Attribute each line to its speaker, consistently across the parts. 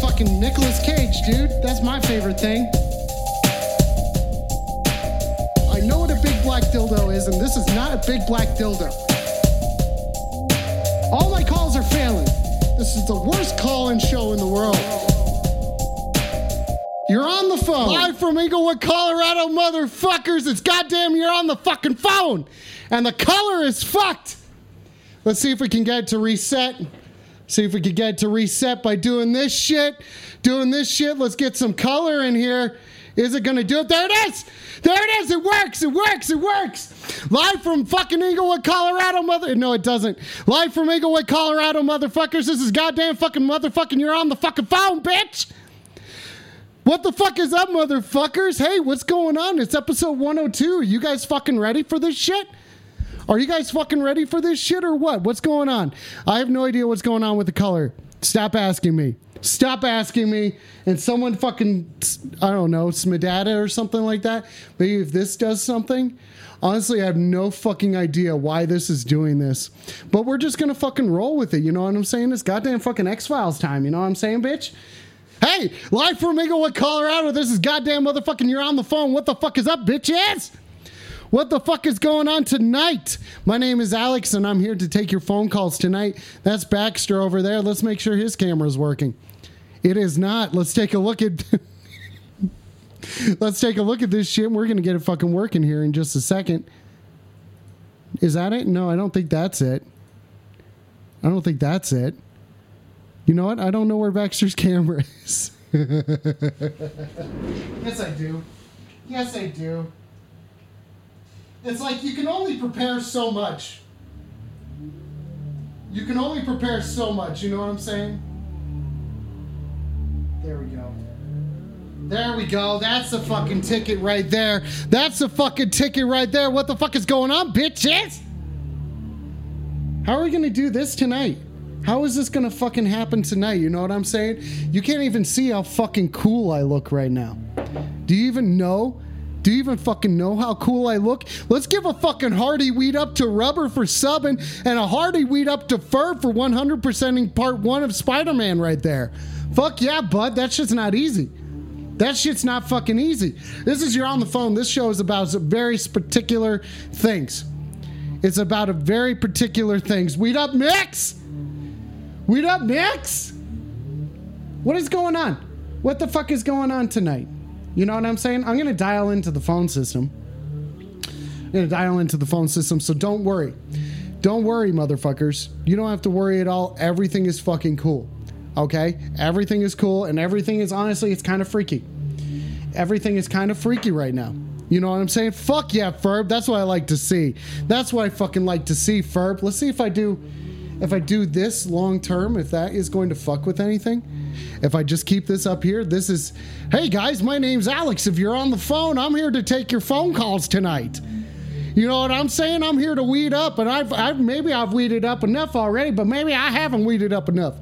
Speaker 1: Fucking Nicolas Cage, dude. That's my favorite thing. I know what a big black dildo is, and this is not a big black dildo. All my calls are failing. This is the worst call-in show in the world. You're on the phone. Live from Inglewood, Colorado, motherfuckers. It's goddamn you're on the fucking phone. And the color is fucked. Let's see if we can get it to reset. See if we can get it to reset by doing this shit. Doing this shit. Let's get some color in here. Is it gonna do it? There it is! There it is! It works! It works! It works! Live from fucking Inglewood, Colorado, mother. No, it doesn't. Live from Inglewood, Colorado, motherfuckers. This is goddamn fucking motherfucking. You're on the fucking phone, bitch! What the fuck is up, motherfuckers? Hey, what's going on? It's episode 102. Are you guys fucking ready for this shit? Are you guys fucking ready for this shit or what? What's going on? I have no idea what's going on with the color. Stop asking me. Stop asking me. And someone fucking, I don't know, Smedata or something like that. Maybe if this does something. Honestly, I have no fucking idea why this is doing this. But we're just gonna fucking roll with it. You know what I'm saying? It's goddamn fucking X Files time. You know what I'm saying, bitch? Hey, live from Inglewood, Colorado. This is goddamn motherfucking. You're on the phone. What the fuck is up, bitch ass? What the fuck is going on tonight? My name is Alex, and I'm here to take your phone calls tonight. That's Baxter over there. Let's make sure his camera's working. It is not. Let's take a look at. Let's take a look at this shit. We're gonna get it fucking working here in just a second. Is that it? No, I don't think that's it. I don't think that's it. You know what? I don't know where Baxter's camera is. yes, I do. Yes, I do. It's like you can only prepare so much. You can only prepare so much, you know what I'm saying? There we go. There we go. That's the fucking ticket right there. That's the fucking ticket right there. What the fuck is going on, bitches? How are we gonna do this tonight? How is this gonna fucking happen tonight? You know what I'm saying? You can't even see how fucking cool I look right now. Do you even know? Do you even fucking know how cool I look? Let's give a fucking hearty weed up to rubber for subbing and a hearty weed up to fur for 100%ing part one of Spider Man right there. Fuck yeah, bud. That shit's not easy. That shit's not fucking easy. This is your on the phone. This show is about very particular things. It's about a very particular things. Weed up mix. Weed up mix. What is going on? What the fuck is going on tonight? You know what I'm saying? I'm gonna dial into the phone system. I'm gonna dial into the phone system. So don't worry. Don't worry, motherfuckers. You don't have to worry at all. Everything is fucking cool. Okay? Everything is cool and everything is honestly it's kind of freaky. Everything is kind of freaky right now. You know what I'm saying? Fuck yeah, Ferb. That's what I like to see. That's what I fucking like to see, Ferb. Let's see if I do if I do this long term, if that is going to fuck with anything. If I just keep this up here, this is Hey guys, my name's Alex. If you're on the phone, I'm here to take your phone calls tonight. You know what I'm saying? I'm here to weed up, and I've, I've maybe I've weeded up enough already, but maybe I haven't weeded up enough.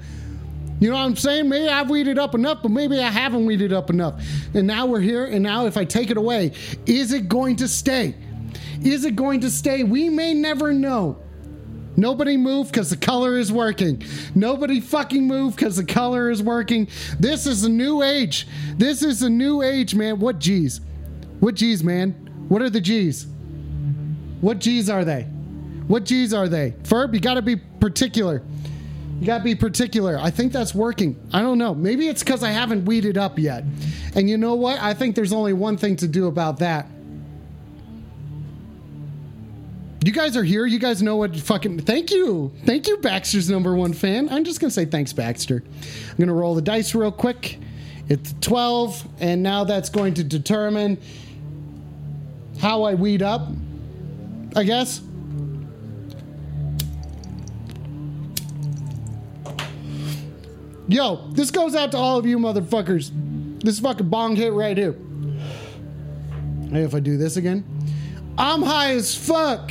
Speaker 1: You know what I'm saying? Maybe I've weeded up enough, but maybe I haven't weeded up enough. And now we're here, and now if I take it away, is it going to stay? Is it going to stay? We may never know. Nobody move because the color is working. Nobody fucking move because the color is working. This is a new age. This is a new age, man. What G's? What G's, man? What are the G's? What G's are they? What G's are they? Ferb, you gotta be particular. You gotta be particular. I think that's working. I don't know. Maybe it's because I haven't weeded up yet. And you know what? I think there's only one thing to do about that. You guys are here. You guys know what fucking. Thank you. Thank you, Baxter's number one fan. I'm just going to say thanks, Baxter. I'm going to roll the dice real quick. It's 12, and now that's going to determine how I weed up, I guess. Yo, this goes out to all of you motherfuckers This fucking bong hit right here. Hey, if I do this again, I'm high as fuck.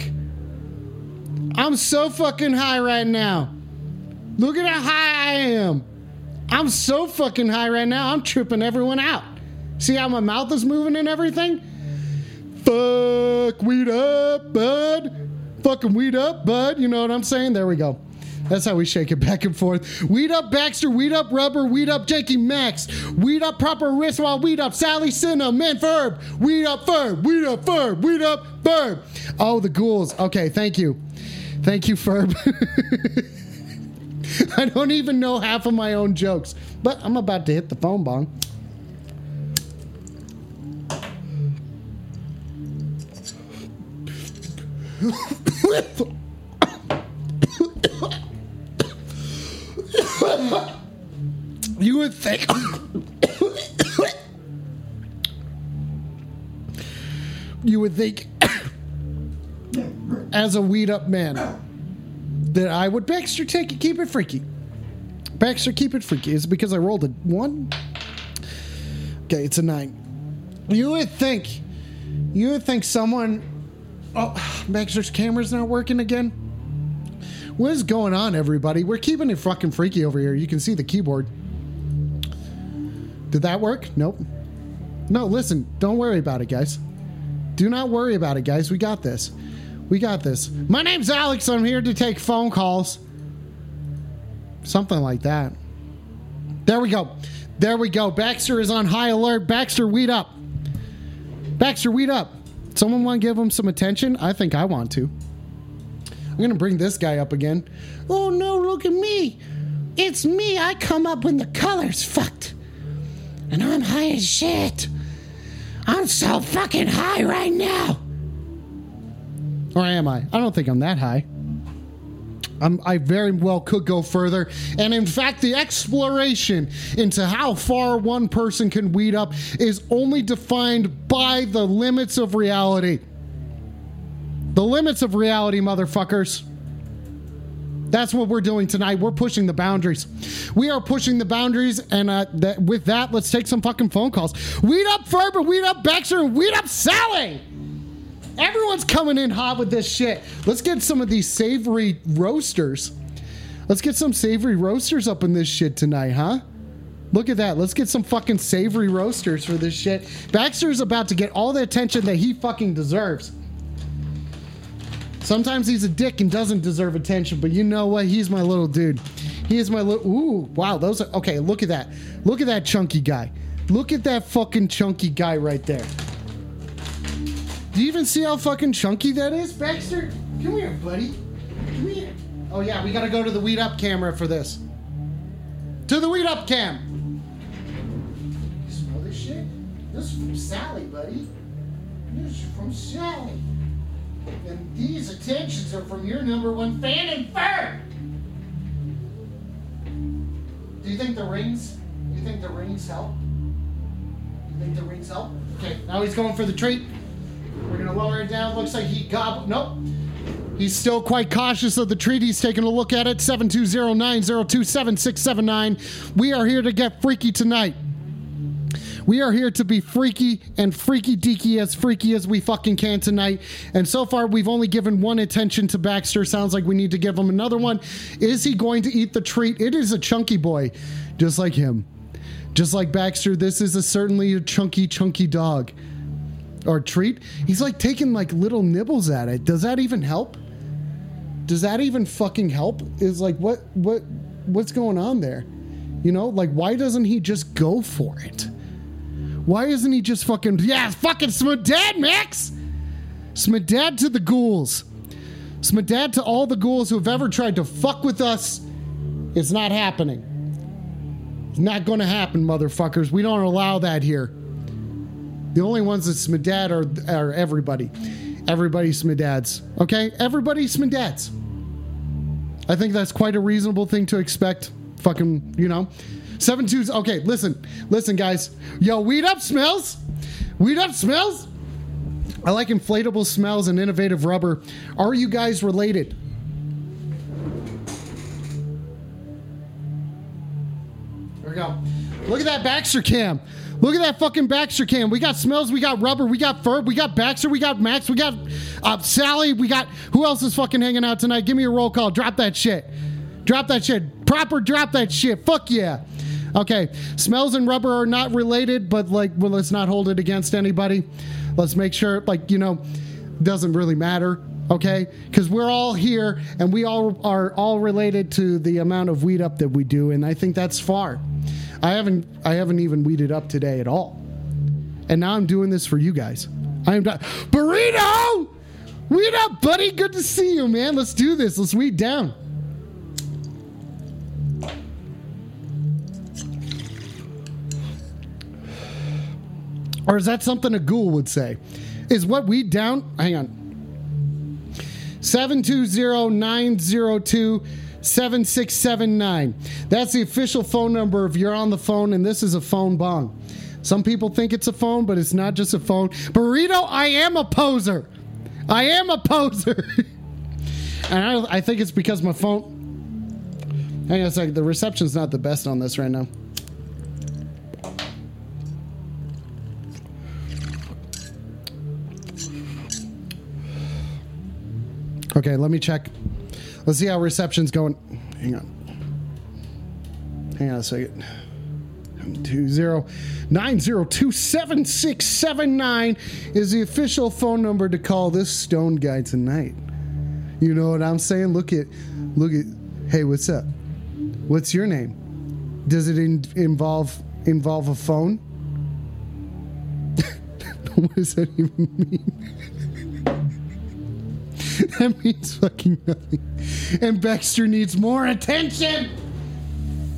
Speaker 1: I'm so fucking high right now. Look at how high I am. I'm so fucking high right now. I'm tripping everyone out. See how my mouth is moving and everything? Fuck weed up, bud. Fucking weed up, bud. You know what I'm saying? There we go. That's how we shake it back and forth. Weed up Baxter, weed up Rubber, weed up Jakey Max, weed up proper wrist while weed up Sally Cinna, man Ferb, weed up Ferb, weed up Ferb, weed up Ferb. Oh, the ghouls. Okay, thank you. Thank you, Ferb. I don't even know half of my own jokes, but I'm about to hit the phone bong. You would think. you would think, as a weed up man, that I would Baxter take it, keep it freaky. Baxter, keep it freaky. Is it because I rolled a one? Okay, it's a nine. You would think, you would think someone. Oh, Baxter's camera's not working again. What is going on, everybody? We're keeping it fucking freaky over here. You can see the keyboard. Did that work? Nope. No, listen, don't worry about it, guys. Do not worry about it, guys. We got this. We got this. My name's Alex. I'm here to take phone calls. Something like that. There we go. There we go. Baxter is on high alert. Baxter, weed up. Baxter, weed up. Someone want to give him some attention? I think I want to. I'm going to bring this guy up again. Oh, no, look at me. It's me. I come up when the color's fucked and I'm high as shit. I'm so fucking high right now. Or am I? I don't think I'm that high. I'm, I very well could go further. And in fact, the exploration into how far one person can weed up is only defined by the limits of reality. The limits of reality, motherfuckers. That's what we're doing tonight. We're pushing the boundaries. We are pushing the boundaries, and uh, that, with that, let's take some fucking phone calls. Weed up Ferber, weed up Baxter, and weed up Sally. Everyone's coming in hot with this shit. Let's get some of these savory roasters. Let's get some savory roasters up in this shit tonight, huh? Look at that. Let's get some fucking savory roasters for this shit. Baxter's about to get all the attention that he fucking deserves. Sometimes he's a dick and doesn't deserve attention, but you know what? He's my little dude. He is my little. Ooh, wow. Those are. Okay, look at that. Look at that chunky guy. Look at that fucking chunky guy right there. Do you even see how fucking chunky that is, Baxter? Come here, buddy. Come here. Oh, yeah, we gotta go to the Weed Up camera for this. To the Weed Up cam! You smell this shit? This is from Sally, buddy. This is from Sally. And these attentions are from your number one fan and fur. Do you think the rings? Do you think the rings help? You think the rings help? Okay, now he's going for the treat. We're gonna lower it down. Looks like he gobbled. Nope. He's still quite cautious of the treat. He's taking a look at it. 720-902-7679. We are here to get freaky tonight. We are here to be freaky and freaky deaky as freaky as we fucking can tonight. And so far, we've only given one attention to Baxter. Sounds like we need to give him another one. Is he going to eat the treat? It is a chunky boy, just like him. Just like Baxter, this is a certainly a chunky, chunky dog or treat. He's like taking like little nibbles at it. Does that even help? Does that even fucking help? Is like what what what's going on there? You know, like why doesn't he just go for it? Why isn't he just fucking yeah, fucking Smidad, Max? Smidad to the ghouls. Smidad to all the ghouls who have ever tried to fuck with us. It's not happening. It's not gonna happen, motherfuckers. We don't allow that here. The only ones that smidad are are everybody. Everybody smidads. Okay? Everybody smidads. I think that's quite a reasonable thing to expect. Fucking, you know. Seven twos. Okay, listen. Listen, guys. Yo, weed up smells. Weed up smells. I like inflatable smells and innovative rubber. Are you guys related? Here we go. Look at that Baxter cam. Look at that fucking Baxter cam. We got smells, we got rubber, we got Ferb, we got Baxter, we got Max, we got uh, Sally, we got who else is fucking hanging out tonight? Give me a roll call. Drop that shit. Drop that shit. Proper drop that shit. Fuck yeah. Okay. Smells and rubber are not related, but like, well, let's not hold it against anybody. Let's make sure, like, you know, doesn't really matter. Okay, because we're all here and we all are all related to the amount of weed up that we do, and I think that's far. I haven't I haven't even weeded up today at all, and now I'm doing this for you guys. I am done. Burrito, weed up, buddy. Good to see you, man. Let's do this. Let's weed down. Or is that something a ghoul would say? Is what weed down? Hang on. 720-902-7679. That's the official phone number if you're on the phone and this is a phone bong. Some people think it's a phone, but it's not just a phone. Burrito, I am a poser. I am a poser. and I, I think it's because my phone. Hang on a second. The reception's not the best on this right now. Okay, let me check. Let's see how reception's going. Hang on. Hang on a second. 209027679 is the official phone number to call this stone guy tonight. You know what I'm saying? Look at look at hey, what's up? What's your name? Does it in, involve involve a phone? what does that even mean? that means fucking nothing. And Baxter needs more attention.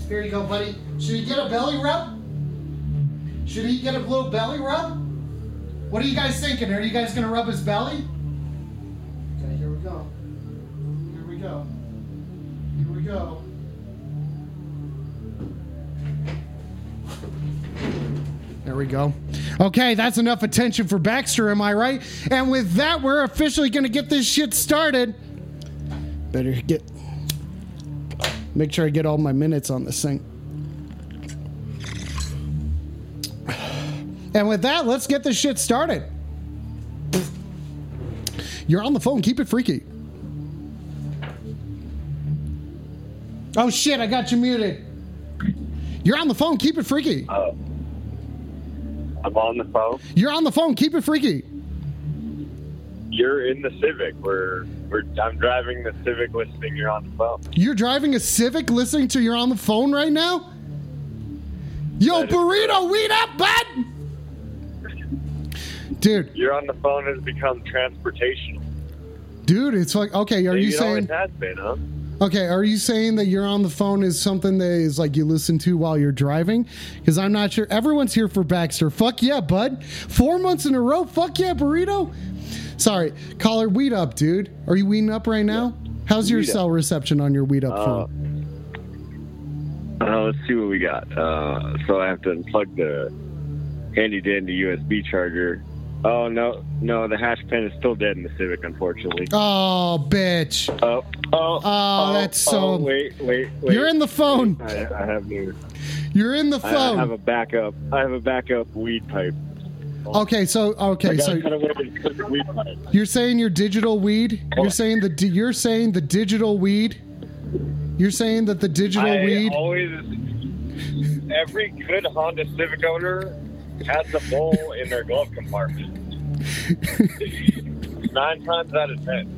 Speaker 1: Here you go, buddy. Should he get a belly rub? Should he get a little belly rub? What are you guys thinking? Are you guys gonna rub his belly? Okay, here we go. Here we go. Here we go. There we go. Okay, that's enough attention for Baxter, am I right? And with that, we're officially going to get this shit started. Better get. Make sure I get all my minutes on this thing. And with that, let's get this shit started. You're on the phone. Keep it freaky. Oh shit, I got you muted. You're on the phone. Keep it freaky.
Speaker 2: I'm on the phone.
Speaker 1: You're on the phone. Keep it freaky.
Speaker 2: You're in the Civic. We're, we're I'm driving the Civic listening. You're on the phone.
Speaker 1: You're driving a Civic listening to you're on the phone right now? Yo,
Speaker 2: That is-
Speaker 1: burrito, weed up, bud! Dude,
Speaker 2: You're on the phone has become transportational.
Speaker 1: dude, it's like, okay, are
Speaker 2: Maybe
Speaker 1: you
Speaker 2: it always
Speaker 1: saying,
Speaker 2: has been, huh?
Speaker 1: okay, are you saying that you're on the phone is something that is like you listen to while you're driving? Because I'm not sure. Everyone's here for Baxter. Fuck yeah, bud. Four months in a row. Fuck yeah, burrito. Sorry, caller, weed up, dude. Are you weeding up right now? How's your
Speaker 2: Weed up.
Speaker 1: cell reception on your weed up
Speaker 2: Uh,
Speaker 1: phone?
Speaker 2: uh, let's see what we got. Uh, so I have to unplug the handy dandy USB charger. Oh no, no, the hash pen is still dead in the Civic, unfortunately.
Speaker 1: Oh, bitch.
Speaker 2: Oh, oh,
Speaker 1: that's so-
Speaker 2: Oh, wait, wait, wait.
Speaker 1: You're in the phone.
Speaker 2: I, I have new.
Speaker 1: You're in the
Speaker 2: I, I have
Speaker 1: phone.
Speaker 2: a backup. I have a backup weed pipe.
Speaker 1: Okay, so
Speaker 2: I
Speaker 1: okay,
Speaker 2: gotta
Speaker 1: so
Speaker 2: cut away the Civic weed pipe.
Speaker 1: you're saying your digital weed. You're
Speaker 2: Oh.
Speaker 1: saying the di- you're saying the digital weed. You're saying that the digital
Speaker 2: I
Speaker 1: weed.
Speaker 2: always, every good Honda Civic owner has a bowl in their glove compartment. Nine times out of ten.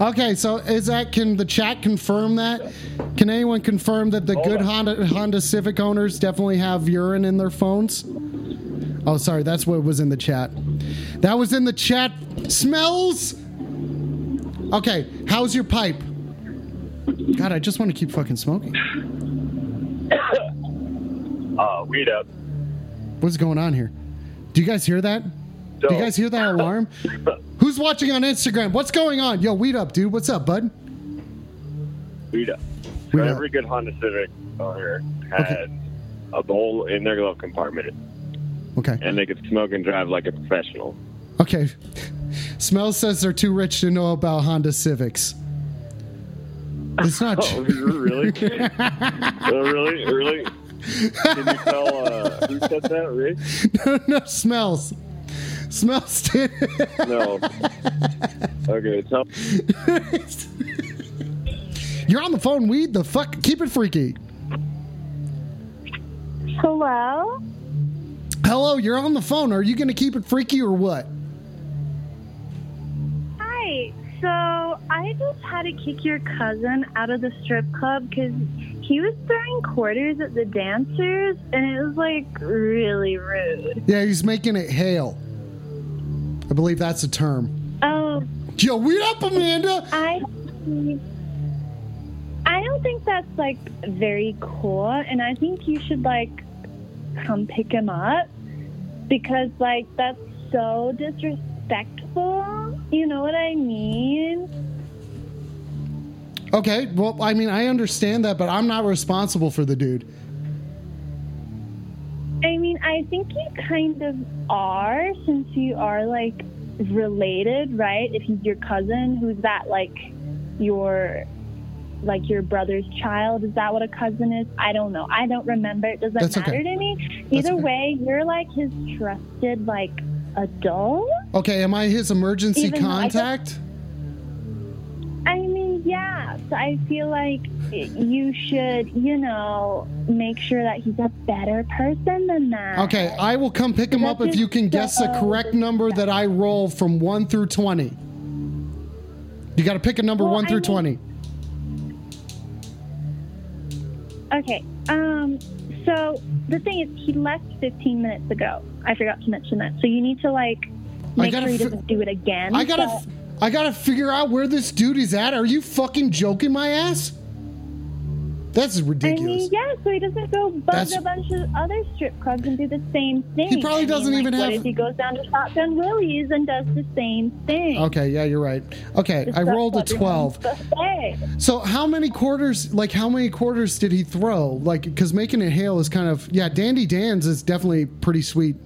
Speaker 1: Okay, so is that can the chat confirm that? Can anyone confirm that the
Speaker 2: Hold
Speaker 1: good
Speaker 2: on.
Speaker 1: Honda Honda Civic owners definitely have urine in their phones? Oh, sorry, that's what was in the chat. That was in the chat. Smells. Okay, how's your pipe? God, I just want to keep fucking smoking.
Speaker 2: Uh, weed up.
Speaker 1: What's going on here? Do you guys hear that? Do you guys hear that alarm? Who's watching on Instagram? What's going on? Yo, weed up, dude. What's up, bud?
Speaker 2: Weed up. So
Speaker 1: Weed up.
Speaker 2: every good Honda Civic owner had a bowl in their glove compartment,
Speaker 1: Okay.
Speaker 2: and they could smoke and drive like a professional.
Speaker 1: Okay. Smell says they're too rich to know about Honda Civics. It's not
Speaker 2: Oh,
Speaker 1: true.
Speaker 2: really? oh, really? Really? Can you tell uh, who said that, Rick?
Speaker 1: no, no, smells. Smells did it.
Speaker 2: No. Okay, tell.
Speaker 1: You're on the phone, weed. The fuck? Keep it freaky.
Speaker 3: Hello?
Speaker 1: Hello, you're on the phone. Are you going to keep it freaky or what?
Speaker 3: Hi. So I just had to kick your cousin out of the strip club because he was throwing quarters at the dancers and it was like really rude.
Speaker 1: Yeah, he's making it hail. I believe that's a term.
Speaker 3: Oh,
Speaker 1: Yo, weed up, Amanda.
Speaker 3: I. I don't think that's like very cool, and I think you should like come pick him up because like that's so disrespectful. You know what I mean?
Speaker 1: Okay, well, I mean, I understand that, but I'm not responsible for the dude.
Speaker 3: I mean, I think you kind of are since you are like related, right? If he's your cousin, who's that like your like your brother's child? Is that what a cousin is? I don't know. I don't remember. It doesn't
Speaker 1: That's okay.
Speaker 3: matter to me.
Speaker 1: That's
Speaker 3: Either
Speaker 1: okay.
Speaker 3: way, you're like his trusted like adult.
Speaker 1: Okay, am I his emergency
Speaker 3: Even though I don't-
Speaker 1: contact?
Speaker 3: I mean, yeah. So I feel like you should, you know, make sure that he's a better person than that.
Speaker 1: Okay, I will come pick him up if you can guess the correct number that I roll from 1 through 20. You got to pick a number
Speaker 3: Well,
Speaker 1: 1
Speaker 3: I
Speaker 1: through
Speaker 3: mean-
Speaker 1: 20.
Speaker 3: Okay. Um. So the thing is, he left 15 minutes ago. I forgot to mention that. So you need to like make
Speaker 1: gotta
Speaker 3: sure he
Speaker 1: fi-
Speaker 3: doesn't do it again.
Speaker 1: I got to
Speaker 3: but-
Speaker 1: f I got to figure out where this dude is at. Are you fucking joking my ass? That's
Speaker 3: I
Speaker 1: ridiculous.
Speaker 3: mean, yeah, so he doesn't go bug
Speaker 1: That's-
Speaker 3: a bunch of other strip clubs and do the same thing.
Speaker 1: He probably
Speaker 3: I mean,
Speaker 1: doesn't
Speaker 3: like,
Speaker 1: even
Speaker 3: what
Speaker 1: have-
Speaker 3: If he goes down to Shotgun Willie's and does the same thing.
Speaker 1: Okay, yeah, you're right. Okay,
Speaker 3: Just
Speaker 1: I
Speaker 3: that's
Speaker 1: rolled a
Speaker 3: what we
Speaker 1: 12.
Speaker 3: want to say.
Speaker 1: So how many quarters? Like how many quarters did he throw? Like because making it hail is kind of yeah. Dandy Dan's is definitely pretty sweet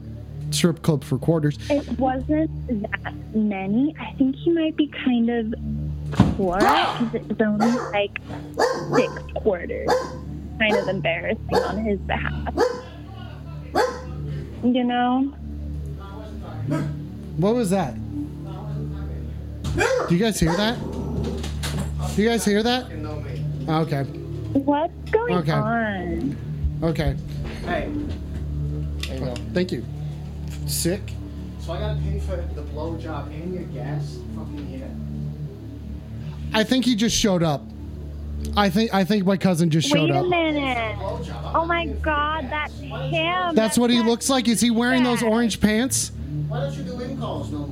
Speaker 1: strip club for quarters.
Speaker 3: It wasn't that many. I think he might be kind of poor because it was only like six quarters. Kind of embarrassing on his behalf. You know?
Speaker 1: What was that? Do you guys hear that? Do you guys hear that? Okay,
Speaker 3: What's going
Speaker 1: Okay.
Speaker 3: on?
Speaker 1: okay.
Speaker 4: Hey, there you go.
Speaker 1: Thank you. Sick.
Speaker 4: So I gotta pay for the blowjob and your gas. Fucking yeah.
Speaker 1: I think he just showed up. I think I think my cousin just showed
Speaker 3: Wait
Speaker 1: up.
Speaker 3: a minute.
Speaker 4: Blowjob. I'm
Speaker 3: Oh
Speaker 4: not
Speaker 3: my
Speaker 4: paying for
Speaker 3: god,
Speaker 4: your gas. Why
Speaker 3: that's
Speaker 4: don't you-
Speaker 3: him.
Speaker 1: That's what he
Speaker 3: that-
Speaker 1: looks like. Is he wearing those orange pants?
Speaker 4: Why don't you do in-calls no more?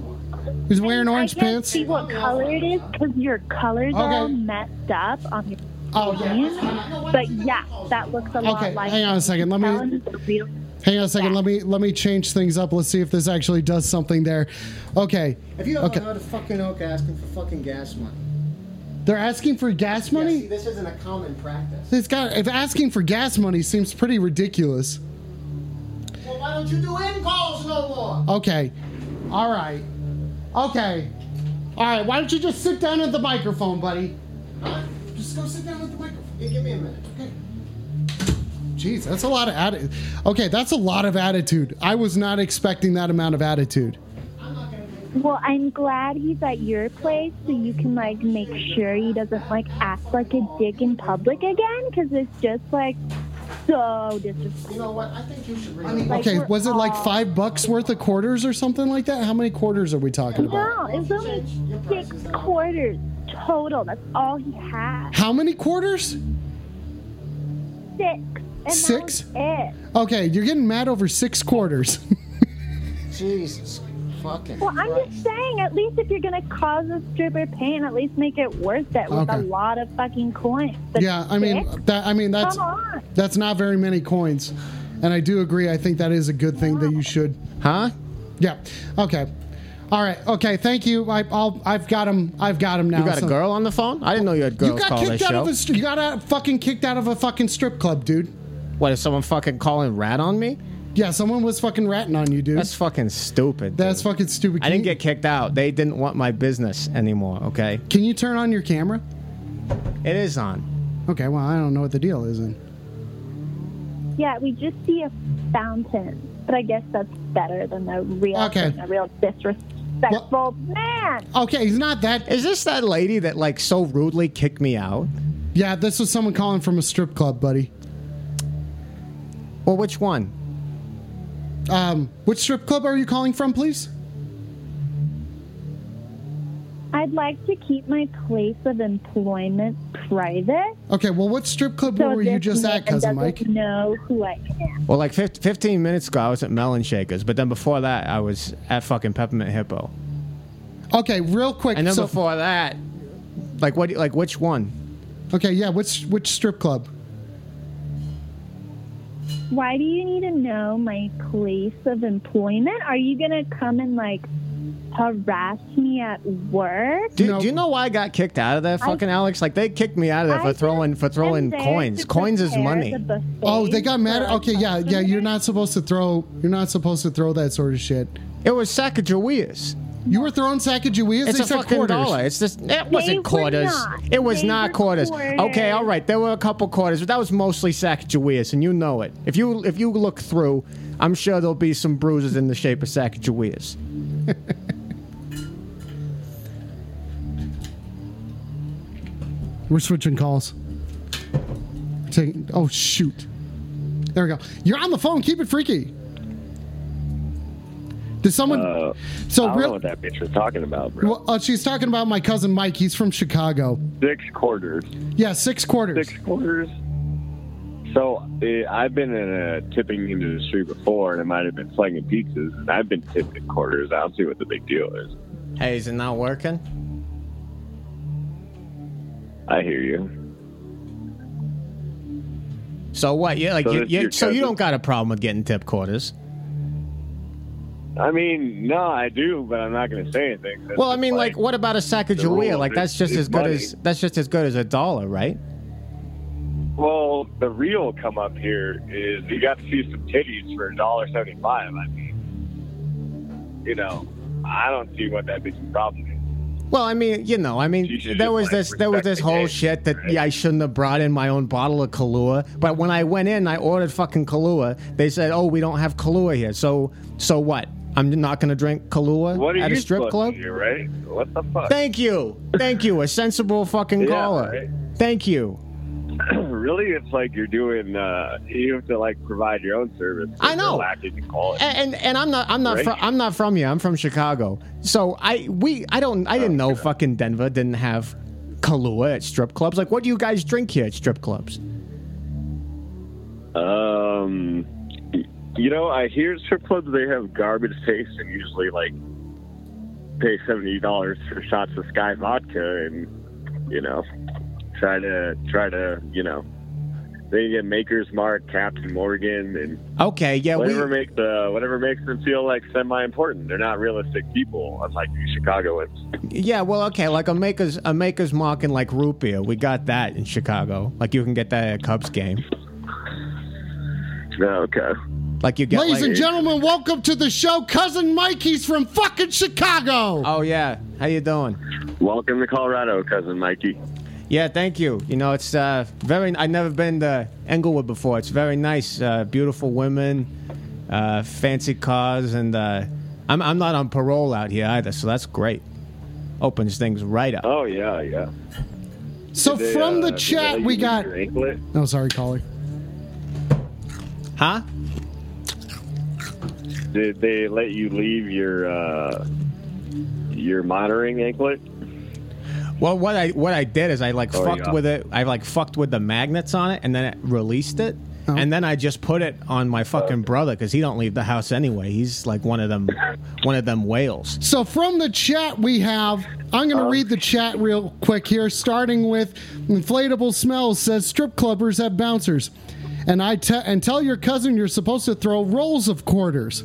Speaker 1: He's wearing orange
Speaker 3: I can't
Speaker 1: pants.
Speaker 3: see what color it is because your colors are all messed up on your
Speaker 1: Oh yeah.
Speaker 3: skin. But yeah, that looks a lot
Speaker 1: Okay,
Speaker 3: like.
Speaker 1: hang on a second. Let me-
Speaker 3: Alan's real-
Speaker 1: Hang on a second. Let me let me change things up. Let's see if this actually does something there. Okay.
Speaker 4: If you don't
Speaker 1: Okay.
Speaker 4: know how to fucking oak asking for fucking gas money.
Speaker 1: They're asking for gas
Speaker 4: Yeah,
Speaker 1: money.
Speaker 4: see, this isn't a common practice.
Speaker 1: It's got if asking for gas money seems pretty ridiculous.
Speaker 4: Well, why don't you do in-calls no more?
Speaker 1: Okay. All right. Okay. All right. Why don't you just sit down at the microphone, buddy?
Speaker 4: Huh? Just go sit down with the microphone. Yeah, give me a minute, okay?
Speaker 1: Jeez, that's a lot of atti- Okay, that's a lot of attitude. I was not expecting that amount of attitude.
Speaker 4: I'm not gonna pay.
Speaker 3: Well, I'm glad he's at your place so you can like make sure he doesn't like act like a dick in public again because it's just like so disrespectful.
Speaker 4: You know what? I think you should ring.
Speaker 3: I mean,
Speaker 1: Okay,
Speaker 3: we're
Speaker 1: was it like
Speaker 3: all-
Speaker 1: five bucks worth of quarters or something like that? How many quarters are we talking about?
Speaker 3: No, it was only six quarters total. That's all he had.
Speaker 1: How many quarters?
Speaker 3: Six. And that
Speaker 1: Six?
Speaker 3: was it.
Speaker 1: Okay, you're getting mad over six quarters.
Speaker 4: Jesus fucking
Speaker 3: Well, I'm just saying, at least if you're gonna cause a stripper pain, at least make it worth it with
Speaker 1: Okay.
Speaker 3: a lot of fucking coins. But
Speaker 1: yeah, I mean
Speaker 3: six?
Speaker 1: that. I mean that's
Speaker 3: come on.
Speaker 1: that's not very many coins, and I do agree. I think that is a good thing that you should.
Speaker 4: Huh?
Speaker 1: Yeah. Okay. All right. Okay. Thank you. I, I'll. I've got him. I've got him now.
Speaker 4: You got a
Speaker 1: so-
Speaker 4: girl on the phone? I didn't know you had
Speaker 1: You
Speaker 4: girls
Speaker 1: got
Speaker 4: call
Speaker 1: kicked
Speaker 4: this
Speaker 1: out
Speaker 4: show.
Speaker 1: of a. str- You got out, fucking kicked out of a fucking strip club, dude.
Speaker 4: What, is someone fucking calling rat on me?
Speaker 1: Yeah, someone was fucking ratting on you, dude.
Speaker 4: That's
Speaker 1: That's,
Speaker 4: fucking stupid. dude.
Speaker 1: fucking stupid.
Speaker 4: I didn't
Speaker 1: Can you-
Speaker 4: get kicked out. They didn't want my business anymore, okay?
Speaker 1: Can you turn on your camera?
Speaker 4: It is on.
Speaker 1: Okay. Well, I don't know what the deal is. Then.
Speaker 3: Yeah, we just see a fountain, but I guess that's better than the real
Speaker 1: Okay.
Speaker 3: thing, a real disrespectful man.
Speaker 1: Okay, he's not that.
Speaker 5: Is this that lady that like so rudely kicked me out?
Speaker 1: Yeah, this was someone calling from a strip club, buddy.
Speaker 5: Well, which one?
Speaker 1: Um, which strip club are you calling from, please?
Speaker 3: I'd like to keep my place of employment private.
Speaker 1: Okay, well, what strip club
Speaker 3: So
Speaker 1: Oh, were you
Speaker 3: this
Speaker 1: just
Speaker 3: man
Speaker 1: at, cousin
Speaker 3: doesn't
Speaker 1: Mike?
Speaker 3: Know who I am?
Speaker 5: Well, like fif- 15 minutes ago, I was at Melon Shakers, but then before that, I was at fucking Peppermint Hippo,
Speaker 1: Okay, real quick.
Speaker 5: and then
Speaker 1: so-
Speaker 5: before that, like what? Like which one?
Speaker 1: okay, yeah, which which strip club?
Speaker 3: Why do you need to know my place of employment? Are you gonna come and like harass me at work?
Speaker 5: Do,
Speaker 1: No.
Speaker 5: do you know why I got kicked out of there, fucking Alex? Like they kicked me out of there
Speaker 3: I
Speaker 5: for throwing
Speaker 3: just
Speaker 5: for throwing
Speaker 3: am there
Speaker 5: coins.
Speaker 3: to
Speaker 5: Coins is
Speaker 3: prepare
Speaker 5: money.
Speaker 3: the buffet
Speaker 1: Oh, they got mad.
Speaker 3: for
Speaker 1: Okay, yeah, yeah. You're
Speaker 3: customers.
Speaker 1: not supposed to throw. You're not supposed to throw that sort of shit.
Speaker 5: It was Sacagawea's.
Speaker 1: You were throwing Sacagaweas.
Speaker 5: It's
Speaker 1: they
Speaker 5: a
Speaker 1: said
Speaker 5: fucking
Speaker 1: quarters.
Speaker 5: dollar. It's just it
Speaker 3: They
Speaker 5: wasn't
Speaker 3: were
Speaker 5: quarters.
Speaker 3: not.
Speaker 5: It was
Speaker 3: They
Speaker 5: not
Speaker 3: were
Speaker 5: quarters.
Speaker 3: quarters.
Speaker 5: Okay, all right. There were a couple quarters, but that was mostly Sacagaweas, and you know it. If you if you look through, I'm sure there'll be some bruises in the shape of Sacagaweas.
Speaker 1: We're switching calls. Taking, oh shoot! There we go. You're on the phone. Keep it freaky. Did someone?
Speaker 2: Uh, I
Speaker 1: so
Speaker 2: don't know
Speaker 1: real.
Speaker 2: what that bitch was talking about, bro.
Speaker 1: Well, uh, she's talking about my cousin Mike. He's from Chicago.
Speaker 2: Six quarters.
Speaker 1: Yeah, six quarters.
Speaker 2: Six quarters. So eh, I've been in a tipping industry before, and it might have been slugging pizzas, and I've been tipped in quarters. I don't see what the big deal is.
Speaker 5: Hey, is it not working?
Speaker 2: I hear you.
Speaker 5: So what? You like
Speaker 2: So
Speaker 5: you,
Speaker 2: this
Speaker 5: you
Speaker 2: your
Speaker 5: so you
Speaker 2: cousin?
Speaker 5: don't got a problem with getting tip quarters?
Speaker 2: I mean, no, I do, but I'm not going to say anything. That's
Speaker 5: Well, I
Speaker 2: just
Speaker 5: mean, like, what about a Sacagawea?
Speaker 2: rule
Speaker 5: Like
Speaker 2: is-
Speaker 5: that's just
Speaker 2: is
Speaker 5: as good
Speaker 2: money.
Speaker 5: as that's just as good as a dollar, right?
Speaker 2: Well, the real come up here is you got to see some titties for a dollar seventy-five. I mean, you know, I don't see what that big problem is.
Speaker 5: Well, I mean, you know, I
Speaker 2: You
Speaker 5: mean,
Speaker 2: should
Speaker 5: there
Speaker 2: just,
Speaker 5: was
Speaker 2: like,
Speaker 5: this, there
Speaker 2: respect
Speaker 5: was this
Speaker 2: the
Speaker 5: whole
Speaker 2: game,
Speaker 5: shit that
Speaker 2: right?
Speaker 5: yeah, I shouldn't have brought in my own bottle of Kahlua. But when I went in, I ordered fucking Kahlua. They said, "Oh, we don't have Kahlua here." So, so what? I'm not gonna drink Kahlua
Speaker 2: What are
Speaker 5: at
Speaker 2: you
Speaker 5: a strip
Speaker 2: supposed
Speaker 5: club.
Speaker 2: To do, right? What the fuck?
Speaker 5: Thank you, thank you, a sensible fucking
Speaker 2: Yeah,
Speaker 5: caller.
Speaker 2: right.
Speaker 5: Thank you.
Speaker 2: really, it's like you're doing. Uh, you have to like provide your own service.
Speaker 5: I know.
Speaker 2: You're Lacking in quality.
Speaker 5: And, and and I'm not I'm not
Speaker 2: Right.
Speaker 5: fro- I'm not from here. I'm from Chicago. So I we I don't I didn't know fucking Denver didn't have Kahlua at strip clubs. Like, what do you guys drink here at strip clubs?
Speaker 2: Um, you know, I hear strip clubs they have garbage taste and usually like pay seventy dollars for shots of Sky vodka and you know try to try to you know they get Maker's Mark, Captain Morgan, and
Speaker 5: Okay, yeah,
Speaker 2: whatever
Speaker 5: we,
Speaker 2: makes the whatever makes them feel like semi important. They're not realistic people, unlike you Chicagoans.
Speaker 5: Yeah, well, okay, like a maker's a maker's mark and like root beer, we got that in Chicago. Like you can get that at a Cubs game.
Speaker 2: No, okay.
Speaker 5: Like you get,
Speaker 1: Ladies
Speaker 5: like,
Speaker 1: and gentlemen, welcome to the show, cousin Mike. He's from fucking Chicago.
Speaker 5: Oh yeah, how you doing?
Speaker 2: Welcome to Colorado, cousin Mikey.
Speaker 5: Yeah, thank you. You know, it's uh, very. I've never been to Englewood before. It's very nice. Uh, beautiful women, uh, fancy cars, and uh, I'm I'm not on parole out here either, so that's great. Opens things right up.
Speaker 2: Oh yeah, yeah.
Speaker 1: so
Speaker 2: They,
Speaker 1: from the
Speaker 2: uh, they let
Speaker 1: chat,
Speaker 2: you
Speaker 1: we
Speaker 2: use
Speaker 1: got.
Speaker 2: your anklet.
Speaker 1: Oh, sorry, caller.
Speaker 5: Huh?
Speaker 2: Did they let you leave your uh, your monitoring anklet?
Speaker 5: Well, what I what I did is I like
Speaker 2: Oh,
Speaker 5: fucked
Speaker 2: yeah.
Speaker 5: with it. I like fucked with the magnets on it, and then it released it,
Speaker 1: Oh.
Speaker 5: and then I just put it on my fucking brother because he don't leave the house anyway. He's like one of them, one of them whales.
Speaker 1: So from the chat we have, I'm going to read the chat real quick here, starting with inflatable smells says strip clubbers have bouncers. And I te- and tell your cousin you're supposed to throw rolls of quarters.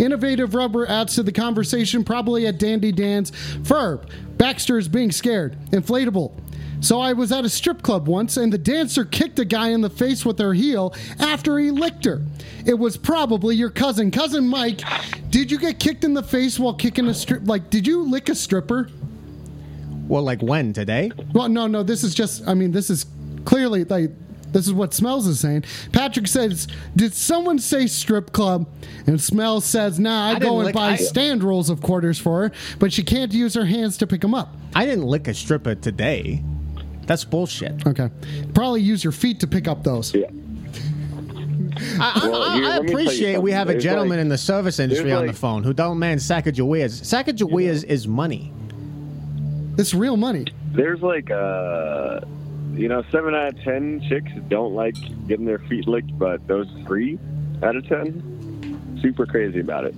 Speaker 1: Innovative rubber adds to the conversation, probably at Dandy Dan's. Ferb, Baxter is being scared. Inflatable. So I was at a strip club once, and the dancer kicked a guy in the face with her heel after he licked her. It was probably your cousin, cousin Mike. Did you get kicked in the face while kicking a strip? Like, did you lick a stripper?
Speaker 5: Well, like when today?
Speaker 1: Well, no, no. This is just. I mean, this is clearly like This is what Smells is saying. Patrick says, "Did someone say strip club?" And Smells says, "Nah, I,
Speaker 5: didn't
Speaker 1: go and
Speaker 5: lick-
Speaker 1: buy
Speaker 5: I-
Speaker 1: stand rolls of quarters for her, but she can't use her hands to pick them up."
Speaker 5: I didn't lick a stripper today. That's bullshit.
Speaker 1: Okay, probably use your feet to pick up those.
Speaker 2: Yeah.
Speaker 5: I, I-
Speaker 2: Well,
Speaker 5: I-
Speaker 2: here,
Speaker 5: I
Speaker 2: let me tell you
Speaker 5: appreciate we
Speaker 2: something.
Speaker 5: have a
Speaker 2: There's
Speaker 5: gentleman
Speaker 2: like-
Speaker 5: in the service industry
Speaker 2: there's
Speaker 5: on the
Speaker 2: like-
Speaker 5: phone who don't man Sacagaweas. Sacagaweas is money.
Speaker 1: It's real money.
Speaker 2: There's like uh you know, seven out of ten chicks don't like getting their feet licked, but those three out of ten, super crazy about it.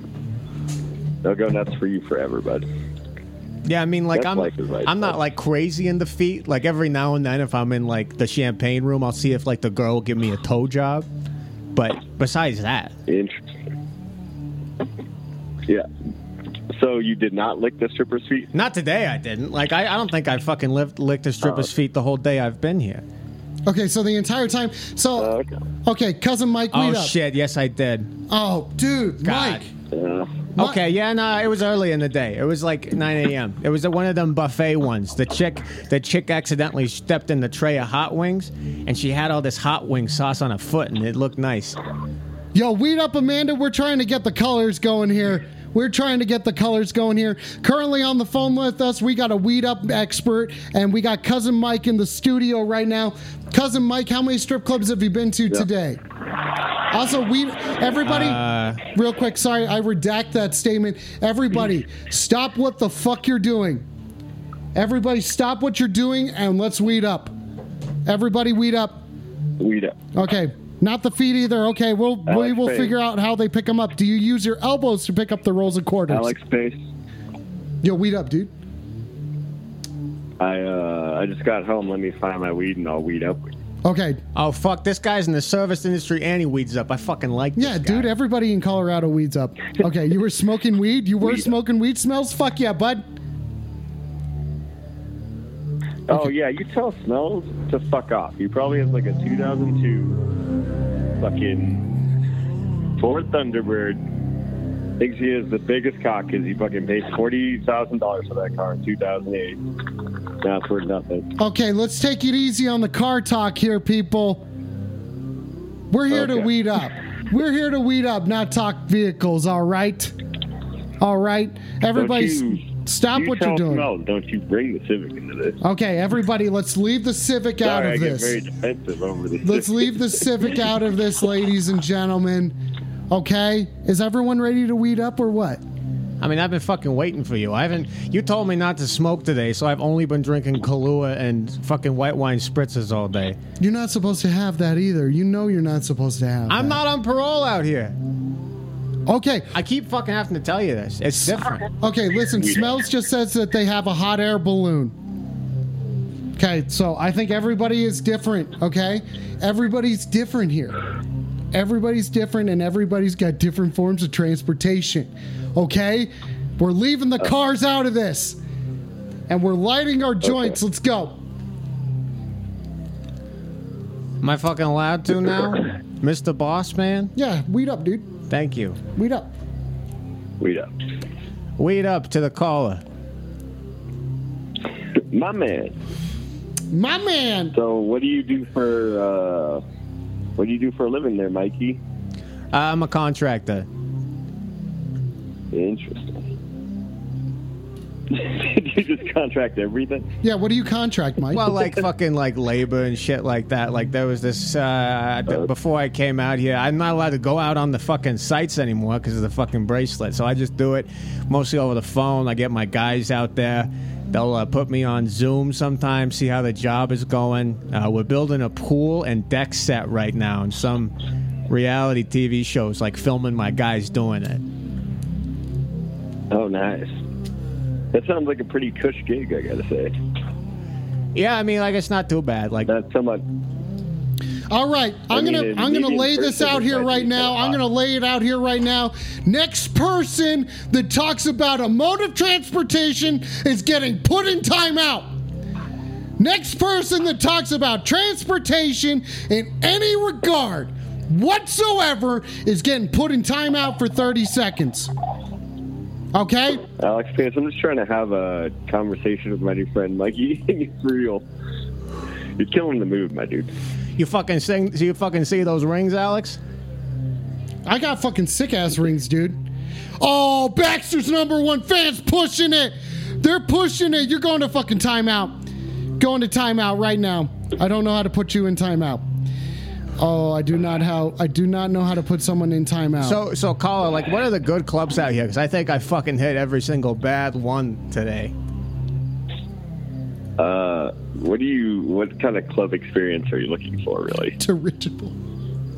Speaker 2: They'll go nuts for you forever, bud.
Speaker 5: Yeah, I mean, like
Speaker 2: That's
Speaker 1: Um,
Speaker 5: I'm,
Speaker 2: life is right,
Speaker 5: I'm not
Speaker 2: bud.
Speaker 5: like crazy in the feet. Like every now and then, if I'm in like the champagne room, I'll see if like the girl will give me a toe job. But besides that,
Speaker 2: Interesting. Yeah. So you did not lick the stripper's feet?
Speaker 5: not today. I didn't. Like I, I don't think I fucking lived, licked a
Speaker 2: Uh,
Speaker 5: stripper's feet the whole day I've been here.
Speaker 1: Okay, so the entire time. So,
Speaker 2: Uh,
Speaker 1: okay. cousin Mike,
Speaker 5: Oh
Speaker 1: meet up.
Speaker 5: shit! Yes, I did.
Speaker 1: Oh, dude,
Speaker 5: God.
Speaker 1: Mike.
Speaker 2: Uh,
Speaker 1: My-
Speaker 5: Okay, yeah, no, it was early in the day. It was like 9 a.m. It was one of them buffet ones. The chick, the chick accidentally stepped in the tray of hot wings, and she had all this hot wing sauce on her foot, and it looked nice.
Speaker 1: Yo, weed up, Amanda. We're trying to get the colors going here. We're trying to get the colors going here. Currently on the phone with us, we got a weed up expert, and we got cousin Mike in the studio right now. Cousin Mike, how many strip clubs have you been to today? Also, we everybody, real quick. Sorry, I redact that statement. Everybody, stop what the fuck you're doing. Everybody, stop what you're doing, and let's weed up. Everybody, weed up.
Speaker 2: weed up.
Speaker 1: Okay. Not the feet either. Okay, we'll we
Speaker 2: Alex
Speaker 1: will
Speaker 2: Payne.
Speaker 1: figure out how they pick them up. Do you use your elbows to pick up the rolls and quarters?
Speaker 2: Alex Pace.
Speaker 1: Yo, weed up, dude.
Speaker 2: I uh, I just got home. Let me find my weed and I'll weed up. with you.
Speaker 1: Okay.
Speaker 5: Oh fuck! This guy's in the service industry, and he weeds up. I fucking like. This
Speaker 1: Yeah,
Speaker 5: guy.
Speaker 1: dude, everybody in Colorado weeds up. Okay, you were smoking weed? You were
Speaker 2: Weed up.
Speaker 1: smoking weed smells? Fuck yeah, bud.
Speaker 2: Oh yeah, you tell Smells to fuck off. He probably has like a 2002 fucking Ford Thunderbird. Thinks he has the biggest cock because he fucking paid forty thousand dollars for that car in 2008. Not for nothing.
Speaker 1: Okay, let's take it easy on the car talk here, people. We're here to
Speaker 2: Okay.
Speaker 1: weed up. We're here to weed up, not talk vehicles, all right? All right. Everybody s-
Speaker 2: you-
Speaker 1: stop
Speaker 2: you
Speaker 1: what
Speaker 2: tell
Speaker 1: you're doing.
Speaker 2: Smells, don't you bring the Civic into this?
Speaker 1: Okay, everybody, let's leave the civic out
Speaker 2: Sorry, I
Speaker 1: of
Speaker 2: get
Speaker 1: this.
Speaker 2: very defensive over this.
Speaker 1: Let's leave the Civic out of this, ladies and gentlemen. Okay? Is everyone ready to weed up or what?
Speaker 5: I mean, I've been fucking waiting for you. I haven't. You told me not to smoke today, so I've only been drinking Kahlua and fucking white wine spritzers all day.
Speaker 1: You're not supposed to have that either. You know you're not supposed to have
Speaker 5: I'm
Speaker 1: that.
Speaker 5: not on parole out here.
Speaker 1: Okay.
Speaker 5: I keep fucking having to tell you this. It's different.
Speaker 1: Okay, listen. Smells just says that they have a hot air balloon. Okay, so I think everybody is different, okay? Everybody's different here. Everybody's different and everybody's got different forms of transportation, okay? We're leaving the cars out of this and we're lighting our joints. Let's go.
Speaker 5: Am I fucking allowed to now, Mr. Boss Man?
Speaker 1: Yeah, weed up, dude.
Speaker 5: Thank you.
Speaker 1: Weed up.
Speaker 2: Weed up.
Speaker 5: Weed up to the caller.
Speaker 2: My man.
Speaker 1: My man.
Speaker 2: So what do you do for uh, what do you do for a living there, Mikey?
Speaker 5: Uh, I'm a contractor.
Speaker 2: Interesting. Did you just contract everything?
Speaker 1: Yeah, what do you contract, Mike?
Speaker 5: Well, like fucking like labor and shit like that. Like there was this uh,
Speaker 2: Uh-huh.
Speaker 5: th- before I came out here. I'm not allowed to go out on the fucking sites anymore because of the fucking bracelet. So I just do it mostly over the phone. I get my guys out there. They'll uh, put me on Zoom sometimes, see how the job is going. Uh, we're building a pool and deck set right now, and some reality TV shows like filming my guys doing it.
Speaker 2: Oh, nice. That sounds like a pretty cush gig, I gotta say.
Speaker 5: Yeah, I mean, like it's not too bad. Like
Speaker 2: Not so much.
Speaker 1: All right, I'm
Speaker 2: mean,
Speaker 1: gonna
Speaker 2: a
Speaker 1: I'm gonna
Speaker 2: medium
Speaker 1: lay this
Speaker 2: person
Speaker 1: out
Speaker 2: is
Speaker 1: here
Speaker 2: like
Speaker 1: right
Speaker 2: me,
Speaker 1: now.
Speaker 2: so
Speaker 1: I'm
Speaker 2: I-
Speaker 1: gonna lay it out here right now. Next person that talks about a mode of transportation is getting put in timeout. Next person that talks about transportation in any regard whatsoever is getting put in timeout for 30 seconds. Okay?
Speaker 2: Alex Pants, I'm just trying to have a conversation with my new friend Mikey. it's real. You're killing the mood, my dude.
Speaker 5: You fucking sing. So you fucking see those rings, Alex?
Speaker 1: I got fucking sick ass rings, dude. Oh, Baxter's number one fans pushing it. They're pushing it. You're going to fucking timeout. Going to timeout right now. I don't know how to put you in timeout. Oh, I do not how I do not know how to put someone in timeout.
Speaker 5: So, so caller, like, what are the good clubs out here? Because I think I fucking hit every single bad one today.
Speaker 2: Uh, what do you? What kind of club experience are you looking for, really?
Speaker 1: terrible.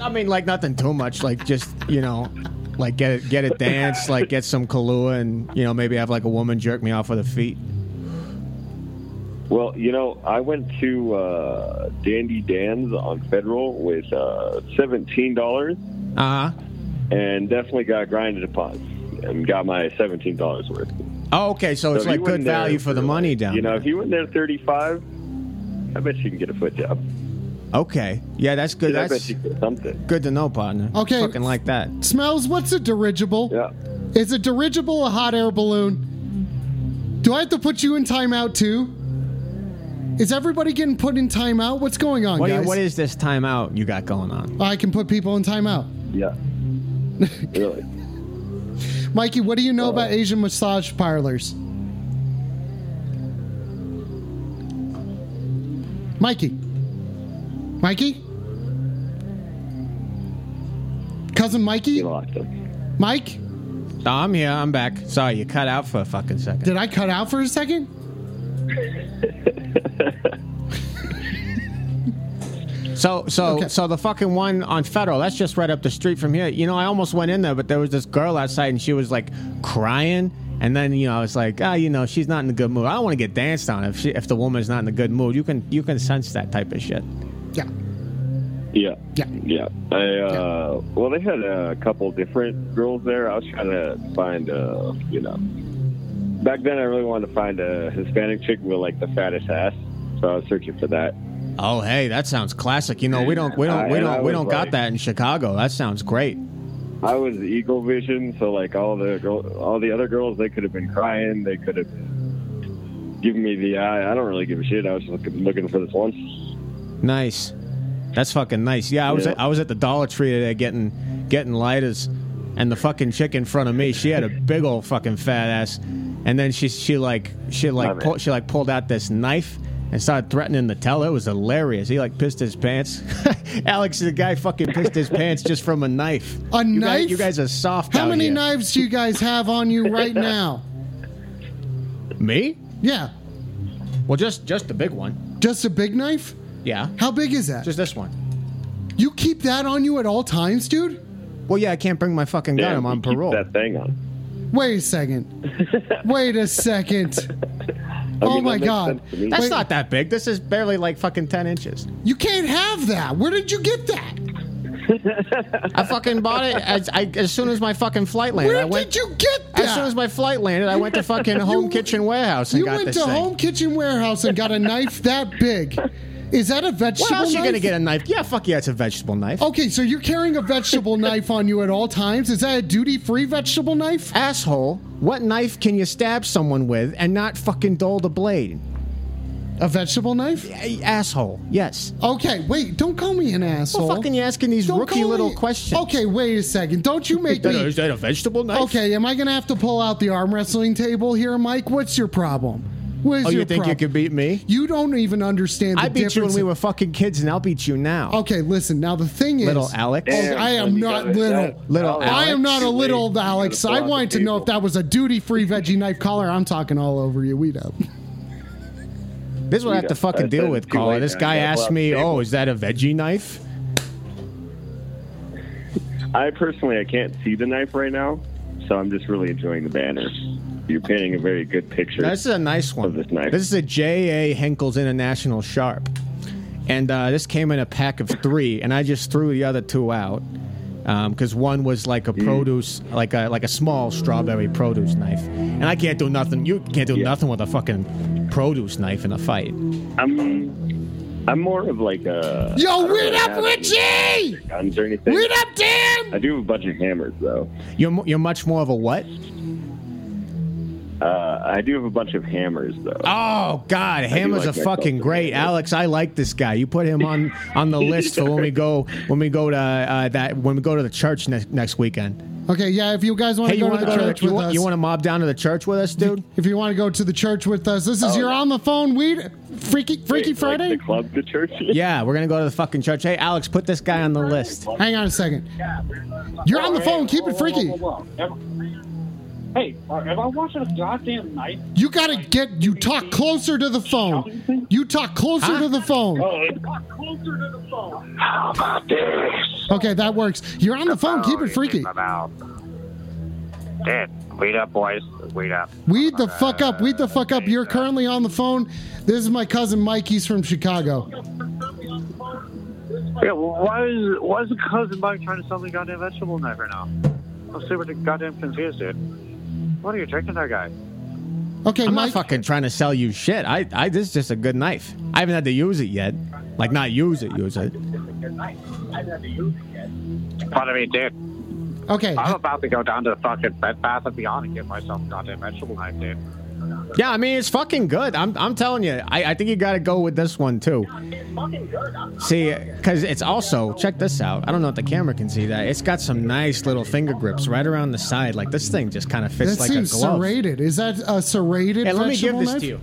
Speaker 5: I mean, like nothing too much. Like just you know, like get it, get a dance, like get some Kahlua, and you know maybe have like a woman jerk me off with her feet.
Speaker 2: Well, you know, I went to uh, Dandy Dan's on Federal with uh, seventeen dollars,
Speaker 5: Uh huh.
Speaker 2: and definitely got grinded upon, and got my seventeen dollars worth.
Speaker 5: Oh, okay. So it's
Speaker 2: So if
Speaker 5: like
Speaker 2: you
Speaker 5: good
Speaker 2: went there
Speaker 5: value for the
Speaker 2: like,
Speaker 5: money down.
Speaker 2: You know,
Speaker 5: there.
Speaker 2: if you went there thirty-five, I bet you can get a foot job.
Speaker 5: Okay. Yeah, that's good.
Speaker 2: Dude, I bet
Speaker 5: That's
Speaker 2: you can get something.
Speaker 5: good to know, partner.
Speaker 1: Okay.
Speaker 5: Fucking like that.
Speaker 1: Smells, what's a dirigible?
Speaker 2: Yeah.
Speaker 1: Is a dirigible a hot air balloon? Do I have to put you in timeout too? Is everybody getting put in timeout? What's going on,
Speaker 5: What, do you-
Speaker 1: guys?
Speaker 5: what is this timeout you got going on?
Speaker 1: I can put people in timeout.
Speaker 2: Yeah. really.
Speaker 1: Mikey, what do you know
Speaker 2: Uh,
Speaker 1: about Asian massage parlors? Mikey. Mikey? Cousin Mikey?
Speaker 2: You lost them.
Speaker 1: Mike?
Speaker 5: Oh, I'm here. I'm back. Sorry, you cut out for a fucking second.
Speaker 1: Did I cut out for a second?
Speaker 5: So, so,
Speaker 1: Okay.
Speaker 5: so the fucking one on Federal, that's just right up the street from here. You know, I almost went in there, but there was this girl outside, and she was like crying. And then you know, I was like, ah, you know, she's not in a good mood. I don't want to get danced on if she, if the woman's not in a good mood. You can you can sense that type of shit.
Speaker 1: Yeah.
Speaker 2: Yeah.
Speaker 1: Yeah.
Speaker 2: Yeah. I, uh, well, they had a couple different girls there. I was trying to find, uh, you know, back then I really wanted to find a Hispanic chick with like the fattest ass. So I was searching for that.
Speaker 5: Oh, hey, that sounds classic. You know, we don't we don't we
Speaker 2: I- and I
Speaker 5: don't we
Speaker 2: was
Speaker 5: don't
Speaker 2: like-
Speaker 5: got that in Chicago. That sounds great.
Speaker 2: I was eagle vision, so like all the girl, all the other girls, they could have been crying. They could have given me the eye. I don't really give a shit. I was looking, looking for this one.
Speaker 5: Nice. That's fucking nice. Yeah, I was
Speaker 2: Yeah.
Speaker 5: At, I was at the Dollar Tree today getting getting lighters, and the fucking chick in front of me, she had a big old fucking fat ass, and then she she like she
Speaker 2: My
Speaker 5: like
Speaker 2: man.
Speaker 5: pull, she like pulled out this knife and started threatening to tell. her. It was hilarious. He like pissed his pants. Alex, the guy fucking pissed his pants just from a knife.
Speaker 1: A
Speaker 5: you
Speaker 1: knife?
Speaker 5: Guys, you guys are soft.
Speaker 1: How
Speaker 5: out
Speaker 1: many
Speaker 5: here.
Speaker 1: knives do you guys have on you right now?
Speaker 5: Me?
Speaker 1: Yeah.
Speaker 5: Well, just just the big one.
Speaker 1: Just a big knife?
Speaker 5: Yeah.
Speaker 1: How big is that?
Speaker 5: Just this one.
Speaker 1: you keep that on you at all times, dude?
Speaker 5: Well, yeah, I can't bring my fucking gun.
Speaker 2: Damn,
Speaker 5: I'm
Speaker 2: he
Speaker 5: on
Speaker 2: keeps
Speaker 5: parole.
Speaker 2: That thing on.
Speaker 1: Wait a second. Wait a second.
Speaker 2: I
Speaker 1: Oh
Speaker 2: mean,
Speaker 1: my
Speaker 2: that makes
Speaker 1: God.
Speaker 2: sense to me.
Speaker 5: That's
Speaker 1: Wait.
Speaker 5: not that big. This is barely like fucking ten inches.
Speaker 1: You can't have that. Where did you get that?
Speaker 5: I fucking bought it as I, as soon as my fucking flight landed.
Speaker 1: Where
Speaker 5: I went
Speaker 1: did you get that?
Speaker 5: as soon as my flight landed. I went to fucking Home Kitchen Warehouse and
Speaker 1: you
Speaker 5: got
Speaker 1: went
Speaker 5: this
Speaker 1: to
Speaker 5: thing.
Speaker 1: Home Kitchen Warehouse and got a knife that big. Is that a vegetable
Speaker 5: what else
Speaker 1: knife?
Speaker 5: you gonna get a knife? Yeah, fuck yeah, it's a vegetable knife.
Speaker 1: Okay, so you're carrying a vegetable knife on you at all times. Is that a duty-free vegetable knife?
Speaker 5: Asshole, what knife can you stab someone with and not fucking dull the blade?
Speaker 1: A vegetable knife?
Speaker 5: A- asshole, yes.
Speaker 1: Okay, wait. Don't call me an asshole.
Speaker 5: Well, fucking you asking these
Speaker 1: Don't
Speaker 5: rookie
Speaker 1: call
Speaker 5: little
Speaker 1: me-
Speaker 5: questions.
Speaker 1: Okay, wait a second. Don't you make
Speaker 5: That-
Speaker 1: me.
Speaker 5: is that a vegetable knife?
Speaker 1: Okay, am I gonna have to pull out the arm wrestling table here, Mike? What's your problem? What's
Speaker 5: Oh,
Speaker 1: your
Speaker 5: you think you
Speaker 1: problem?
Speaker 5: could beat me?
Speaker 1: You don't even understand the
Speaker 5: I beat
Speaker 1: difference.
Speaker 5: you when we
Speaker 1: in-
Speaker 5: were fucking kids, and I'll beat you now.
Speaker 1: Okay, listen. Now the thing is,
Speaker 5: Little Alex.
Speaker 1: Oh,
Speaker 2: Damn,
Speaker 1: I
Speaker 2: son,
Speaker 1: am
Speaker 2: you
Speaker 1: not
Speaker 2: gotta-
Speaker 1: little.
Speaker 5: Little
Speaker 2: Alex,
Speaker 1: I am not a
Speaker 2: you
Speaker 1: little
Speaker 2: gotta
Speaker 1: Alex.
Speaker 2: pull out
Speaker 1: I
Speaker 2: the
Speaker 1: wanted to know if
Speaker 2: table.
Speaker 1: that was a duty-free veggie knife collar. I'm talking all over you. We know.
Speaker 5: This is what I have
Speaker 2: Yeah,
Speaker 5: to fucking
Speaker 2: I
Speaker 5: deal
Speaker 2: said
Speaker 5: with,
Speaker 2: too
Speaker 5: caller.
Speaker 2: late
Speaker 5: This
Speaker 2: now,
Speaker 5: guy
Speaker 2: yeah,
Speaker 5: asked
Speaker 2: well,
Speaker 5: me,
Speaker 2: table.
Speaker 5: "Oh, is that a veggie knife?"
Speaker 2: I personally, I can't see the knife right now, so I'm just really enjoying the banner. You're painting a very good picture.
Speaker 5: Now, this is a nice one.
Speaker 2: Of this knife.
Speaker 5: is a J.A. Henkel's International Sharp. And uh, this came in a pack of three, and I just threw the other two out because one was like
Speaker 2: Mm.
Speaker 5: a produce, like a like a small strawberry produce knife, and I can't do nothing. You can't do
Speaker 2: Yeah.
Speaker 5: nothing with a fucking produce knife in a fight.
Speaker 2: I'm, I'm more of like a. I
Speaker 1: Yo,
Speaker 2: don't
Speaker 1: read
Speaker 2: really
Speaker 1: up,
Speaker 2: have any
Speaker 1: Richie.
Speaker 2: Guns or anything.
Speaker 1: Read up, Dan.
Speaker 2: I do have a bunch of hammers though.
Speaker 5: You're mu- you're much more of a what?
Speaker 2: Uh, I do have a bunch of hammers though.
Speaker 5: Oh God, Hammer's
Speaker 2: like
Speaker 5: a
Speaker 2: that
Speaker 5: fucking
Speaker 2: Dr.
Speaker 5: great.
Speaker 2: Hammer.
Speaker 5: Alex, I like this guy. You put him on on the list for when we go when we go to uh, that when we go to the church next next weekend.
Speaker 1: Okay, yeah. If you guys want
Speaker 5: Hey,
Speaker 1: to
Speaker 5: you
Speaker 1: go
Speaker 5: want
Speaker 1: to the church
Speaker 5: you
Speaker 1: with
Speaker 5: want
Speaker 1: us,
Speaker 5: you want to mob down to the church with us, dude?
Speaker 1: if you want to go to the church with us, this is you're on the phone. Weed, freaky, freaky
Speaker 2: Oh, Wait,
Speaker 1: Friday.
Speaker 2: Like the club, the church.
Speaker 5: Yeah, we're gonna go to the fucking church. Hey, Alex, put this guy on the list.
Speaker 1: Hang on a second. You're on the phone. Keep it freaky.
Speaker 6: Hey, are- am I watching a goddamn night?
Speaker 1: You gotta get. You talk closer to the phone. You talk closer
Speaker 5: Huh?
Speaker 1: to the phone.
Speaker 2: Oh,
Speaker 6: Closer to the phone.
Speaker 1: Okay, that works. You're on the phone. Keep it freaky.
Speaker 7: Wait up, boys. Wait up.
Speaker 1: Weed the fuck up. Weed the fuck up. You're currently on the phone. This is my cousin Mike. He's from Chicago.
Speaker 7: Yeah, well, why is why is the cousin Mike trying to sell me a goddamn vegetable knife right now? I'm super goddamn confused, dude. What are you drinking, that guy?
Speaker 1: Okay,
Speaker 5: I'm
Speaker 1: Mike.
Speaker 5: not fucking trying to sell you shit. I, I this is just a good knife. I haven't had to use it yet. Like not use it, use it.
Speaker 7: Pardon me, dude.
Speaker 1: Okay,
Speaker 7: I'm about to go down to the fucking Bed Bath and Beyond and get myself a goddamn vegetable knife, dude.
Speaker 5: Yeah, I mean it's fucking good. I'm I'm telling you. I, I think you got to go with this one too. See, because it's also check this out. I don't know if the camera can see that. It's got some nice little finger grips right around the side. Like this thing just kind of fits
Speaker 1: that
Speaker 5: like
Speaker 1: seems
Speaker 5: a glove.
Speaker 1: serrated. Is that a serrated
Speaker 5: Hey, let me give
Speaker 1: vegetable
Speaker 5: this
Speaker 1: knife?
Speaker 5: to you.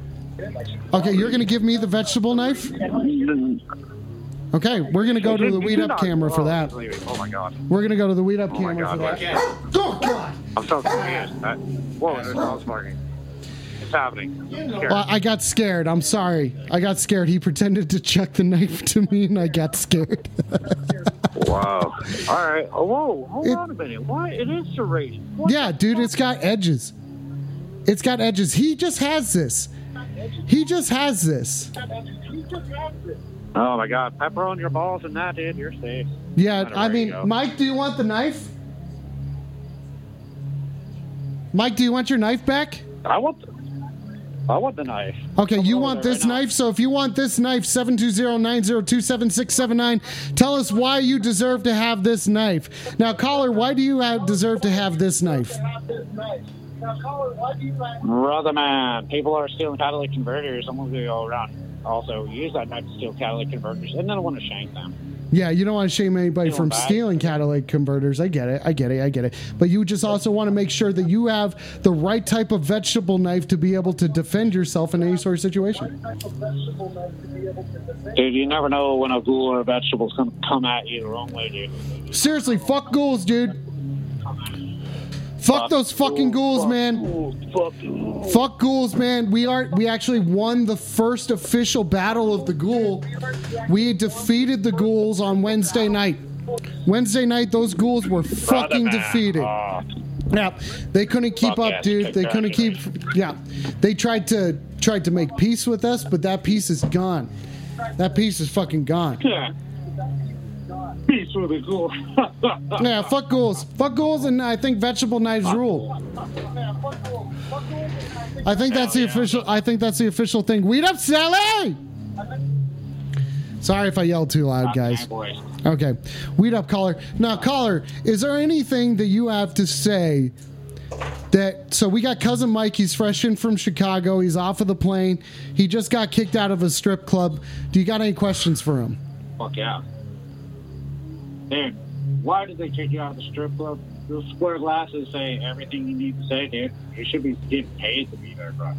Speaker 1: Okay, you're gonna give me the vegetable knife. Okay, we're gonna go to
Speaker 7: You
Speaker 1: the weed
Speaker 7: do
Speaker 1: up
Speaker 7: not-
Speaker 1: camera for
Speaker 7: oh,
Speaker 1: that.
Speaker 7: please. Oh my god.
Speaker 1: We're gonna go to the weed up
Speaker 7: Oh my
Speaker 1: camera for
Speaker 7: god.
Speaker 1: that.
Speaker 7: wait.
Speaker 1: Oh God!
Speaker 7: I'm so confused. Uh, whoa, there's all sparking. It's happening. Here.
Speaker 1: Well, I got scared. I'm sorry. I got scared. He pretended to chuck the knife to me, and I got scared.
Speaker 7: Wow. All right. Oh, whoa. Hold
Speaker 1: It-
Speaker 7: on a minute. Why? It is serrated. What
Speaker 1: yeah,
Speaker 7: the
Speaker 1: dude,
Speaker 7: fuck?
Speaker 1: it's got edges. It's got edges. He just has this. He just has this.
Speaker 7: Oh my god, pepper on your balls and that, dude. You're safe.
Speaker 1: Yeah,
Speaker 7: Not a
Speaker 1: I mean,
Speaker 7: radio.
Speaker 1: Mike, do you want the knife? Mike, do you want your knife back?
Speaker 7: I want, the, I want the knife.
Speaker 1: Okay, you
Speaker 7: over
Speaker 1: want
Speaker 7: there
Speaker 1: this
Speaker 7: right now.
Speaker 1: knife. So if you want this knife, 720-902-7679, tell us why you deserve to have this knife. Now, caller, why do you have, deserve to have this knife?
Speaker 6: Brother man, people are stealing catalytic converters. I'm gonna go around. Also, use that knife to steal catalytic converters, and then I want to shank them.
Speaker 1: Yeah, you don't want to shame anybody
Speaker 6: Stealing
Speaker 1: from
Speaker 6: bags.
Speaker 1: stealing catalytic converters. I get it. I get it. I get it. But you just also want to make sure that you have the right type of vegetable knife to be able to defend yourself in any sort of situation.
Speaker 6: Dude, you never know when a ghoul or a vegetable's gonna come at you the wrong way, dude.
Speaker 1: Seriously, fuck ghouls, dude. Fuck those fucking ghouls, man. Fuck ghouls, man. We are we actually won the first official battle of the ghoul. We defeated the ghouls on Wednesday night. Wednesday night, those ghouls were fucking defeated. Yeah, they couldn't keep
Speaker 6: Ah. Fuck
Speaker 1: up,
Speaker 6: yes,
Speaker 1: dude. They couldn't keep. Yeah, they tried to tried to make peace with us, but that peace is gone. That peace is fucking gone.
Speaker 6: Yeah. Peace with the ghoul.
Speaker 1: Yeah, fuck ghouls. Fuck ghouls, and I think vegetable knives rule. I think that's the official. I think that's the official thing. Weed up, Sally. Sorry if I yelled too loud, guys.
Speaker 6: Boys.
Speaker 1: Okay, weed up, caller. Now, caller, is there anything that you have to say? That so we got cousin Mike. He's fresh in from Chicago. He's off of the plane. He just got kicked out of a strip club. Do you got any questions for him?
Speaker 6: Fuck yeah. Dude, why did they kick you out of the strip club? Those square glasses say everything you need to say, dude. You should be getting paid to be there, bro.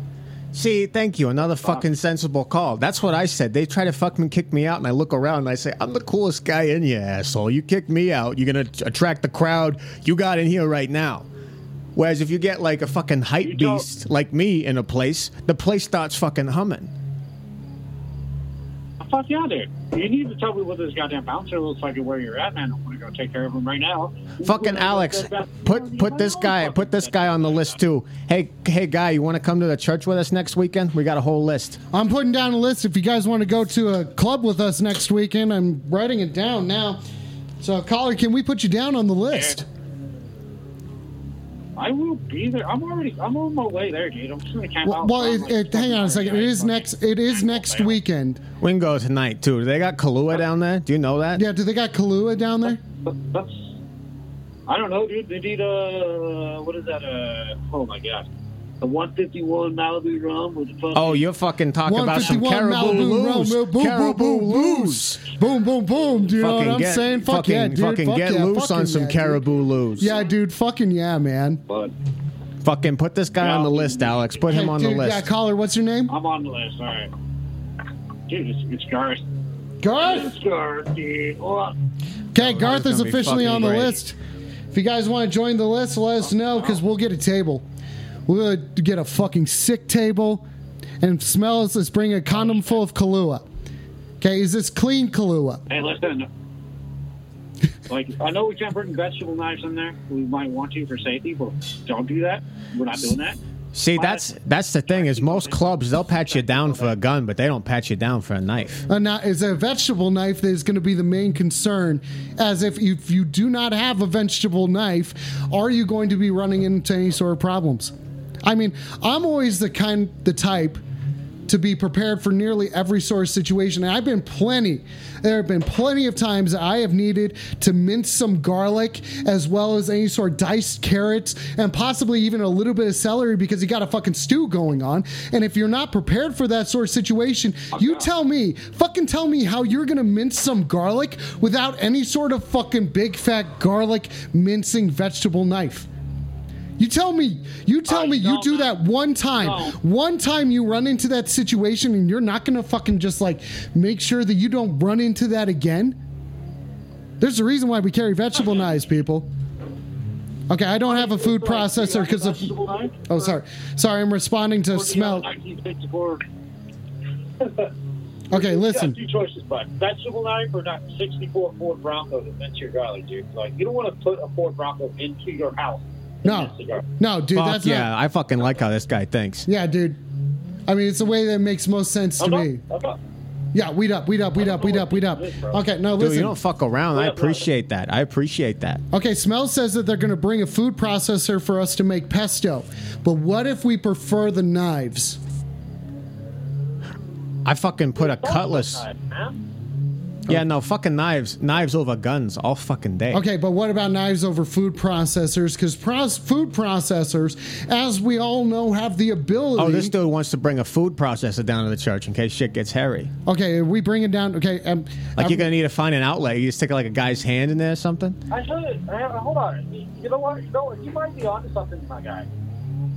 Speaker 5: See, thank you. Another fucking sensible call. That's what I said. They try to fucking kick me out, and I look around and I say, I'm the coolest guy in here, asshole. You kick me out, you're going to attract the crowd you got in here right now. Whereas if you get like a fucking hype
Speaker 6: don't-
Speaker 5: beast like me in a place, the place starts fucking humming.
Speaker 6: Fuck yeah, dude. You need to tell me what this goddamn bouncer looks like and where you're at, man. I'm gonna go take care of him right now.
Speaker 5: Fucking Alex, put put this guy put this guy on the list too. Hey hey guy, you want to come to the church with us next weekend? We got a whole list.
Speaker 1: I'm putting down a list. If you guys want to go to a club with us next weekend, I'm writing it down now. So, caller, can we put you down on the list?
Speaker 6: I will be there. I'm already. I'm on my way there, dude. I'm just gonna camp
Speaker 1: Well,
Speaker 6: out.
Speaker 1: well it, it, hang on a second. It is next. It is next weekend.
Speaker 5: We can go tonight too. Do they got Kahlua down there? Do you know that?
Speaker 1: Yeah. Do they got Kahlua down there?
Speaker 6: That's. I don't know, dude. They need uh, what is that? Uh, oh my god. The 151 Malibu rum with the fucking.
Speaker 5: Oh, you're fucking talking about some
Speaker 1: 151
Speaker 5: caribou
Speaker 1: Malibu rum,
Speaker 5: loose.
Speaker 1: boom, boom,
Speaker 5: caribou
Speaker 1: boom,
Speaker 5: loose.
Speaker 1: loose. Boom, boom, boom. Do you know what
Speaker 5: Fucking
Speaker 1: I'm
Speaker 5: get,
Speaker 1: saying? Fuck
Speaker 5: fucking,
Speaker 1: yeah, dude.
Speaker 5: fucking
Speaker 1: Fuck
Speaker 5: get
Speaker 1: yeah,
Speaker 5: loose
Speaker 1: fucking
Speaker 5: on some
Speaker 1: yeah, dude.
Speaker 5: caribou loose.
Speaker 1: Yeah, dude. Fucking yeah, man.
Speaker 6: But
Speaker 5: Fucking put this guy on the list, Alex. Put him
Speaker 1: Hey,
Speaker 5: on
Speaker 1: dude,
Speaker 5: the list.
Speaker 1: Yeah, caller, what's your name?
Speaker 6: I'm on the list. All right. Dude, it's, it's Garth.
Speaker 1: Garth.
Speaker 6: It's Garth, dude. Oh,
Speaker 1: Okay, Garth
Speaker 5: gonna
Speaker 1: is
Speaker 5: be
Speaker 1: officially
Speaker 5: fucking
Speaker 1: on the
Speaker 5: great.
Speaker 1: list. If you guys want to join the list, let us know because we'll get a table. We'll get a fucking sick table. And smells, let's bring a condom full of Kahlua. Okay, is this clean Kahlua?
Speaker 6: hey, listen. Like, I know we can't bring vegetable knives in there. We might want to for safety, but don't do that. We're not doing that.
Speaker 5: See, that's that's the thing is most clubs they'll pat you down for a gun, but they don't pat you down for a knife.
Speaker 1: a kni- is a vegetable knife that is going to be the main concern. As if if you do not have a vegetable knife, are you going to be running into any sort of problems? I mean, I'm always the kind, the type to be prepared for nearly every sort of situation. And I've been plenty, there have been plenty of times that I have needed to mince some garlic as well as any sort of diced carrots and possibly even a little bit of celery because you got a fucking stew going on. And if you're not prepared for that sort of situation, you tell me, fucking tell me how you're gonna mince some garlic without any sort of fucking big fat garlic mincing vegetable knife. You tell me, you tell
Speaker 6: Uh,
Speaker 1: me, you
Speaker 6: no,
Speaker 1: do
Speaker 6: no.
Speaker 1: that one time,
Speaker 6: No.
Speaker 1: one time you run into that situation and you're not gonna fucking just like make sure that you don't run into that again. There's a reason why we carry vegetable knives, people. Okay, I don't have a food processor because of.
Speaker 6: Vegetable knife?
Speaker 1: Oh, sorry, sorry, I'm responding to
Speaker 6: Or do you have
Speaker 1: smell.
Speaker 6: a 1964
Speaker 1: Okay, listen.
Speaker 6: Yeah, two choices, bud. Vegetable knife or not 64 Ford Bronco to mince your garlic, dude. Like, you don't want to put a Ford Bronco into your house. to
Speaker 1: No.
Speaker 6: mince the garlic.
Speaker 1: No, dude,
Speaker 5: Fuck
Speaker 1: that's
Speaker 5: yeah,
Speaker 1: not.
Speaker 5: I fucking like how Oh, this guy thinks.
Speaker 1: Yeah, dude. I mean, it's the way that makes most sense to
Speaker 6: I'm
Speaker 1: me.
Speaker 6: up, I'm up.
Speaker 1: Yeah, weed up, weed up, weed up, weed up, weed up. Okay, no,
Speaker 5: Dude, you
Speaker 1: listen.
Speaker 5: don't fuck around. I
Speaker 6: Yeah, bro.
Speaker 5: appreciate that. I appreciate that.
Speaker 1: Okay, Smell says that they're going to bring a food processor for us to make pesto. But what if we prefer the knives?
Speaker 5: I fucking put a cutlass.
Speaker 6: Huh?
Speaker 5: Yeah, no, fucking knives, knives over guns all fucking day.
Speaker 1: Okay, but what about knives over food processors? Because food processors, as we all know, have the ability.
Speaker 5: Oh, this dude wants to bring a food processor down to the church in case shit gets hairy.
Speaker 1: okay, we bring it down. Okay, um,
Speaker 5: Like
Speaker 1: um,
Speaker 5: you're gonna need to find an outlet. You just take like a guy's hand in there or something.
Speaker 6: I should. I, I- hold on. You- You know what? You, know, what? you might be onto something, my guy.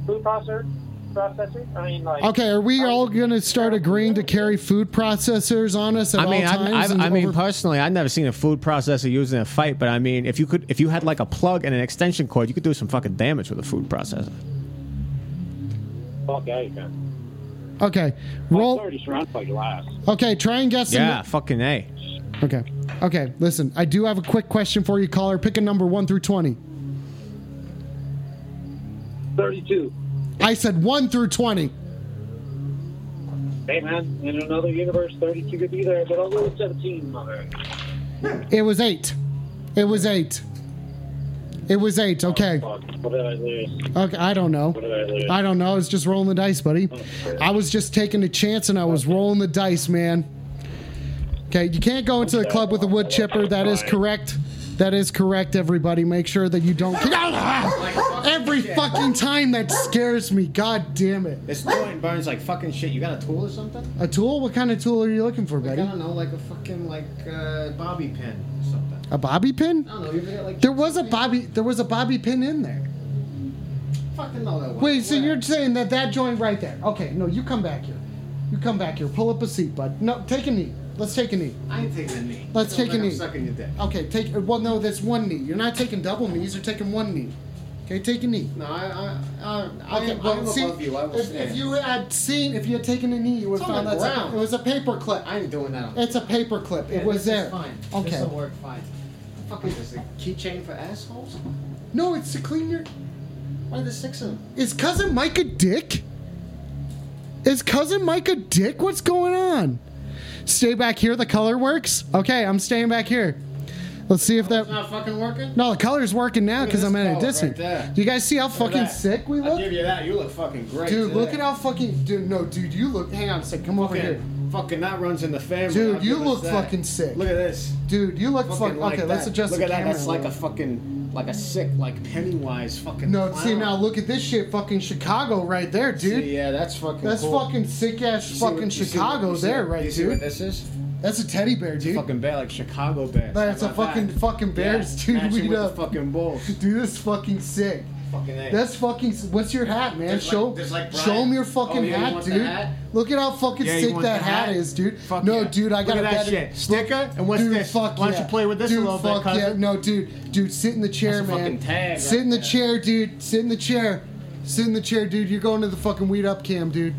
Speaker 6: Food processor? processor? I mean, like.
Speaker 1: Okay, are we all going to start agreeing to carry food processors on us at
Speaker 5: I mean,
Speaker 1: all times?
Speaker 5: I've, I've,
Speaker 1: and
Speaker 5: I mean,
Speaker 1: over-
Speaker 5: personally, I've never seen a food processor used in a fight. But I mean, if you could, if you had like a plug and an extension cord, you could do some fucking damage with a food processor.
Speaker 6: Fuck yeah, you can.
Speaker 1: okay, roll.
Speaker 6: 30 surrounded by glass.
Speaker 1: Okay, try and guess. the
Speaker 5: Yeah, fucking a.
Speaker 1: Okay. Okay. Listen, I do have a quick question for you, caller. Pick a number one through twenty.
Speaker 6: 32.
Speaker 1: I said one through twenty.
Speaker 6: Hey, man. In another universe, 32 could be there, but I'll go with 17, mother.
Speaker 1: It was eight. It was eight. It was eight. Okay.
Speaker 6: Fuck. What did I lose?
Speaker 1: Okay. I don't know.
Speaker 6: What did I lose?
Speaker 1: I don't know. I was just rolling the dice, buddy. I was just taking a chance and I was rolling the dice, man. Okay. You can't go into the club with a wood chipper. That is correct. That is correct, everybody. Make sure that you don't. Every fucking time that scares me. God damn it.
Speaker 5: This joint burns like fucking shit. You got a tool or something?
Speaker 1: A tool? What kind of tool are you looking for, buddy?
Speaker 5: know, like a fucking like uh, bobby pin or something.
Speaker 1: A bobby pin?
Speaker 5: don't know. You got like
Speaker 1: There was a bobby. There was a bobby pin in there.
Speaker 5: fucking know that
Speaker 1: Wait, so you're saying that that joint right there? Okay, no, you come back here. You come back here. Pull up a seat, bud. No, take a knee. Let's take a knee.
Speaker 5: I ain't taking a knee.
Speaker 1: Let's Sounds take a like I'm knee. sucking
Speaker 5: your dick.
Speaker 1: Okay, take. Well, no, that's one knee. You're not taking double knees. You're taking one knee. Okay, take a knee.
Speaker 5: No, I, I, I,
Speaker 1: Okay, well, see, if, if you had seen, if you had taken a knee, you would have
Speaker 5: It's on
Speaker 1: found
Speaker 5: the
Speaker 1: that
Speaker 5: ground.
Speaker 1: it was a paper clip.
Speaker 5: ain't doing that.
Speaker 1: It's a paper clip. it was there. Okay.
Speaker 5: work fine. Fucking this a keychain for assholes?
Speaker 1: No, it's to clean your.
Speaker 5: Why are the six of them?
Speaker 1: Is cousin Mike a dick? Is cousin Mike a dick? What's going on? Stay back here. The color works. Okay, I'm staying back here. Let's see if that.
Speaker 5: Not fucking working.
Speaker 1: No, the color's working now because
Speaker 5: at
Speaker 1: I'm
Speaker 5: this
Speaker 1: at a
Speaker 5: color
Speaker 1: distance.
Speaker 5: right there.
Speaker 1: Do you guys see how fucking
Speaker 5: that.
Speaker 1: sick we
Speaker 5: I'll
Speaker 1: look?
Speaker 5: give you that. You look fucking great.
Speaker 1: Dude,
Speaker 5: today.
Speaker 1: look at how fucking. Dude, no, dude, you look. Hang on a sec. Come over
Speaker 5: Okay.
Speaker 1: here.
Speaker 5: Fucking that runs in the family.
Speaker 1: Dude,
Speaker 5: I'll
Speaker 1: you
Speaker 5: give us
Speaker 1: look
Speaker 5: that.
Speaker 1: fucking sick.
Speaker 5: Look at this.
Speaker 1: Dude, you look
Speaker 5: Fucking
Speaker 1: fucking.
Speaker 5: like
Speaker 1: okay, let's
Speaker 5: that.
Speaker 1: adjust
Speaker 5: Look
Speaker 1: the
Speaker 5: at
Speaker 1: camera.
Speaker 5: that. That's like a
Speaker 1: little.
Speaker 5: fucking, like a sick, like Pennywise fucking.
Speaker 1: No, see
Speaker 5: clown.
Speaker 1: now look at this shit, fucking Chicago right there,
Speaker 5: See,
Speaker 1: dude.
Speaker 5: yeah, that's fucking.
Speaker 1: That's
Speaker 5: cool.
Speaker 1: fucking sick ass
Speaker 5: You see what-
Speaker 1: fucking
Speaker 5: you see what-
Speaker 1: Chicago
Speaker 5: you see
Speaker 1: there,
Speaker 5: what-
Speaker 1: right,
Speaker 5: You see what
Speaker 1: dude?
Speaker 5: this is?
Speaker 1: That's a teddy bear, dude.
Speaker 5: Fucking bear, like Chicago bears.
Speaker 1: Like, it's
Speaker 5: How
Speaker 1: a
Speaker 5: about
Speaker 1: fucking-
Speaker 5: that?
Speaker 1: fucking bears, dude,
Speaker 5: matching
Speaker 1: we
Speaker 5: with the
Speaker 1: know.
Speaker 5: fucking bulls.
Speaker 1: Dude, that's fucking sick.
Speaker 5: fucking A.
Speaker 1: That's fucking. What's your hat, man?
Speaker 5: There's like-
Speaker 1: show,
Speaker 5: there's like Brian-
Speaker 1: show me your
Speaker 5: Oh,
Speaker 1: fucking
Speaker 5: yeah, you
Speaker 1: hat,
Speaker 5: want the
Speaker 1: dude.
Speaker 5: hat?
Speaker 1: Look at how fucking
Speaker 5: Yeah, you
Speaker 1: sick
Speaker 5: want
Speaker 1: that
Speaker 5: the
Speaker 1: hat?
Speaker 5: hat?
Speaker 1: is, dude.
Speaker 5: Fuck
Speaker 1: no,
Speaker 5: yeah.
Speaker 1: dude, I
Speaker 5: Look
Speaker 1: got
Speaker 5: at
Speaker 1: a
Speaker 5: that
Speaker 1: better-
Speaker 5: shit. Snicker? And what's
Speaker 1: dude,
Speaker 5: this?
Speaker 1: Fuck
Speaker 5: Why don't
Speaker 1: yeah.
Speaker 5: you play with this a
Speaker 1: dude,
Speaker 5: little bit,
Speaker 1: fuck Yeah.
Speaker 5: cousin?
Speaker 1: No, dude, dude, sit in the chair,
Speaker 5: That's a
Speaker 1: man.
Speaker 5: fucking tag
Speaker 1: sit
Speaker 5: right
Speaker 1: in the
Speaker 5: there.
Speaker 1: chair, dude. Sit in the chair. Sit in the chair, dude. You're going to the fucking weed up cam, dude.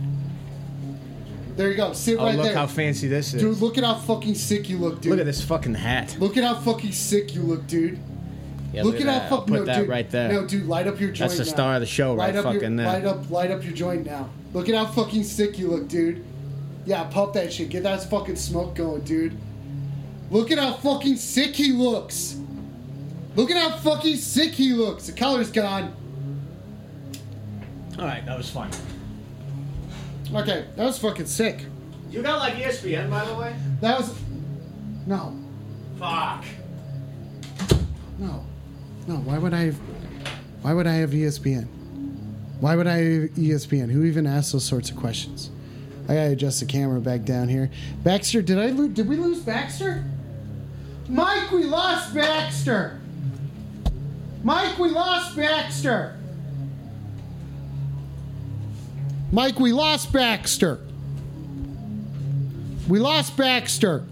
Speaker 1: There you go. Sit
Speaker 5: Oh,
Speaker 1: right
Speaker 5: look
Speaker 1: there,
Speaker 5: how fancy this is.
Speaker 1: dude. Look at how fucking sick you look, dude.
Speaker 5: Look at this fucking hat.
Speaker 1: Look at how fucking sick you look, dude.
Speaker 5: Yeah,
Speaker 1: look, at how
Speaker 5: that. I'll
Speaker 1: fucking.
Speaker 5: put
Speaker 1: no,
Speaker 5: that
Speaker 1: dude,
Speaker 5: right there.
Speaker 1: No, dude, light up your joint.
Speaker 5: That's the
Speaker 1: now.
Speaker 5: star of the show
Speaker 1: light
Speaker 5: right
Speaker 1: up your,
Speaker 5: fucking there.
Speaker 1: Light up, light up your joint now. Look at how fucking sick you look, dude. Yeah, pop that shit. Get that fucking smoke going, dude. Look at how fucking sick he looks. Look at how fucking sick he looks. The color's gone.
Speaker 5: All right, that was fun.
Speaker 1: Okay, that was fucking sick.
Speaker 5: You got like E ESPN, by the way.
Speaker 1: That was. No,
Speaker 5: Fuck.
Speaker 1: no, no. Why would I? Have, why would I have E ESPN? Why would I have E ESPN? Who even asks those sorts of questions? I gotta adjust the camera back down here. Baxter, did I lose? Did we lose Baxter? Mike, we lost Baxter. Mike, we lost Baxter. Mike, we lost Baxter. We lost Baxter.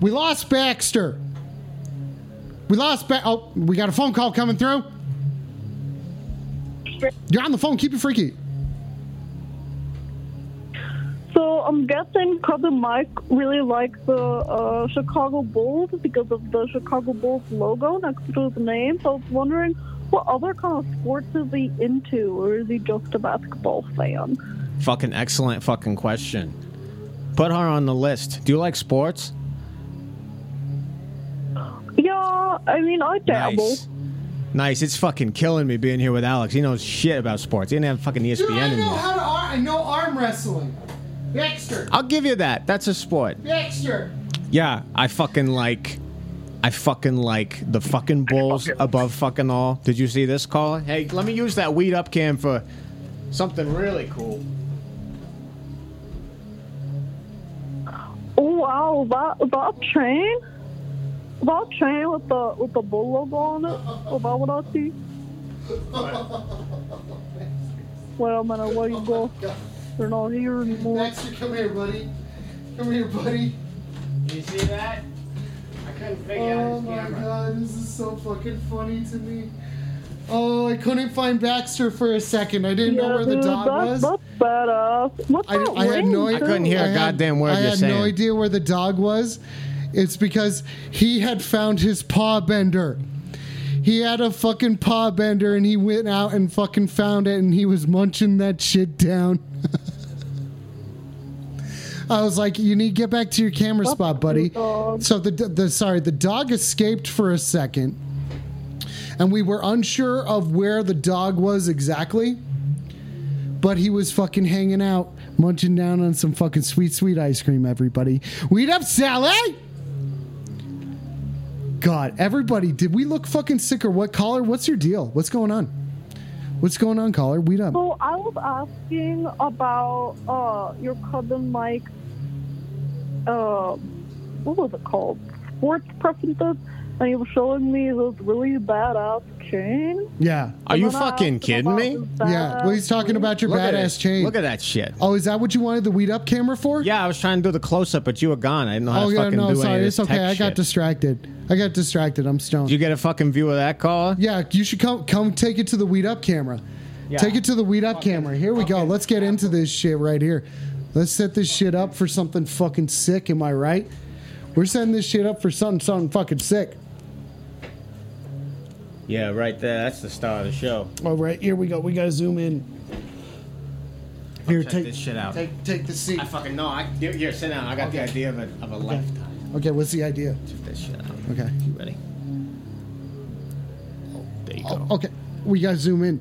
Speaker 1: We lost Baxter. We lost. Ba- oh, we got a phone call coming through. You're on the phone. Keep it freaky.
Speaker 8: So I'm guessing Cousin Mike really likes the uh, Chicago Bulls because of the Chicago Bulls logo next to his name. So I was wondering what other kind of sports is he into, or is he just a basketball fan?
Speaker 5: Fucking excellent fucking question. Put her on the list. Do you like sports?
Speaker 8: Yeah, I mean I dabble.
Speaker 5: Nice. Nice. It's fucking killing me being here with Alex. He knows shit about sports. He didn't have fucking E ESPN anymore.
Speaker 1: to. Ar- I know arm wrestling. Baxter.
Speaker 5: I'll give you that. That's a sport.
Speaker 1: Baxter.
Speaker 5: Yeah, I fucking like. I fucking like the fucking Bulls above fucking all. Did you see this call? Hey, let me use that weed up cam for something really cool.
Speaker 8: Oh wow, that that train, that train with the with the bull logo on it. Is that what I see? Wait a minute, where you go? They're not here anymore.
Speaker 1: Baxter, come here, buddy. Come here, buddy.
Speaker 6: You see that? I couldn't figure
Speaker 1: Oh
Speaker 6: out his
Speaker 1: my
Speaker 6: camera.
Speaker 1: god, this is so fucking funny to me. Oh, I couldn't find Baxter for a second. I didn't know where the
Speaker 8: dude,
Speaker 1: dot
Speaker 8: that,
Speaker 1: was.
Speaker 8: That's badass. What's
Speaker 1: I,
Speaker 8: that
Speaker 1: I had no
Speaker 8: ring,
Speaker 1: idea.
Speaker 5: I couldn't hear a
Speaker 1: had-
Speaker 5: goddamn word
Speaker 1: I
Speaker 5: you're
Speaker 1: had no
Speaker 5: saying.
Speaker 1: idea where the dog was. It's because he had found his paw bender. He had a fucking paw bender and he went out and fucking found it and he was munching that shit down. I was like, you need to get back to your camera spot, buddy.
Speaker 8: dog.
Speaker 1: So the, the sorry, the dog escaped for a second and we were unsure of where the dog was exactly, but he was fucking hanging out, munching down on some fucking sweet, sweet ice cream, everybody. Weed up, Sally! God, everybody, did we look fucking sick or what? Caller, what's your deal? What's going on? What's going on, caller? Weed up.
Speaker 8: So I was asking about uh, your cousin Mike. Uh, what was it called? Sports preferences, and he was showing me this really badass chain.
Speaker 1: Yeah.
Speaker 5: Are you
Speaker 8: And then I
Speaker 5: fucking
Speaker 8: asked him
Speaker 5: kidding
Speaker 8: about
Speaker 5: me?
Speaker 8: his
Speaker 1: Yeah.
Speaker 8: badass
Speaker 1: Well, he's talking
Speaker 8: ring.
Speaker 1: about your
Speaker 5: Look at
Speaker 1: badass
Speaker 5: it.
Speaker 1: chain.
Speaker 5: Look at that shit.
Speaker 1: Oh, is that what you wanted the weed up camera for?
Speaker 5: Yeah, I was trying to do the close up, but you were gone. I didn't know how
Speaker 1: Oh,
Speaker 5: to
Speaker 1: yeah,
Speaker 5: fucking
Speaker 1: no,
Speaker 5: do any
Speaker 1: sorry.
Speaker 5: of
Speaker 1: It's
Speaker 5: this
Speaker 1: okay.
Speaker 5: tech
Speaker 1: I got
Speaker 5: shit.
Speaker 1: distracted. I got distracted. I'm stoned.
Speaker 5: Did you get a fucking view of that call?
Speaker 1: Yeah, you should come come take it to the weed up camera.
Speaker 5: Yeah.
Speaker 1: Take it to the weed up camera. Here we go. Let's get into this shit right here. Let's set this shit up for something fucking sick. Am I right? We're setting this shit up for something something fucking sick.
Speaker 5: Yeah, right there. That's the star of the show.
Speaker 1: All right, here we go. We gotta zoom in. Here,
Speaker 5: Check
Speaker 1: take
Speaker 5: this shit out.
Speaker 1: Take take the seat.
Speaker 5: I fucking know. I, here- here, sit down. I got the idea of a, of a lifetime.
Speaker 1: Okay, what's the idea?
Speaker 5: Check this shit out.
Speaker 1: Okay.
Speaker 5: You ready? Oh, there you go.
Speaker 1: Okay, we gotta zoom in.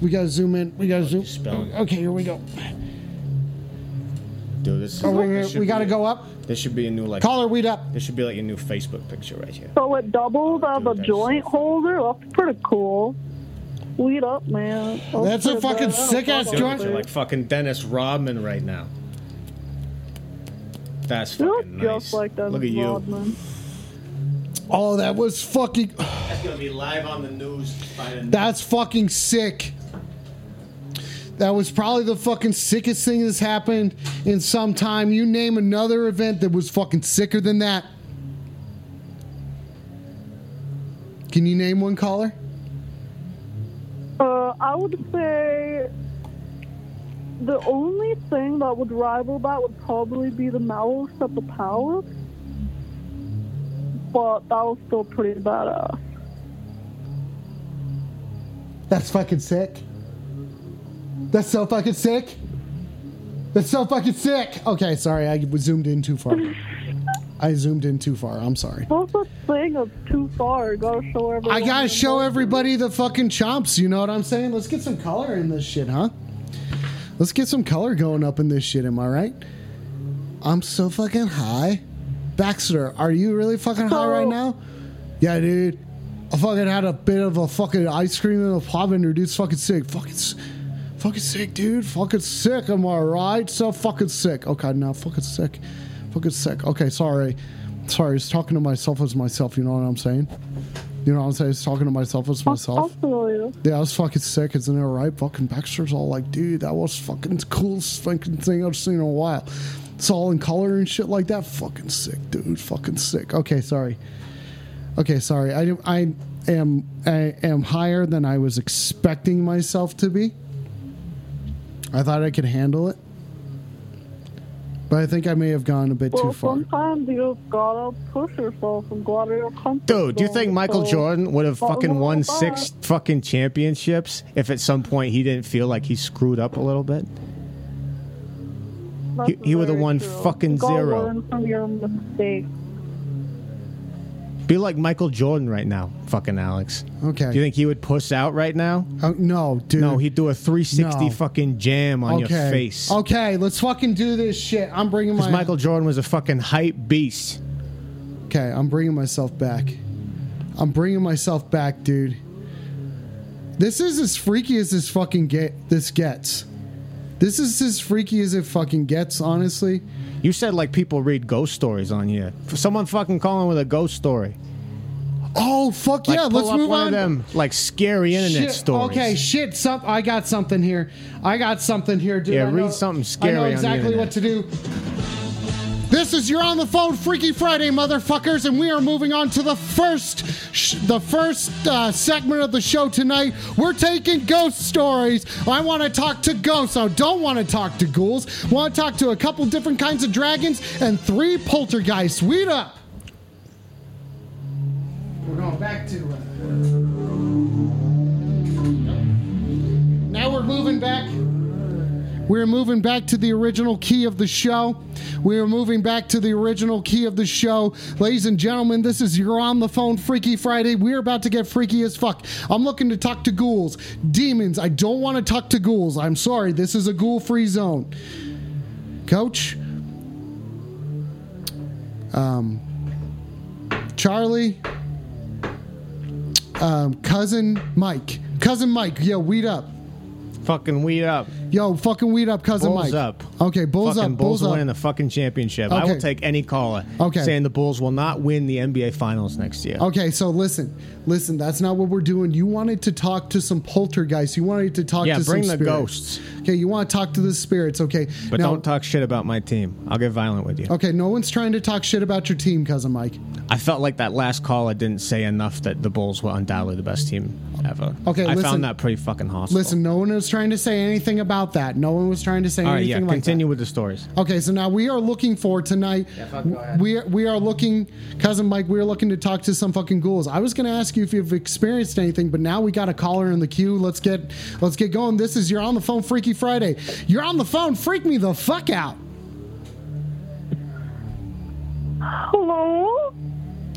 Speaker 1: We gotta zoom in. We gotta zoom.
Speaker 5: spelling.
Speaker 1: Okay, here we go.
Speaker 9: Dude, this is.
Speaker 1: Are we-
Speaker 9: this should
Speaker 1: Oh, we gotta
Speaker 9: be-
Speaker 1: go up?
Speaker 9: This should be a new like.
Speaker 1: Caller, weed up.
Speaker 9: This should be like a new Facebook picture right here.
Speaker 8: So it doubled of a
Speaker 9: that's
Speaker 8: joint holder. That's pretty cool. Weed up, man. I'll put it down. I don't fuck
Speaker 9: Dude,
Speaker 8: about
Speaker 9: You're
Speaker 8: it.
Speaker 9: like fucking Dennis Rodman right now. That's
Speaker 8: You look
Speaker 9: fucking
Speaker 8: just
Speaker 9: nice.
Speaker 8: like Dennis
Speaker 9: Look at you.
Speaker 8: Rodman.
Speaker 1: Oh, that was fucking.
Speaker 9: That's gonna be live on the news. By the
Speaker 1: That's fucking sick. That was probably the fucking sickest thing that's happened in some time. You name another event that was fucking sicker than that. Can you name one caller?
Speaker 8: Uh, I would say the only thing that would rival that would probably be the Malice at the Palace. But that was still pretty badass.
Speaker 1: That's fucking sick. That's so fucking sick. That's so fucking sick. Okay, sorry, I was zoomed in too far. I zoomed in too far. I'm sorry.
Speaker 8: What's that thing of too far? Gotta show everyone.
Speaker 1: I gotta
Speaker 8: the
Speaker 1: show
Speaker 8: most-
Speaker 1: everybody the fucking chomps. You know what I'm saying? Let's get some color in this shit, huh? Let's get some color going up in this shit. Am I right? I'm so fucking high. Baxter, are you really fucking high right now? Yeah, dude. I fucking had a bit of a fucking ice cream and a pop-in. Dude's fucking sick. Fucking, s- fucking sick, dude. Fucking sick. Am I right? So fucking sick. Okay, now fucking sick. Fucking sick. Okay, sorry. Sorry, I was talking to myself as myself. You know what I'm saying? You know what I'm saying? I was talking to myself as
Speaker 8: I'll
Speaker 1: myself.
Speaker 8: show you.
Speaker 1: Yeah, I was fucking sick. Isn't it right? Fucking Baxter's all like, dude, that was fucking coolest fucking thing I've seen in a while. It's all in color and shit like that. Fucking sick, dude. Fucking sick. Okay, sorry. Okay, sorry. I I am I am higher than I was expecting myself to be. I thought I could handle it, but I think I may have gone a bit too
Speaker 8: Well,
Speaker 1: far.
Speaker 8: sometimes you just gotta push yourself and go out of your comfort
Speaker 5: Dude, do you
Speaker 8: zone,
Speaker 5: think Michael
Speaker 8: so-
Speaker 5: Jordan would have
Speaker 8: But
Speaker 5: fucking
Speaker 8: what
Speaker 5: won
Speaker 8: about-
Speaker 5: six fucking championships if at some point he didn't feel like he screwed up a little bit?
Speaker 8: That's
Speaker 5: he- he would've
Speaker 8: very
Speaker 5: won
Speaker 8: true.
Speaker 5: fucking
Speaker 8: You gotta
Speaker 5: zero.
Speaker 8: learn from your mistakes.
Speaker 5: Be like Michael Jordan right now, fucking Alex.
Speaker 1: Okay.
Speaker 5: Do you think he would push out right now?
Speaker 1: Oh, no, dude.
Speaker 5: No, he'd do a 360
Speaker 1: No.
Speaker 5: fucking jam on your face.
Speaker 1: Okay, let's fucking do this shit. I'm bringing my
Speaker 5: Because Michael Jordan was a fucking hype beast.
Speaker 1: Okay, I'm bringing myself back. I'm bringing myself back, dude. This is as freaky as this fucking get this gets. This is as freaky as it fucking gets, honestly.
Speaker 5: You said like people read ghost stories on here. For someone fucking calling with a ghost story.
Speaker 1: Oh fuck
Speaker 5: Like,
Speaker 1: yeah,
Speaker 5: pull
Speaker 1: let's
Speaker 5: up
Speaker 1: move
Speaker 5: one
Speaker 1: on.
Speaker 5: of them like scary internet
Speaker 1: Shit,
Speaker 5: stories.
Speaker 1: Okay, shit. Some, I got something here. I got something here, dude.
Speaker 5: Yeah,
Speaker 1: I
Speaker 5: read
Speaker 1: know-
Speaker 5: something
Speaker 1: I
Speaker 5: scary
Speaker 1: know
Speaker 5: on the
Speaker 1: exactly what to do. This is your on the phone Freaky Friday, motherfuckers, and we are moving on to the first, sh- the first uh, segment of the show tonight. We're taking ghost stories. I want to talk to ghosts. I don't want to talk to ghouls. Want to talk to a couple different kinds of dragons and three poltergeists. Weed up. We're going back to. Uh, now we're moving back. We're moving back to the original key of the show. We are moving back to the original key of the show. Ladies and gentlemen, this is your on the phone Freaky Friday. We're about to get freaky as fuck. I'm looking to talk to ghouls, demons. I don't want to talk to ghouls. I'm sorry. This is a ghoul free zone. Coach, um, Charlie, um, cousin Mike. Cousin Mike, yo, weed up.
Speaker 5: Fucking weed up.
Speaker 1: Yo, fucking weed up, cousin
Speaker 5: Bulls
Speaker 1: Mike.
Speaker 5: up.
Speaker 1: Okay, bulls
Speaker 5: fucking
Speaker 1: up.
Speaker 5: Bulls,
Speaker 1: Bulls, up.
Speaker 5: winning the fucking championship. I
Speaker 1: Okay.
Speaker 5: will take any caller
Speaker 1: Okay.
Speaker 5: saying the Bulls will not win the NBA Finals next year.
Speaker 1: Okay, so listen, listen. That's not what we're doing. You wanted to talk to some poltergeists. You wanted to talk
Speaker 5: Yeah,
Speaker 1: to
Speaker 5: bring
Speaker 1: some
Speaker 5: the
Speaker 1: spirits.
Speaker 5: ghosts.
Speaker 1: Okay, you want to talk to the spirits. Okay,
Speaker 5: But
Speaker 1: now,
Speaker 5: don't talk shit about my team. I'll get violent with you.
Speaker 1: Okay, no one's trying to talk shit about your team, cousin Mike.
Speaker 5: I felt like that last caller didn't say enough that the Bulls were undoubtedly the best team ever.
Speaker 1: Okay,
Speaker 5: I
Speaker 1: listen.
Speaker 5: found that pretty fucking hostile.
Speaker 1: Listen, no one was trying to say anything about that. No one was trying to say
Speaker 5: All right,
Speaker 1: anything like
Speaker 5: yeah,
Speaker 1: that.
Speaker 5: continue with the stories.
Speaker 1: Okay, so now we are looking for tonight. we are, we are looking, cousin Mike. We are looking to talk to some fucking ghouls. I was gonna ask you if you've experienced anything, but now we got a caller in the queue. Let's get let's get going. This is you're on the phone, Freaky Friday. You're on the phone. Freak me the fuck out.
Speaker 8: Hello?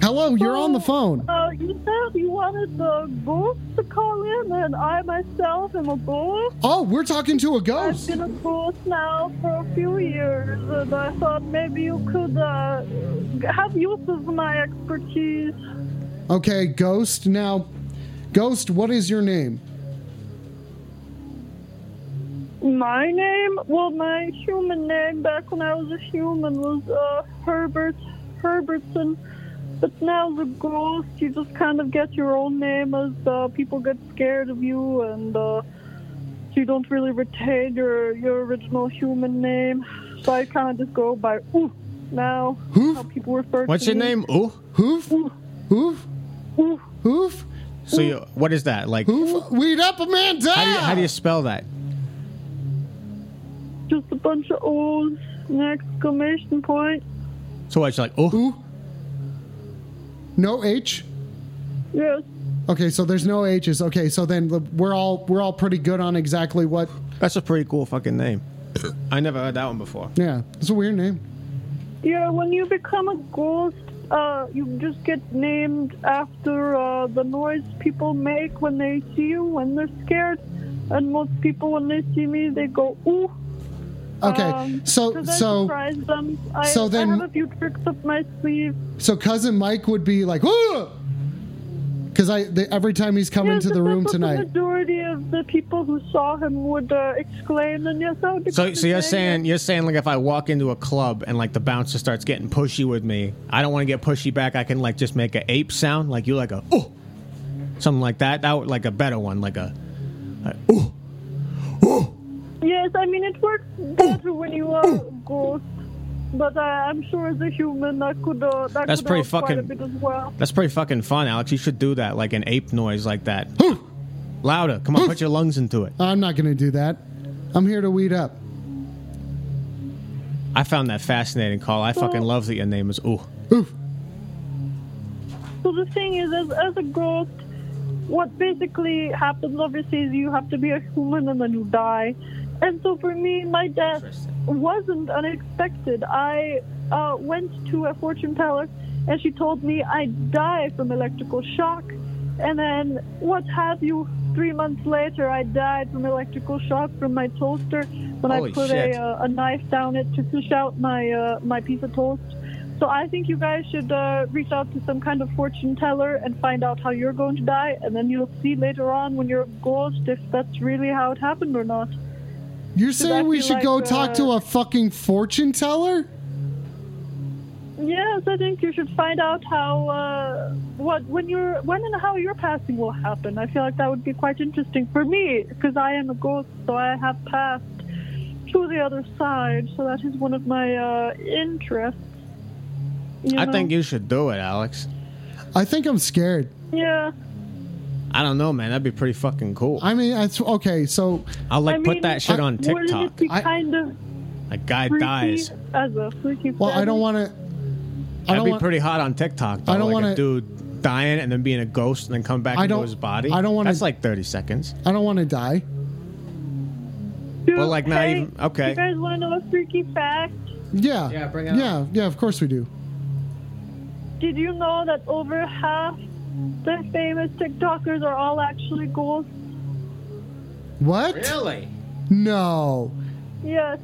Speaker 1: Hello, you're on the phone.
Speaker 8: Uh, you said you wanted the ghost to call in, and I myself am a ghost.
Speaker 1: Oh, we're talking to a
Speaker 8: I've
Speaker 1: ghost.
Speaker 8: been a ghost now for a few years, and I thought maybe you could uh, have use of my expertise.
Speaker 1: Okay, ghost. Now, ghost, what is your name?
Speaker 8: My name, well, my human name back when I was a human was uh, Herbert Herbertson, but now as a ghost, you just kind of get your own name as uh, people get scared of you and uh, you don't really retain your your original human name. So I kind of just go by ooh now. How people refer
Speaker 9: What's
Speaker 8: to
Speaker 9: your
Speaker 8: me.
Speaker 9: name? Ooh.
Speaker 1: Hoof? Hoof?
Speaker 8: Oof.
Speaker 1: Hoof?
Speaker 9: So you, what is that like?
Speaker 1: Hoof? Weed up a man down!
Speaker 9: How do, you, how do you spell that?
Speaker 8: Just a bunch of O's, an exclamation point.
Speaker 9: So what? You're like
Speaker 5: oh?
Speaker 9: ooh.
Speaker 1: No H?
Speaker 8: Yes.
Speaker 1: Okay, so there's no H's. Okay, so then the- we're all we're all pretty good on exactly what.
Speaker 5: That's a pretty cool fucking name. I never heard that one before.
Speaker 1: Yeah, it's a weird name.
Speaker 8: Yeah, when you become a ghost, uh, you just get named after uh, the noise people make when they see you when they're scared. And most people, when they see me, they go ooh.
Speaker 1: Okay,
Speaker 8: Um,
Speaker 1: so-
Speaker 8: 'cause I
Speaker 1: so-
Speaker 8: surprise them. I,
Speaker 1: so then-
Speaker 8: I have a few tricks up my sleeve.
Speaker 1: So cousin Mike would be like, "Ooh," because I the, every time he's come into the room
Speaker 8: The
Speaker 1: tonight.
Speaker 8: majority of the people who saw him would uh, exclaim, and yes, I would.
Speaker 5: So,
Speaker 8: become
Speaker 5: so you're
Speaker 8: his name.
Speaker 5: saying you're saying like if I walk into a club and like the bouncer starts getting pushy with me, I don't want to get pushy back. I can like just make a ape sound, like you like a oh, something like that. That would like a better one, like a
Speaker 8: Yes, I mean it works better when you are a ghost, but uh, I'm sure as a human that could uh, that
Speaker 5: That's
Speaker 8: could
Speaker 5: pretty
Speaker 8: help quite a
Speaker 5: fucking-
Speaker 8: bit as well.
Speaker 5: that's pretty fucking fun, Alex. You should do that, like an ape noise like that. Louder, come on, put your lungs into it.
Speaker 1: I'm not gonna do that. I'm here to weed up.
Speaker 5: I found that fascinating, Carl. I fucking love that your name is ooh.
Speaker 8: So the thing is, as, as a ghost, what basically happens obviously is you have to be a human and then you die. And so for me, my death wasn't unexpected. I uh, went to a fortune teller and she told me I'd die from electrical shock. And then, what have you, three months later, I died from electrical shock from my toaster when
Speaker 5: Holy
Speaker 8: I put
Speaker 5: shit.
Speaker 8: a, uh, a knife down it to push out my, uh, my piece of toast. So I think you guys should uh, reach out to some kind of fortune teller and find out how you're going to die, and then you'll see later on when you're a ghost if that's really how it happened or not.
Speaker 1: You're
Speaker 8: Does
Speaker 1: saying
Speaker 8: that
Speaker 1: we
Speaker 8: feel
Speaker 1: should
Speaker 8: like,
Speaker 1: go talk
Speaker 8: uh,
Speaker 1: to a fucking fortune teller?
Speaker 8: Yes, I think you should find out how uh, what when you're when and how your passing will happen. I feel like that would be quite interesting for me because I am a ghost, so I have passed to the other side. So that is one of my uh, interests. you
Speaker 5: I
Speaker 8: know?
Speaker 5: think you should do it, Alex.
Speaker 1: I think I'm scared.
Speaker 8: yeah.
Speaker 5: I don't know, man. That'd be pretty fucking cool.
Speaker 1: I mean, that's okay. So
Speaker 5: I'll like
Speaker 8: I
Speaker 5: put
Speaker 8: mean,
Speaker 5: that shit on
Speaker 8: Wouldn't
Speaker 5: TikTok.
Speaker 8: it be kind of
Speaker 5: A guy
Speaker 8: freaky
Speaker 5: dies.
Speaker 8: as a freaky
Speaker 1: well, I don't want to. I
Speaker 5: That'd
Speaker 1: don't
Speaker 5: be
Speaker 1: want.
Speaker 5: pretty hot on TikTok. Though.
Speaker 1: I don't
Speaker 5: like
Speaker 1: wanna-
Speaker 5: a dude dying and then being a ghost and then come back
Speaker 1: I
Speaker 5: into
Speaker 1: don't-
Speaker 5: his body.
Speaker 1: I don't wanna-
Speaker 5: That's like thirty seconds.
Speaker 1: I don't want to die.
Speaker 5: But like not even
Speaker 8: You
Speaker 5: okay.
Speaker 8: guys want to know a freaky fact?
Speaker 1: Yeah.
Speaker 9: Yeah, bring it on.
Speaker 1: Yeah, yeah. Of course we do.
Speaker 8: Did you know that over half the famous TikTokers are all actually ghosts?
Speaker 1: What?
Speaker 9: Really?
Speaker 1: No.
Speaker 8: Yes.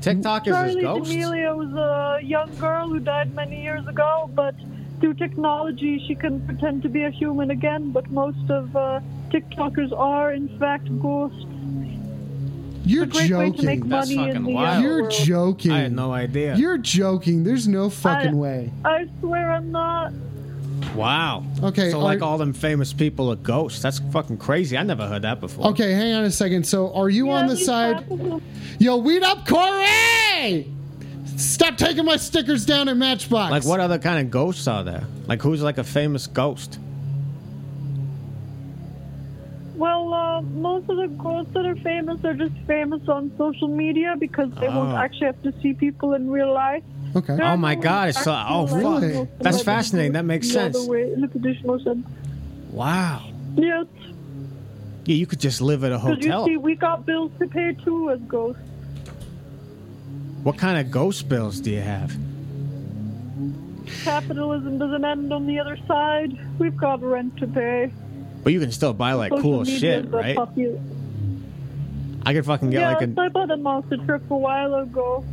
Speaker 9: TikTok is his
Speaker 8: Charlie
Speaker 9: ghost.
Speaker 8: D'Amelio was a young girl who died many years ago, but through technology, she can pretend to be a human again. But most of uh, TikTokers are, in fact, ghosts.
Speaker 1: You're
Speaker 8: It's a great way to make
Speaker 1: joking.
Speaker 8: money in the uh,
Speaker 1: You're
Speaker 8: world.
Speaker 1: joking.
Speaker 5: I had no idea.
Speaker 1: You're joking. There's no fucking
Speaker 8: I-
Speaker 1: way.
Speaker 8: I swear I'm not.
Speaker 5: Wow.
Speaker 1: Okay,
Speaker 5: So
Speaker 1: are-
Speaker 5: like all them famous people are ghosts. That's fucking crazy. I never heard that before.
Speaker 1: Okay, hang on a second. So, are you on
Speaker 8: Yeah,
Speaker 1: the
Speaker 8: these
Speaker 1: side?
Speaker 8: happen.
Speaker 1: Yo, weed up, Corey! Stop taking my stickers down at Matchbox.
Speaker 5: Like what other kind of ghosts are there? Like who's like a famous ghost?
Speaker 8: Well, uh, most of the ghosts that are famous are just famous on social media because they won't
Speaker 5: Oh.
Speaker 8: actually have to see people in real life.
Speaker 1: Okay.
Speaker 8: There
Speaker 5: Oh
Speaker 8: are
Speaker 5: my
Speaker 8: no
Speaker 5: God, it's so-
Speaker 8: actual
Speaker 5: oh,
Speaker 8: life
Speaker 1: fuck.
Speaker 8: ghosts and
Speaker 5: That's
Speaker 8: like
Speaker 5: fascinating, that makes
Speaker 8: the other
Speaker 5: sense.
Speaker 8: way, in the traditional sense.
Speaker 5: Wow.
Speaker 8: Yes,
Speaker 5: Yeah, you could just live at a
Speaker 8: because you
Speaker 5: hotel.
Speaker 8: see, we got bills to pay too as ghosts.
Speaker 5: What kind of ghost bills do you have?
Speaker 8: Capitalism doesn't end on the other side. We've got rent to pay.
Speaker 5: But you can still buy like
Speaker 8: Social
Speaker 5: cool
Speaker 8: media is
Speaker 5: shit,
Speaker 8: a
Speaker 5: right?
Speaker 8: popu-
Speaker 5: I could fucking get
Speaker 8: yeah,
Speaker 5: like a.
Speaker 8: I bought a monster truck a while ago.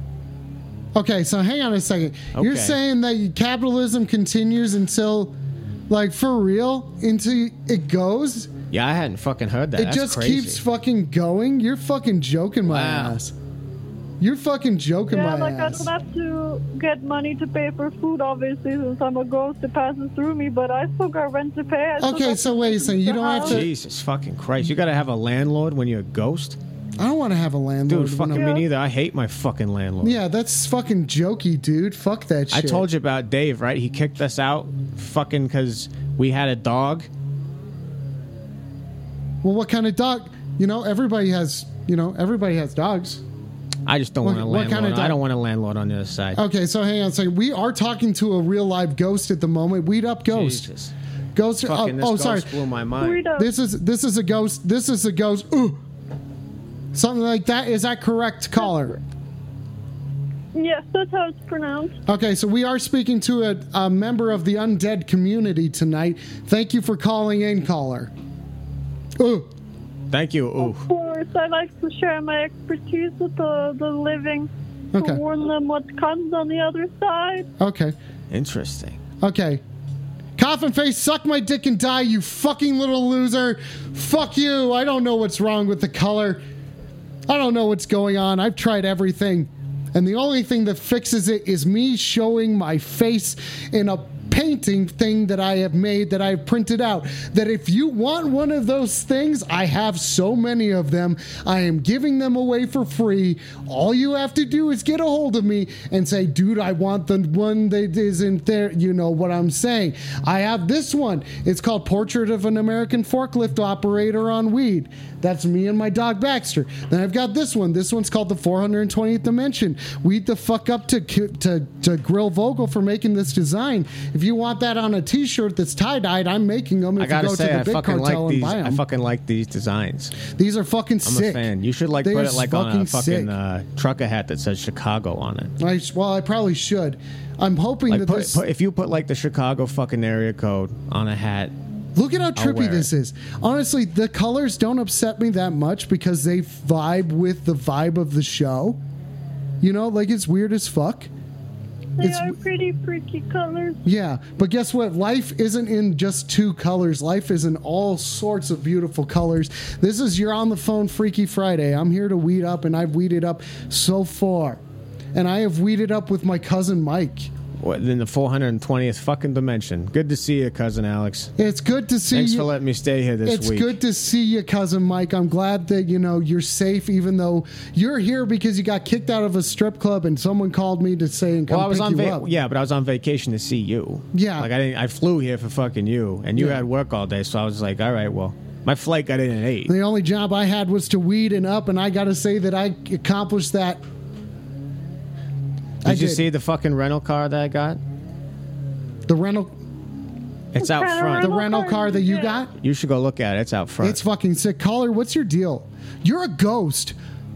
Speaker 1: Okay, so hang on a second. You're
Speaker 5: Okay.
Speaker 1: saying that capitalism continues until, like, for real, until it goes?
Speaker 5: Yeah, I hadn't fucking heard that.
Speaker 1: it
Speaker 5: That's
Speaker 1: just
Speaker 5: crazy.
Speaker 1: keeps fucking going? You're fucking joking my
Speaker 5: Wow.
Speaker 1: ass. You're fucking joking my
Speaker 8: Yeah, like
Speaker 1: ass.
Speaker 8: I don't have to get money to pay for food, obviously, since I'm a ghost that passes through me. But I still got rent to pay. I still
Speaker 1: Okay,
Speaker 8: got
Speaker 1: so wait a second. You don't have to.
Speaker 5: Jesus fucking Christ! You gotta have a landlord when you're a ghost,
Speaker 1: I don't want to have a landlord.
Speaker 5: dude.
Speaker 1: when
Speaker 5: Fucking me
Speaker 1: I'm-
Speaker 5: neither. I hate my fucking landlord.
Speaker 1: Yeah, that's fucking jokey, dude. Fuck that
Speaker 5: I
Speaker 1: shit.
Speaker 5: told you about Dave, right? He kicked us out, fucking, because we had a dog.
Speaker 1: Well, what kind of dog? You know, everybody has. You know, everybody has dogs.
Speaker 5: I just don't
Speaker 1: What-
Speaker 5: want a
Speaker 1: what
Speaker 5: landlord.
Speaker 1: kind of dog? Oh.
Speaker 5: I don't want a landlord on the other side.
Speaker 1: Okay, so hang on a second. We are talking to a real live ghost at the moment. Weed up ghost.
Speaker 5: Jesus.
Speaker 1: Ghost. oh,
Speaker 5: Fucking, this
Speaker 1: oh,
Speaker 5: ghost
Speaker 1: sorry.
Speaker 5: blew my mind.
Speaker 8: Freedom.
Speaker 1: This is this is a ghost. This is a ghost. Ooh. Something like that. Is that correct, caller?
Speaker 8: Yes, that's how it's pronounced.
Speaker 1: Okay, so we are speaking to a, a member of the undead community tonight. Thank you for calling in, caller. Oh, Ooh.
Speaker 5: Thank you. Ooh.
Speaker 8: Of course, I like to share my expertise with the, the living
Speaker 1: Okay.
Speaker 8: to warn them what comes on the other side.
Speaker 1: Okay.
Speaker 5: Interesting.
Speaker 1: Okay. Coffin face, suck my dick and die, you fucking little loser. Fuck you. I don't know what's wrong with the color. I don't know what's going on. I've tried everything. And the only thing that fixes it is me showing my face in a painting thing that I have made that I've printed out. That if you want one of those things, I have so many of them. I am giving them away for free. All you have to do is get a hold of me and say, dude, I want the one that isn't there. You know what I'm saying. I have this one. It's called Portrait of an American Forklift Operator on Weed. That's me and my dog Baxter. Then I've got this one. This one's called the 420th Dimension. Weed the fuck up to ki- to to Grill Vogel for making this design. If you want that on a T-shirt that's tie dyed, I'm making them. If
Speaker 5: I gotta
Speaker 1: you go
Speaker 5: say,
Speaker 1: to the
Speaker 5: I
Speaker 1: big
Speaker 5: fucking
Speaker 1: cartel
Speaker 5: like
Speaker 1: and
Speaker 5: these.
Speaker 1: buy
Speaker 5: I
Speaker 1: 'em.
Speaker 5: fucking like these designs.
Speaker 1: these are fucking
Speaker 5: I'm
Speaker 1: sick.
Speaker 5: a fan. You should like
Speaker 1: They
Speaker 5: put
Speaker 1: are
Speaker 5: it like on a
Speaker 1: sick.
Speaker 5: fucking uh, trucker hat that says Chicago on it.
Speaker 1: I sh- well, I probably should. I'm hoping
Speaker 5: Like
Speaker 1: that
Speaker 5: put,
Speaker 1: this.
Speaker 5: put, if you put like the Chicago fucking area code on a hat,
Speaker 1: Look at how
Speaker 5: I'll
Speaker 1: trippy
Speaker 5: wear
Speaker 1: this
Speaker 5: it.
Speaker 1: is. Honestly, the colors don't upset me that much because they vibe with the vibe of the show. You know, like it's weird as fuck.
Speaker 8: They
Speaker 1: It's-
Speaker 8: are pretty freaky colors.
Speaker 1: Yeah, but guess what? Life isn't in just two colors. Life is in all sorts of beautiful colors. This is your on the phone Freaky Friday. I'm here to weed up, and I've weeded up so far. And I have weeded up with my cousin Mike.
Speaker 5: what, then the 420th fucking dimension. Good to see you, cousin Alex.
Speaker 1: It's good to see
Speaker 5: Thanks
Speaker 1: you.
Speaker 5: for letting me stay here this
Speaker 1: it's
Speaker 5: week.
Speaker 1: good to see you, cousin Mike. I'm glad that you know you're safe, even though you're here because you got kicked out of a strip club and someone called me to say and come
Speaker 5: Well, I was
Speaker 1: pick
Speaker 5: on
Speaker 1: you
Speaker 5: va-
Speaker 1: up.
Speaker 5: yeah, but I was on vacation to see you.
Speaker 1: Yeah.
Speaker 5: like I didn't, I flew here for fucking you, and you
Speaker 1: Yeah.
Speaker 5: had work all day, so I was like, all right, well, my flight got in at eight.
Speaker 1: The only job I had was to weed and up, and I got to say that I accomplished that.
Speaker 5: Did
Speaker 1: I
Speaker 5: you
Speaker 1: did.
Speaker 5: see the fucking rental car that I got?
Speaker 1: The rental,
Speaker 5: It's out
Speaker 8: Car
Speaker 5: front.
Speaker 1: the rental car that you
Speaker 8: Yeah.
Speaker 1: got,
Speaker 5: You should go look at it. It's out front.
Speaker 1: it's fucking sick. Caller, what's your deal? You're a ghost.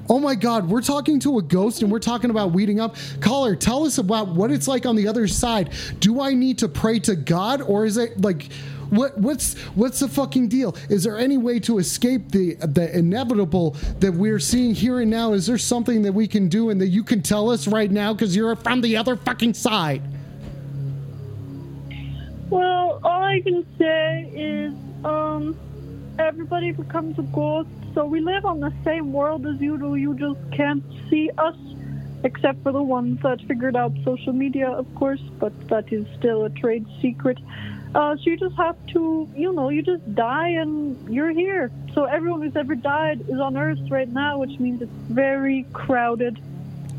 Speaker 1: Oh my God, we're talking to a ghost and we're talking about weeding up. Caller, tell us about what it's like on the other side. Do I need to pray to God or is it like what what's what's the fucking deal? Is there any way to escape the the inevitable that we're seeing here and now? Is there something that we can do and that you can tell us right now because you're from the other fucking side?
Speaker 8: Well, all I can say is, um, everybody becomes a ghost, so we live on the same world as you do. You just can't see us, except for the ones that figured out social media, of course. But that is still a trade secret. Uh, so you just have to, you know, you just die and you're here. So everyone who's ever died is on Earth right now, which means it's very crowded,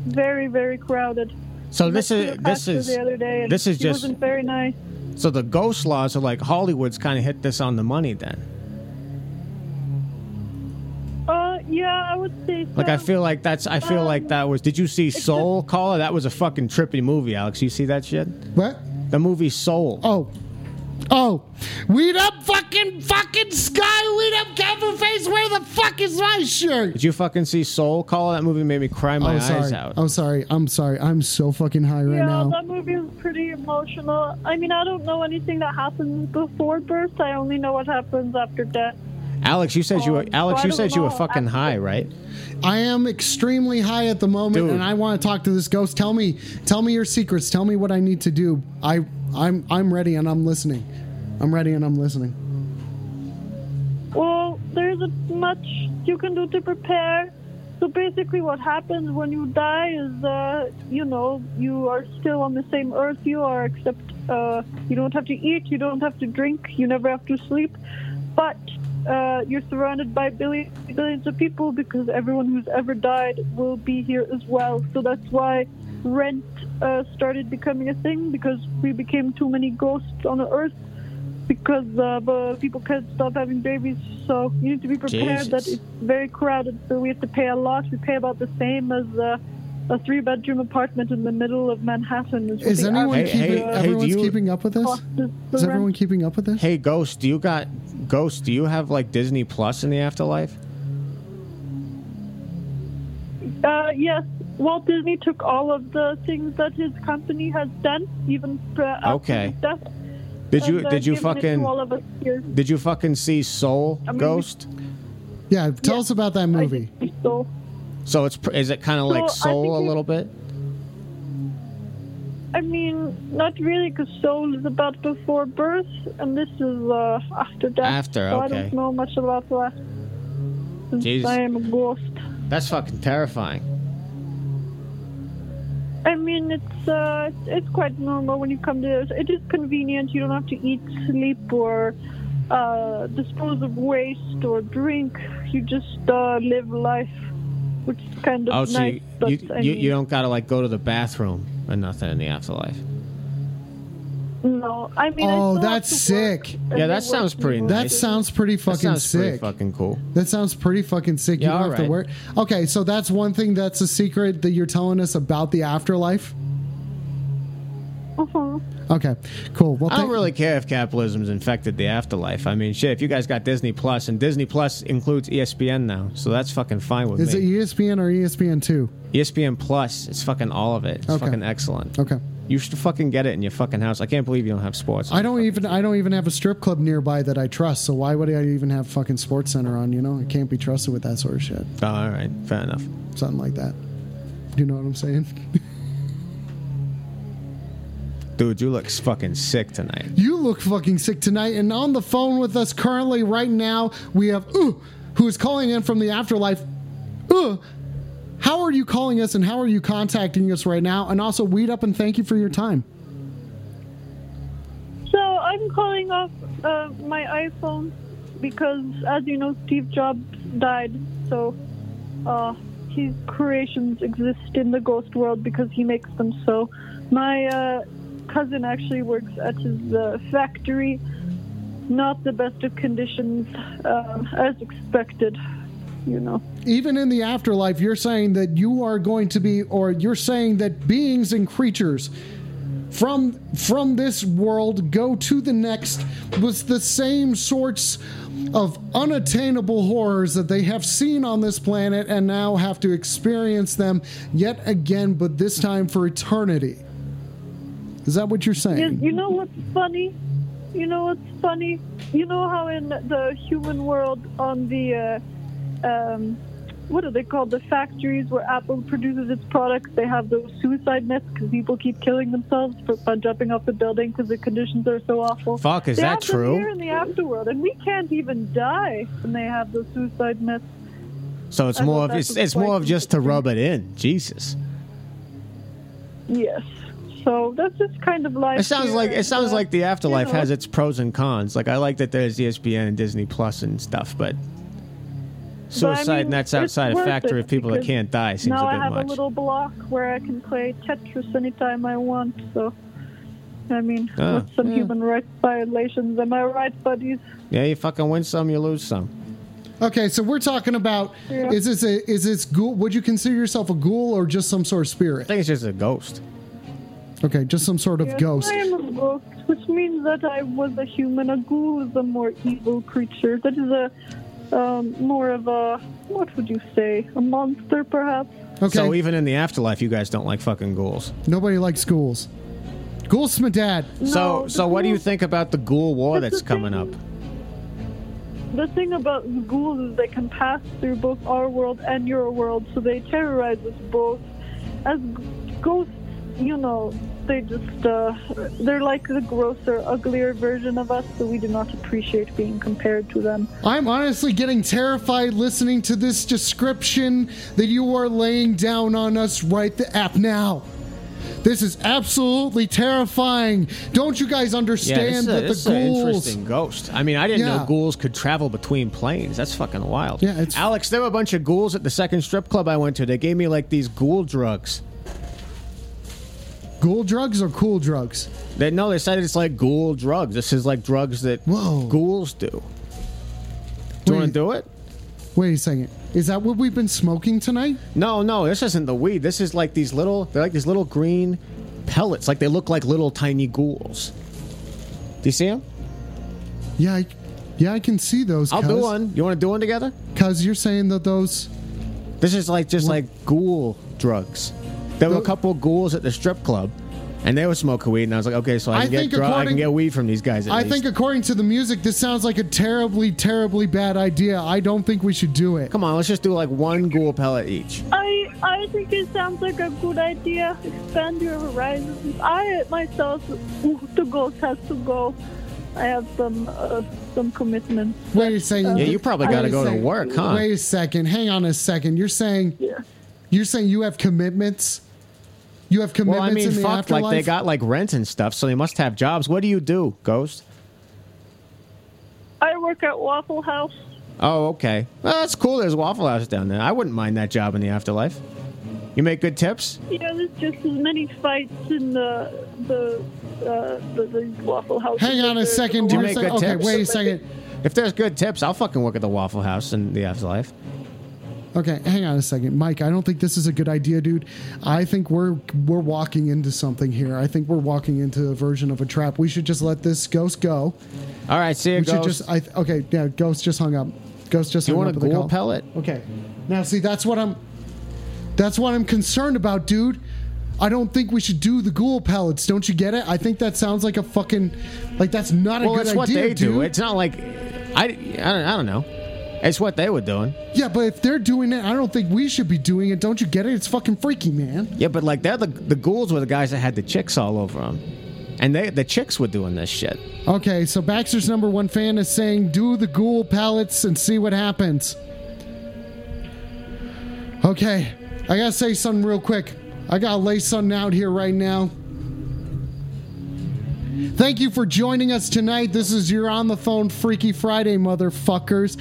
Speaker 8: very, very crowded.
Speaker 5: so this
Speaker 8: Met
Speaker 5: is
Speaker 8: Cleopatra
Speaker 5: this is
Speaker 8: the other day. and
Speaker 5: this is
Speaker 8: he
Speaker 5: just
Speaker 8: wasn't very nice.
Speaker 5: so the ghost laws are like Hollywood's kind of hit this on the money then.
Speaker 8: Uh, yeah, I would say so.
Speaker 5: Like I feel like that's I feel like
Speaker 8: Um,
Speaker 5: that was. Did you see Soul Caller? That was a fucking trippy movie, Alex. You see that shit?
Speaker 1: What?
Speaker 5: The movie Soul.
Speaker 1: Oh, Oh, weed up, fucking, fucking sky, weed up, Kevin face. Where the fuck is my shirt?
Speaker 5: Did you fucking see Soul Call? That movie made me cry my
Speaker 1: oh,
Speaker 5: eyes
Speaker 1: sorry.
Speaker 5: out.
Speaker 1: I'm sorry. I'm sorry. I'm so fucking high right
Speaker 8: yeah,
Speaker 1: now.
Speaker 8: that movie was pretty emotional. I mean, I don't know anything that happens before birth. I only know what happens after death.
Speaker 5: Alex, you said you were
Speaker 8: Um, so
Speaker 5: Alex,
Speaker 8: I
Speaker 5: you
Speaker 8: don't
Speaker 5: said you were
Speaker 8: know.
Speaker 5: fucking high, right?
Speaker 1: I am extremely high at the moment,
Speaker 5: Dude.
Speaker 1: and I want to talk to this ghost. Tell me, tell me your secrets. Tell me what I need to do. I, I'm, I'm ready, and I'm listening. I'm ready, and I'm listening.
Speaker 8: Well, there isn't much you can do to prepare. So basically, what happens when you die is, uh, you know, you are still on the same earth you are, except uh, you don't have to eat, you don't have to drink, you never have to sleep. But uh, you're surrounded by billions, billions of people because everyone who's ever died will be here as well. So that's why rent uh, started becoming a thing because we became too many ghosts on the earth because uh, the people can't stop having babies. So you need to be prepared that
Speaker 9: Jesus.
Speaker 8: it's very crowded. So we have to pay a lot. We pay about the same as uh, a three-bedroom apartment in the middle of Manhattan. what
Speaker 1: Is
Speaker 8: the
Speaker 1: anyone
Speaker 8: average,
Speaker 1: keeping?
Speaker 5: hey, hey,
Speaker 1: everyone's
Speaker 5: do you-
Speaker 1: keeping up with
Speaker 8: cost
Speaker 1: this?
Speaker 8: is
Speaker 1: Is
Speaker 8: around-
Speaker 1: everyone keeping up with this?
Speaker 5: Hey, Ghost, do you got Ghost? Do you have like Disney Plus in the afterlife?
Speaker 8: Uh, yes, Walt Disney took all of the things that his company has done, even uh, after
Speaker 5: Okay.
Speaker 8: his death.
Speaker 5: Did you
Speaker 8: and, uh,
Speaker 5: did you
Speaker 8: given it to all
Speaker 5: fucking
Speaker 8: of us here.
Speaker 5: did you fucking see Soul
Speaker 8: I mean,
Speaker 5: Ghost?
Speaker 1: Yeah, tell us about that movie.
Speaker 8: So
Speaker 5: So it's pr- is it kind of like
Speaker 8: I
Speaker 5: Soul
Speaker 8: think
Speaker 5: a
Speaker 8: it-
Speaker 5: little bit?
Speaker 8: I mean, not really, because Soul is about before birth, and this is uh, after death.
Speaker 5: After,
Speaker 8: so I
Speaker 5: okay.
Speaker 8: don't know much about that. Since
Speaker 5: Jesus.
Speaker 8: I am a ghost.
Speaker 5: That's fucking terrifying.
Speaker 8: I mean, it's uh, it's quite normal when you come to this. It is convenient. You don't have to eat, sleep, or uh, dispose of waste or drink. You just uh, live life, which is kind of
Speaker 5: Oh, so
Speaker 8: nice.
Speaker 5: you,
Speaker 8: but
Speaker 5: you,
Speaker 8: I
Speaker 5: you,
Speaker 8: mean,
Speaker 5: you don't gotta like go to the bathroom or nothing in the afterlife.
Speaker 8: No, I mean. I still
Speaker 1: Oh,
Speaker 8: have
Speaker 1: that's
Speaker 8: to
Speaker 1: sick.
Speaker 8: and
Speaker 5: Yeah,
Speaker 8: they
Speaker 5: that sounds
Speaker 8: work
Speaker 5: pretty
Speaker 8: people.
Speaker 5: nice.
Speaker 1: That sounds pretty
Speaker 5: That
Speaker 1: fucking
Speaker 5: sounds pretty
Speaker 1: sick.
Speaker 5: fucking cool.
Speaker 1: That sounds pretty fucking sick. You
Speaker 5: Yeah,
Speaker 1: don't have to
Speaker 5: alright.
Speaker 1: worry. Okay, so that's one thing that's a secret that you're telling us about the afterlife.
Speaker 8: Mhm.
Speaker 1: Okay, cool. Well,
Speaker 5: I don't
Speaker 1: thank-
Speaker 5: really care if capitalism's infected the afterlife. I mean, shit, if you guys got Disney Plus, and Disney Plus includes E ESPN now, so that's fucking fine with
Speaker 1: Is it E
Speaker 5: me. E
Speaker 1: ESPN or ESPN two?
Speaker 5: ESPN Plus, it's fucking all of it. It's
Speaker 1: Okay.
Speaker 5: fucking excellent.
Speaker 1: Okay.
Speaker 5: You should fucking get it in your fucking house. I can't believe you don't have sports.
Speaker 1: I don't even I don't even have a strip club nearby that I trust, so why would I even have fucking Sports Center on? You know, I can't be trusted with that sort of shit.
Speaker 5: Oh, all right, fair enough.
Speaker 1: Something like that. Do you know what I'm saying?
Speaker 5: Dude, you look fucking sick tonight.
Speaker 1: You look fucking sick tonight, and on the phone with us currently right now we have Ooh, who is calling in from the afterlife. Ooh, how are you calling us, and how are you contacting us right now? And also, weed up and thank you for your time.
Speaker 8: So I'm calling off uh, my iPhone because, as you know, Steve Jobs died. So uh, his creations exist in the ghost world because he makes them. So my uh, cousin actually works at his uh, factory. Not the best of conditions, um, as expected, you know.
Speaker 1: even in the afterlife, you're saying that you are going to be, or you're saying that beings and creatures from from this world go to the next with the same sorts of unattainable horrors that they have seen on this planet and now have to experience them yet again, but this time for eternity. Is that what you're
Speaker 8: You,
Speaker 1: saying?
Speaker 8: you know what's funny? You know what's funny? You know how in the human world, on the uh, um, what are they called? The factories where Apple produces its products, they have those suicide nets because people keep killing themselves for, by jumping off the building because the conditions are so awful.
Speaker 5: Fuck, is
Speaker 8: they
Speaker 5: that
Speaker 8: have them
Speaker 5: true?
Speaker 8: Here in the afterworld, and we can't even die when they have those suicide nets.
Speaker 5: So it's
Speaker 8: I
Speaker 5: more
Speaker 8: thought
Speaker 5: of
Speaker 8: that
Speaker 5: it's
Speaker 8: was
Speaker 5: it's
Speaker 8: quite
Speaker 5: more of just to rub it in. Jesus,
Speaker 8: Yes. So that's just kind of life.
Speaker 5: it sounds
Speaker 8: here,
Speaker 5: like it sounds
Speaker 8: uh,
Speaker 5: like the afterlife
Speaker 8: you know,
Speaker 5: has its pros and cons. Like I like that there's E ESPN and Disney Plus and stuff, but suicide
Speaker 8: I mean, it's
Speaker 5: nets outside a
Speaker 8: worth
Speaker 5: factory
Speaker 8: it
Speaker 5: of people that
Speaker 8: because
Speaker 5: can't die seems
Speaker 8: now
Speaker 5: a bit
Speaker 8: I have
Speaker 5: much.
Speaker 8: a little block where I can play Tetris anytime I want. So, I mean,
Speaker 5: Ah,
Speaker 8: with
Speaker 1: Hmm.
Speaker 8: some
Speaker 5: yeah.
Speaker 8: human rights violations, am I right, buddies?
Speaker 5: Yeah, you fucking win some, you lose some.
Speaker 1: Okay, so we're talking about
Speaker 8: Yeah.
Speaker 1: is this a, is this ghoul? Would you consider yourself a ghoul or just some sort of spirit?
Speaker 5: I think it's just a ghost.
Speaker 1: Okay, just some sort of
Speaker 8: Yes,
Speaker 1: ghost.
Speaker 8: I am a ghost, which means that I was a human. A ghoul is a more evil creature. That is a um, more of a what would you say? A monster, perhaps.
Speaker 1: Okay.
Speaker 5: So even in the afterlife, you guys don't like fucking ghouls.
Speaker 1: Nobody likes ghouls. Ghouls, my dad.
Speaker 5: so so what do you think about the ghoul war that's coming up?
Speaker 8: The thing about ghouls is they can pass through both our world and your world, so they terrorize us both. As g- ghosts, you know, they just, uh, they're like the grosser, uglier version of us, so we do not appreciate being compared to them.
Speaker 1: I'm honestly getting terrified listening to this description that you are laying down on us right the app now. This is absolutely terrifying. Don't you guys understand that
Speaker 5: this is
Speaker 1: the
Speaker 5: an
Speaker 1: ghouls?
Speaker 5: interesting ghost. I mean, I didn't
Speaker 1: Yeah.
Speaker 5: know ghouls could travel between planes. That's fucking wild.
Speaker 1: Yeah, it's-
Speaker 5: Alex, there were a bunch of ghouls at the second strip club I went to. They gave me like these ghoul drugs.
Speaker 1: Ghoul drugs or cool drugs?
Speaker 5: They no, they said it's like ghoul drugs. This is like drugs that ghouls do. Do you want to do it?
Speaker 1: Wait a second. Is that what we've been smoking tonight?
Speaker 5: No, no, this isn't the weed. This is like these little. They're like these little green pellets. Like they look like little tiny ghouls. Do you see them?
Speaker 1: Yeah, I, yeah, I can see those.
Speaker 5: I'll do
Speaker 1: cuz.
Speaker 5: one. You want to do one together?
Speaker 1: Cause you're saying that those.
Speaker 5: This is like just like ghoul drugs. There were a couple ghouls at the strip club, and they were smoking weed. And I was like, okay, so I
Speaker 1: I
Speaker 5: can get
Speaker 1: think
Speaker 5: drug, I
Speaker 1: according-
Speaker 5: can get weed from these guys. At
Speaker 1: I
Speaker 5: least.
Speaker 1: think, according to the music, this sounds like a terribly, terribly bad idea. I don't think we should do it.
Speaker 5: Come on, let's just do like one ghoul pellet each.
Speaker 8: I, I think it sounds like a good idea. Expand your horizons. I myself, the ghost has to go. I have some uh, some commitments.
Speaker 1: Wait a second.
Speaker 5: Yeah, you probably gotta
Speaker 1: Wait a
Speaker 5: go to
Speaker 1: second.
Speaker 5: work, huh?
Speaker 1: Wait a second. Hang on a second. You're saying. You're saying you have commitments. You have commitments
Speaker 5: Well, I mean,
Speaker 1: in the
Speaker 5: fuck,
Speaker 1: afterlife.
Speaker 5: like they got like rent and stuff, so they must have jobs. What do you do, Ghost?
Speaker 8: I work at Waffle House.
Speaker 5: Oh, okay. Well, that's cool. There's a Waffle House down there. I wouldn't mind that job in the afterlife. You make good tips.
Speaker 8: Yeah, there's just as many fights in the the uh, the, the Waffle House.
Speaker 1: Hang on a second.
Speaker 5: Do you
Speaker 1: You're
Speaker 5: make
Speaker 1: saying-
Speaker 5: good
Speaker 1: okay,
Speaker 5: tips?
Speaker 1: wait a second.
Speaker 5: If there's good tips, I'll fucking work at the Waffle House in the afterlife.
Speaker 1: Okay, hang on a second, Mike. I don't think this is a good idea, dude. I think we're we're walking into something here. I think we're walking into a version of a trap. We should just let this ghost go.
Speaker 5: All right, see you,
Speaker 1: we should
Speaker 5: Ghost.
Speaker 1: just. I th- okay. Yeah, ghost just hung up. Ghost just.
Speaker 5: You
Speaker 1: hung up
Speaker 5: want a
Speaker 1: with the
Speaker 5: ghoul
Speaker 1: call.
Speaker 5: pellet?
Speaker 1: Okay. Now, see, that's what I'm. That's what I'm concerned about, dude. I don't think we should do the ghoul pellets. Don't you get it? I think that sounds like a fucking, like that's not a
Speaker 5: well,
Speaker 1: good
Speaker 5: it's
Speaker 1: idea,
Speaker 5: what they
Speaker 1: dude.
Speaker 5: do. It's not like I, I, don't, I don't know. It's what they were doing.
Speaker 1: yeah, but if they're doing it, I don't think we should be doing it. Don't you get it? It's fucking freaky, man.
Speaker 5: Yeah, but like they're the the ghouls were the guys that had the chicks all over them, and they the chicks were doing this shit.
Speaker 1: Okay, so Baxter's number one fan is saying do the ghoul pellets and see what happens. Okay, I gotta say something real quick. I gotta lay something out here right now. Thank you for joining us tonight. This is your on the phone Freaky Friday, motherfuckers.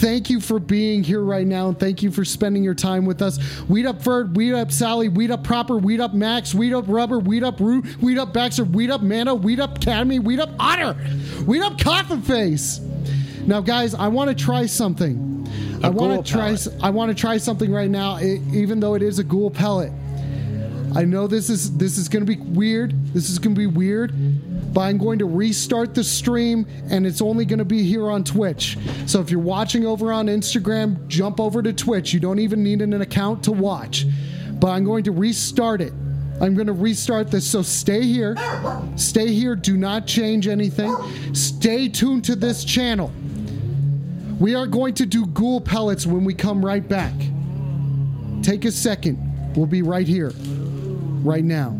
Speaker 1: Thank you for being here right now, and thank you for spending your time with us. Weed up Verd, Weed up Sally, Weed up Proper, Weed up Max, Weed up Rubber, Weed up Root, Weed up Baxter, Weed up Mano, Weed up Academy, Weed up Otter, Weed up Coffin Face. Now, guys, I want to try something. I
Speaker 5: ghoul
Speaker 1: want to try. s- I want to try something right now, e- even though it is a ghoul pellet. I know this is this is going to be weird. This is going to be weird, but I'm going to restart the stream and it's only going to be here on Twitch. So if you're watching over on Instagram, jump over to Twitch. You don't even need an account to watch. But I'm going to restart it. I'm going to restart this. So stay here. Stay here. Do not change anything. Stay tuned to this channel. We are going to do ghoul pellets when we come right back. Take a second. We'll be right here right now.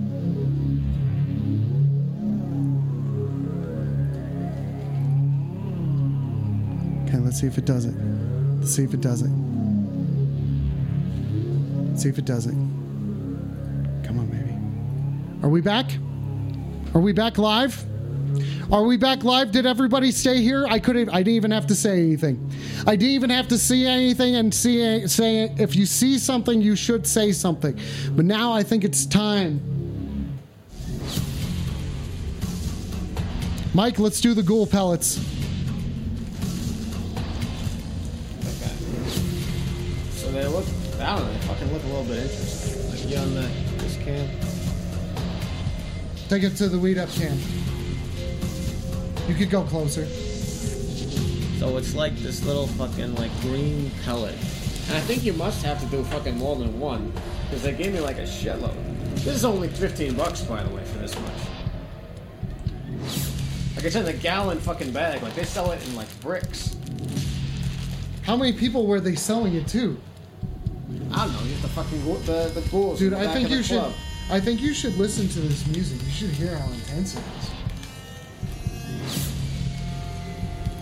Speaker 1: Okay, let's see if it does it. Let's see if it does it. Let's see if it does it. Come on, baby. Are we back? Are we back live? Are we back live? Did everybody stay here? I couldn't. I didn't even have to say anything. I didn't even have to see anything and see say if you see something, you should say something. But now I think it's time. Mike, let's do the ghoul pellets.
Speaker 5: So they look. I don't know. They fucking look a little bit interesting. Like you on the this cam.
Speaker 1: Take it to the weed up can. You could go closer.
Speaker 5: So it's like this little fucking like green pellet. And I think you must have to do fucking more than one because they gave me like a shitload. This is only 15 bucks by the way for this much. Like it's in a gallon fucking bag. Like they sell it in like bricks.
Speaker 1: How many people were they selling it to?
Speaker 5: I don't know. Just the fucking gu- the the ghouls. in
Speaker 1: Dude,
Speaker 5: the
Speaker 1: I
Speaker 5: back
Speaker 1: think
Speaker 5: of the
Speaker 1: you should.
Speaker 5: club.
Speaker 1: I think you should listen to this music. You should hear how intense it is.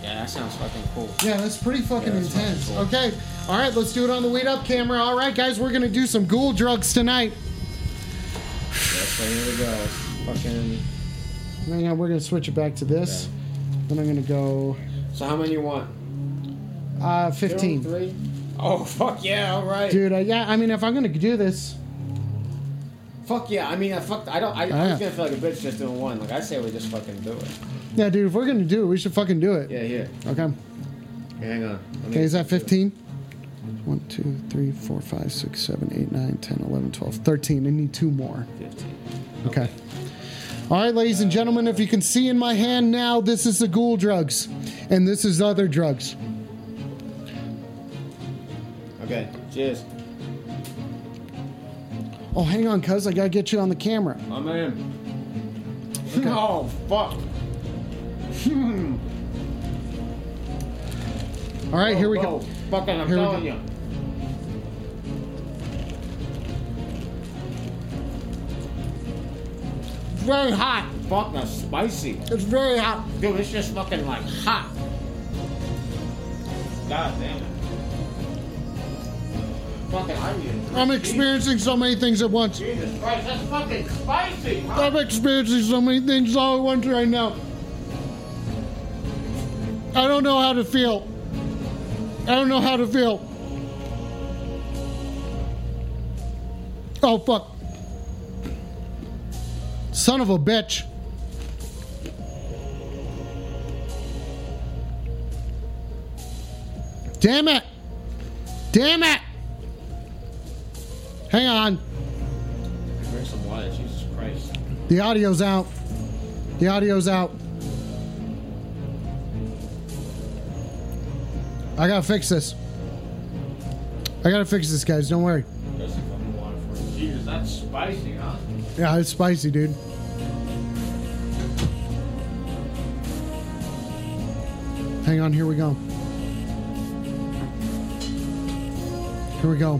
Speaker 5: Yeah, that sounds fucking cool.
Speaker 1: Yeah, that's pretty fucking
Speaker 5: Yeah, that's fucking
Speaker 1: intense.
Speaker 5: cool.
Speaker 1: Okay, all right, let's do it on the weed up camera. All right, guys, we're gonna do some ghoul drugs tonight.
Speaker 5: Yeah, so here we go. Fucking.
Speaker 1: Hang on, we're gonna switch it back to this. Then I'm gonna go
Speaker 5: So how many you want?
Speaker 1: uh,
Speaker 5: Two,
Speaker 1: 15.
Speaker 5: three? Oh fuck yeah! All right.
Speaker 1: Dude, uh, yeah, I mean, if I'm gonna do this,
Speaker 5: Fuck yeah! I mean, I fucked. I don't. I, I
Speaker 1: Yeah.
Speaker 5: was gonna feel like a bitch just doing one. Like I say, we just fucking do it.
Speaker 1: yeah, dude, if we're gonna do it, we should fucking do it.
Speaker 5: Yeah, here.
Speaker 1: Okay.
Speaker 5: Hey, hang on. Let me-
Speaker 1: Okay, is that 15? 1, 2, 3, 4, 5, 6, 7, 8, 9, 10, 11, 12, 13. I need two more.
Speaker 5: 15.
Speaker 1: Okay. All right, ladies and gentlemen, if you can see in my hand now, this is the ghoul drugs, and this is other drugs.
Speaker 5: Okay. Cheers.
Speaker 1: Oh, hang on, cuz, I gotta get you on the camera.
Speaker 5: I'm in. Oh fuck. Hmm.
Speaker 1: All right, here we
Speaker 5: Whoa,
Speaker 1: go.
Speaker 5: whoa. Oh, Fucking, I'm
Speaker 1: Here we
Speaker 5: telling
Speaker 1: go.
Speaker 5: you. It's Very hot. Fuck, that's spicy.
Speaker 1: It's very hot.
Speaker 5: Dude, it's just fucking like hot. God damn it. Fucking onion.
Speaker 1: I'm experiencing so many things at once.
Speaker 5: Jesus Christ, that's fucking spicy. huh?
Speaker 1: I'm experiencing so many things all at once right now. I don't know how to feel. I don't know how to feel. Oh, fuck. Son of a bitch. Damn it. Damn it. Hang on.
Speaker 5: Drink some water, Jesus Christ.
Speaker 1: The audio's out. The audio's out. I gotta fix this. I gotta fix this, guys. Don't worry.
Speaker 5: Drink some fucking water for me. Jesus, that's spicy, huh?
Speaker 1: Yeah, it's spicy, dude. Hang on, here we go. Here we go.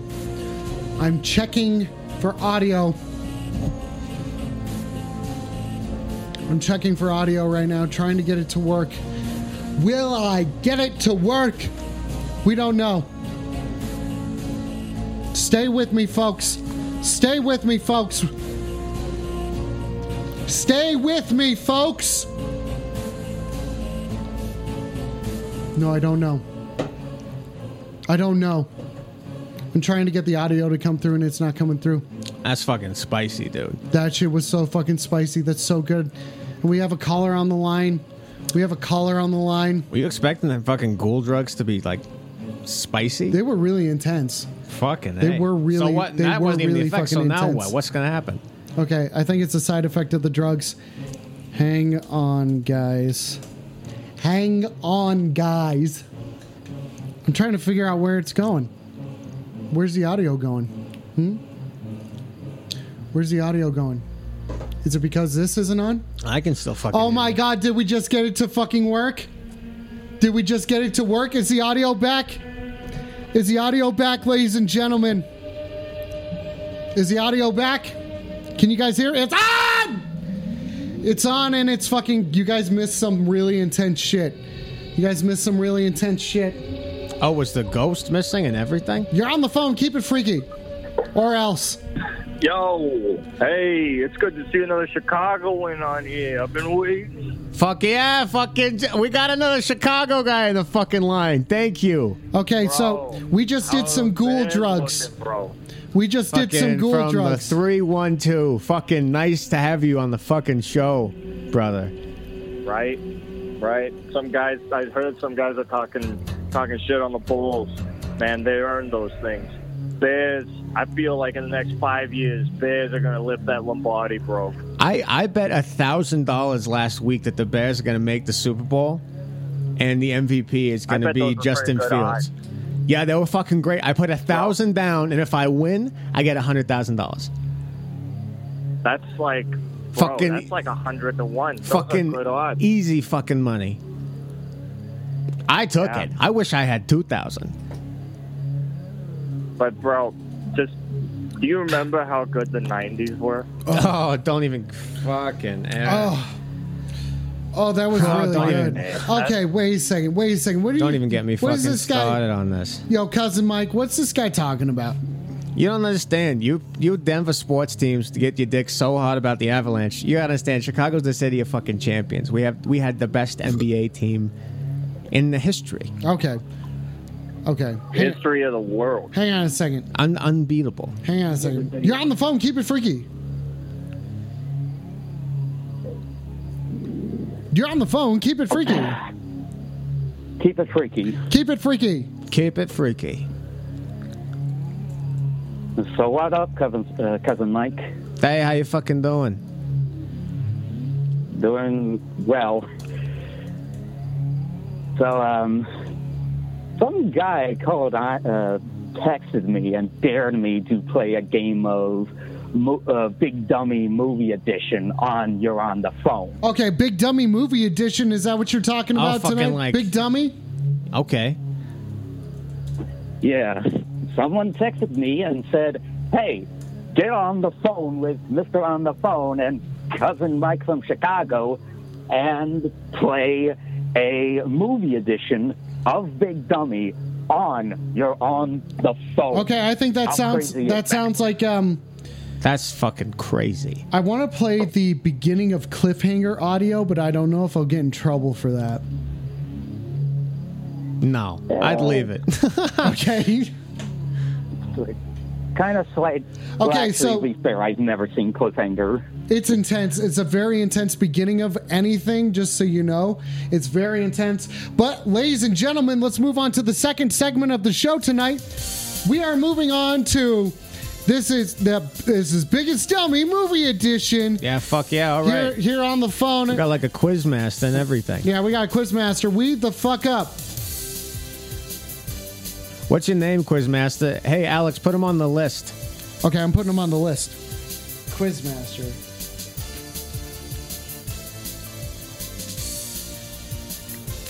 Speaker 1: I'm checking for audio. I'm checking for audio right now, trying to get it to work. Will I get it to work? We don't know. Stay with me, folks. Stay with me, folks. Stay with me, folks. No, I don't know. I don't know. I'm trying to get the audio to come through and it's not coming through.
Speaker 10: That's fucking spicy, dude.
Speaker 1: That shit was so fucking spicy. That's so good. And we have a caller on the line. We have a caller on the line.
Speaker 10: Were you expecting them fucking ghoul drugs to be like spicy?
Speaker 1: They were really intense.
Speaker 10: fucking.
Speaker 1: they
Speaker 10: A.
Speaker 1: were really-
Speaker 10: So what?
Speaker 1: they
Speaker 10: that
Speaker 1: were
Speaker 10: wasn't even
Speaker 1: really
Speaker 10: the effect. So
Speaker 1: fucking
Speaker 10: now
Speaker 1: intense.
Speaker 10: what? What's gonna happen?
Speaker 1: Okay, I think it's a side effect of the drugs. Hang on, guys. Hang on, guys. I'm trying to figure out where it's going. Where's the audio going? Hmm? Where's the audio going? Is it because this isn't on?
Speaker 10: I can still fucking.
Speaker 1: Oh my god, did we just get it to fucking work? Did we just get it to work? Is the audio back? Is the audio back, ladies and gentlemen? Is the audio back? Can you guys hear it? It's on! It's on and it's fucking. You guys missed some really intense shit. You guys missed some really intense shit.
Speaker 10: Oh, was the ghost missing and everything?
Speaker 1: You're on the phone, keep it freaky. Or else.
Speaker 11: Yo, hey, it's good to see another Chicagoan on here. I've been waiting.
Speaker 10: Fuck yeah, fucking. We got another Chicago guy in the fucking line. Thank you.
Speaker 1: Okay, so we just
Speaker 5: Oh,
Speaker 1: did some ghoul drugs. We just did some
Speaker 10: Fucking
Speaker 1: ghoul
Speaker 10: from
Speaker 1: drugs.
Speaker 10: the 312. Fucking nice to have you on the fucking show, brother.
Speaker 11: Right, right. Some guys, I heard some guys are talking, talking shit on the Bulls. Man, they earned those things. Bears, I feel like in the next five years, Bears are gonna lift that Lombardi, bro.
Speaker 5: I, I bet a thousand dollars last week that the Bears are going to make the Super Bowl, and the MVP is going to
Speaker 11: bet those
Speaker 5: be
Speaker 11: were
Speaker 5: Justin
Speaker 11: pretty good
Speaker 5: Fields. Yeah, they were fucking great. I put a thousand down, and if I win, I get a hundred thousand dollars.
Speaker 11: That's like bro,
Speaker 5: Fucking-
Speaker 11: That's like a hundred to one. Those are
Speaker 5: Fucking
Speaker 11: good odds.
Speaker 5: easy fucking money. I took
Speaker 11: Yeah.
Speaker 5: it. I wish I had two thousand.
Speaker 11: But bro, just do you remember how good the '90s were?
Speaker 5: Oh. don't even fucking.
Speaker 1: Oh. Oh, that was
Speaker 5: Oh,
Speaker 1: really
Speaker 5: don't
Speaker 1: good.
Speaker 5: even-
Speaker 1: Okay, wait a second. Wait a second. What do
Speaker 5: Don't
Speaker 1: you,
Speaker 5: even get me
Speaker 1: what
Speaker 5: fucking
Speaker 1: is this guy?
Speaker 5: started on this.
Speaker 1: Yo, cousin Mike, what's this guy talking about?
Speaker 5: You don't understand. You you Denver sports teams to get your dick so hard about the Avalanche. You gotta understand. Chicago's the city of fucking champions. We have we had the best NBA team in the history.
Speaker 1: Okay. Okay.
Speaker 11: History of the world.
Speaker 1: Hang on a second.
Speaker 5: Un- unbeatable.
Speaker 1: Hang on a second. You're on the phone. Keep it freaky. You're on the phone. Keep it freaky.
Speaker 12: Keep it freaky.
Speaker 1: Keep it freaky.
Speaker 5: Keep it freaky.
Speaker 12: So what up, cousin, uh, cousin Mike?
Speaker 5: Hey, how you fucking doing?
Speaker 12: Doing well. So um, some guy called, I- uh, texted me and dared me to play a game of mo- uh, Big Dummy Movie Edition on You're on the phone.
Speaker 1: Okay, Big Dummy Movie Edition. Is that what you're talking
Speaker 12: I'll
Speaker 1: about
Speaker 12: fucking
Speaker 1: tonight?
Speaker 12: like-
Speaker 1: Big Dummy?
Speaker 5: Okay.
Speaker 12: Yeah. Someone texted me and said, Hey, get on the phone with Mr. On the Phone and Cousin Mike from Chicago and play a movie edition of Big Dummy on your on the phone.
Speaker 1: Okay, I think that
Speaker 12: How
Speaker 1: sounds
Speaker 12: crazy is
Speaker 1: that sounds like um
Speaker 5: That's fucking crazy.
Speaker 1: I want to play the beginning of cliffhanger audio, but I don't know if I'll get in trouble for that.
Speaker 5: No, I'd leave it.
Speaker 1: okay.
Speaker 12: Kind of slight. well,
Speaker 1: Okay,
Speaker 12: actually,
Speaker 1: so-
Speaker 12: to be fair, I've never seen cliffhanger.
Speaker 1: It's intense. It's a very intense beginning of anything, just so you know. It's very intense. But, ladies and gentlemen, let's move on to the second segment of the show tonight. We are moving on to this is the this is biggest dummy movie edition.
Speaker 5: Yeah, fuck yeah. All
Speaker 1: Here,
Speaker 5: right.
Speaker 1: here on the phone.
Speaker 5: We got like a quiz master and everything.
Speaker 1: Yeah, we got Quizmaster. Weed the fuck up.
Speaker 5: What's your name, quiz master? Hey, Alex, put him on the list.
Speaker 1: Okay, I'm putting him on the list. Quizmaster.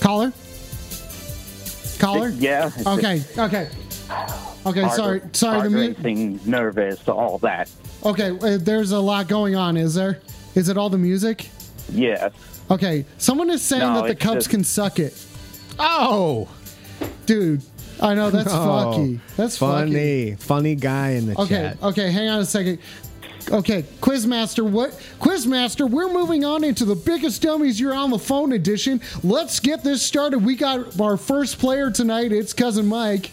Speaker 1: Caller? Caller?
Speaker 12: Yeah.
Speaker 1: Okay, okay. Okay, sorry. Sorry, the
Speaker 12: Heart
Speaker 1: mu-
Speaker 12: racing, nervous, all that.
Speaker 1: Okay, uh, there's a lot going on, is there? Is it all the music?
Speaker 12: Yes.
Speaker 1: Okay, someone is saying
Speaker 12: No,
Speaker 1: that the
Speaker 12: it's
Speaker 1: Cubs
Speaker 12: just-
Speaker 1: can suck it.
Speaker 5: Oh!
Speaker 1: Dude, I know, that's
Speaker 5: Oh,
Speaker 1: fucky. That's fucky.
Speaker 5: funny. Funny guy in the
Speaker 1: Okay,
Speaker 5: chat.
Speaker 1: okay, hang on a second. Okay, Quizmaster, what Quizmaster, we're moving on into the biggest dummies you're on the phone edition. Let's get this started. We got our first player tonight. It's cousin Mike.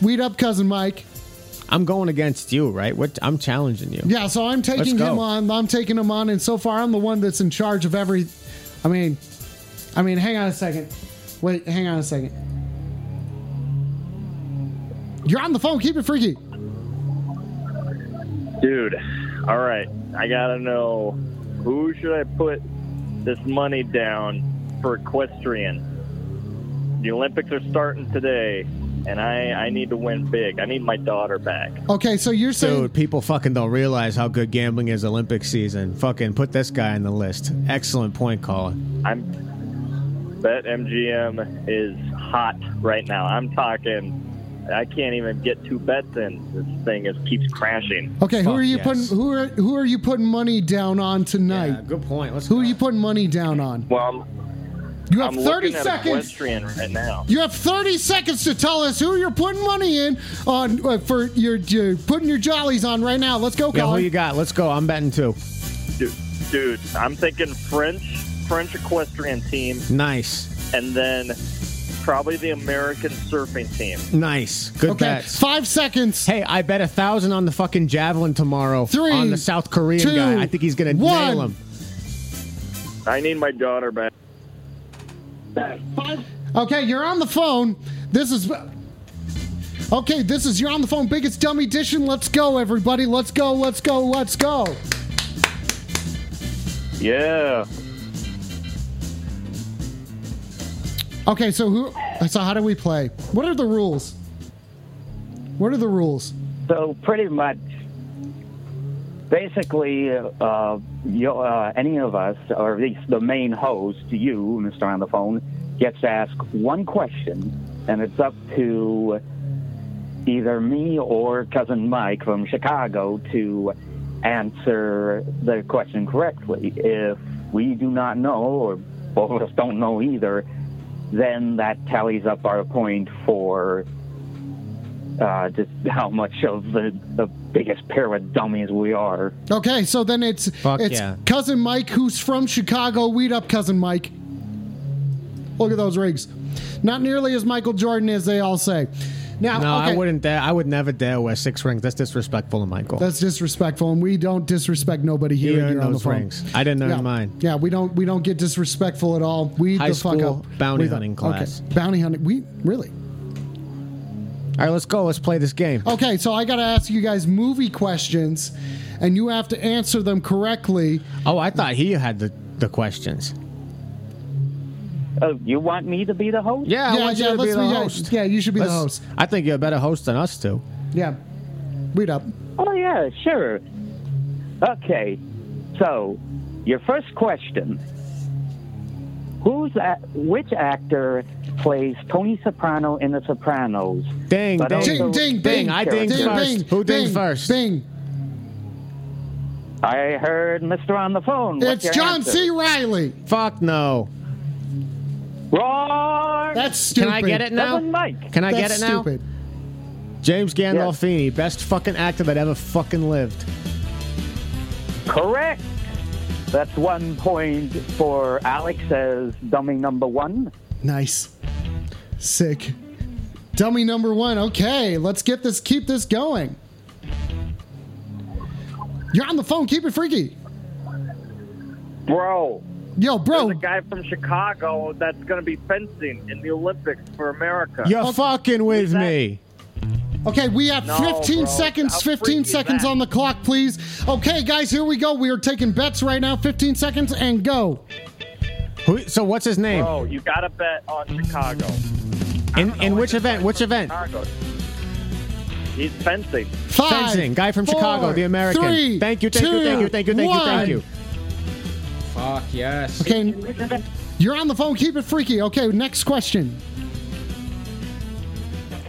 Speaker 1: Weed up cousin Mike.
Speaker 5: I'm going against you, right? What I'm challenging you.
Speaker 1: Yeah, so I'm taking
Speaker 5: Let's go.
Speaker 1: him on. I'm taking him on, and so far I'm the one that's in charge of every. I mean, I mean, hang on a second. Wait, hang on a second. You're on the phone. Keep it freaky.
Speaker 2: Dude, all right. I gotta know who should I put this money down for equestrian? The Olympics are starting today, and I I need to win big. I need my daughter back.
Speaker 1: Okay, so you're saying
Speaker 5: Dude, people fucking don't realize how good gambling is Olympic season. Fucking put this guy on the list. Excellent point caller.
Speaker 2: I'm Bet MGM is hot right now. I'm talking. I can't even get two bets in. This thing is keeps crashing.
Speaker 1: Okay, who are you
Speaker 2: yes.
Speaker 1: putting? Who are who are you putting money down on tonight?
Speaker 5: good point. Let's
Speaker 1: who are you putting money down on?
Speaker 2: Well,
Speaker 1: You have
Speaker 2: I'm
Speaker 1: 30
Speaker 2: looking at
Speaker 1: seconds.
Speaker 2: equestrian right now.
Speaker 1: You have 30 seconds to tell us who you're putting money in on uh, for your, your putting your jollies on right now. Let's go,
Speaker 5: Yeah, who
Speaker 1: Colin.
Speaker 5: you got? Let's go. I'm betting two.
Speaker 2: Dude, dude, I'm thinking French, French equestrian team,
Speaker 5: Nice.
Speaker 2: and then probably the American surfing team.
Speaker 5: Nice. Good bets.
Speaker 1: Five seconds.
Speaker 5: Hey, I bet a thousand on the fucking javelin tomorrow. Three. On the South Korean
Speaker 2: two,
Speaker 5: guy. I think he's gonna
Speaker 2: one.
Speaker 5: nail him.
Speaker 2: I need my daughter back.
Speaker 1: Okay, you're on the phone. This is. Okay, this is you're on the phone. Biggest dummy edition. Let's go, everybody. Let's go. Let's go. Let's go.
Speaker 13: Yeah.
Speaker 1: Okay, so who? So how do we play? What are the rules? What are the rules?
Speaker 12: So pretty much, basically, uh, you, uh, any of us, or at least the main host, you, Mister on the phone, gets to ask one question, and it's up to either me or cousin Mike from Chicago to answer the question correctly. If we do not know, or both of us don't know either, then that tallies up our point for uh, just how much of the, the biggest pair of dummies we are.
Speaker 1: Okay, so then it's
Speaker 12: Fuck
Speaker 1: it's
Speaker 12: yeah.
Speaker 1: cousin Mike who's from Chicago. Weed up, cousin Mike. Look at those rigs. Not nearly as Michael Jordan as they all say. Now,
Speaker 5: no,
Speaker 1: Uh, okay,
Speaker 5: I wouldn't dare. I would never dare wear six rings. That's disrespectful to Michael.
Speaker 1: that's disrespectful, and we don't disrespect nobody
Speaker 5: He
Speaker 1: here.
Speaker 5: earned
Speaker 1: here on
Speaker 5: those
Speaker 1: the phone.
Speaker 5: rings. I didn't earn
Speaker 1: yeah.
Speaker 5: mine.
Speaker 1: Yeah, we don't we don't get disrespectful at all. We
Speaker 5: High
Speaker 1: the fuck
Speaker 5: school
Speaker 1: up.
Speaker 5: bounty
Speaker 1: We the-
Speaker 5: hunting
Speaker 1: okay,
Speaker 5: class.
Speaker 1: Bounty hunting. We really.
Speaker 5: All right, let's go. Let's play this game.
Speaker 1: Okay, so I got to ask you guys movie questions, and you have to answer them correctly.
Speaker 5: Oh, I thought he had the, the questions.
Speaker 12: Oh, you want me to be the host?
Speaker 5: Yeah, I
Speaker 1: Yeah,
Speaker 5: want
Speaker 1: yeah,
Speaker 5: you to
Speaker 1: let's
Speaker 5: be the
Speaker 1: be- yeah,
Speaker 5: host.
Speaker 1: yeah, you should be the host.
Speaker 5: I think you're a better host than us two.
Speaker 1: Yeah, read up.
Speaker 12: Oh, yeah, sure. Okay, so your first question Who's a- which actor plays Tony Soprano in The Sopranos?
Speaker 5: Ding,
Speaker 12: but
Speaker 5: ding,
Speaker 12: also-
Speaker 5: ding, ding, I dinged
Speaker 12: character?
Speaker 5: first. Who dinged first?
Speaker 1: Bing.
Speaker 12: I heard Mr. on the phone. What's your
Speaker 1: it's John
Speaker 12: answer?
Speaker 1: C. Riley.
Speaker 5: Fuck no.
Speaker 12: Wrong.
Speaker 1: That's stupid.
Speaker 5: Can I get it now?
Speaker 12: Cousin Mike.
Speaker 5: Can I
Speaker 1: That's
Speaker 5: get it now?
Speaker 1: Stupid.
Speaker 5: James Gandolfini, best fucking actor that ever fucking lived.
Speaker 12: Correct. That's one point for Alex as dummy number one.
Speaker 1: Nice. Sick. Dummy number one. Okay, let's get this. Keep this going. You're on the phone. Keep it freaky.
Speaker 13: Bro.
Speaker 1: Yo, bro.
Speaker 13: There's a guy from Chicago that's going to be fencing in the Olympics for America.
Speaker 5: You're fucking with me.
Speaker 1: Okay, we have
Speaker 13: No, bro.
Speaker 1: 15 seconds.
Speaker 13: How
Speaker 1: 15
Speaker 13: freaky is
Speaker 1: seconds
Speaker 13: that?
Speaker 1: on the clock, please. Okay, guys, here we go. We are taking bets right now. 15 seconds and go.
Speaker 5: Who, so what's his name?
Speaker 13: Bro, you got to bet on Chicago.
Speaker 5: in in which event? Which event?
Speaker 13: Chicago. He's fencing.
Speaker 1: Five,
Speaker 5: Fencing, guy from Chicago,
Speaker 1: four,
Speaker 5: the American.
Speaker 1: three,
Speaker 5: thank you, thank you, thank you, thank you,
Speaker 1: two,
Speaker 5: thank you, thank
Speaker 1: one.
Speaker 5: you.
Speaker 14: Fuck yes.
Speaker 1: Okay, you're on the phone. Keep it freaky. Okay, next question.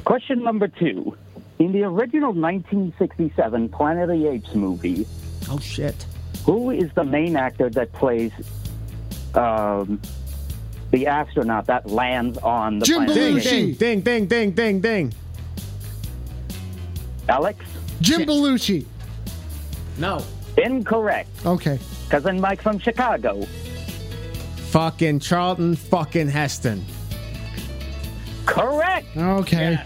Speaker 12: Question number two. In the original 1967 Planet of the Apes movie,
Speaker 5: Oh shit.
Speaker 12: who is the main actor that plays um, the astronaut that lands on the planet? of the
Speaker 5: ding,
Speaker 12: Apes?
Speaker 5: ding, ding, ding, ding, ding, ding.
Speaker 12: Alex?
Speaker 1: Jim Belushi.
Speaker 14: No.
Speaker 12: Incorrect.
Speaker 1: Okay.
Speaker 12: Cousin Mike from Chicago.
Speaker 5: Fucking Charlton fucking Heston.
Speaker 12: Correct.
Speaker 1: Okay.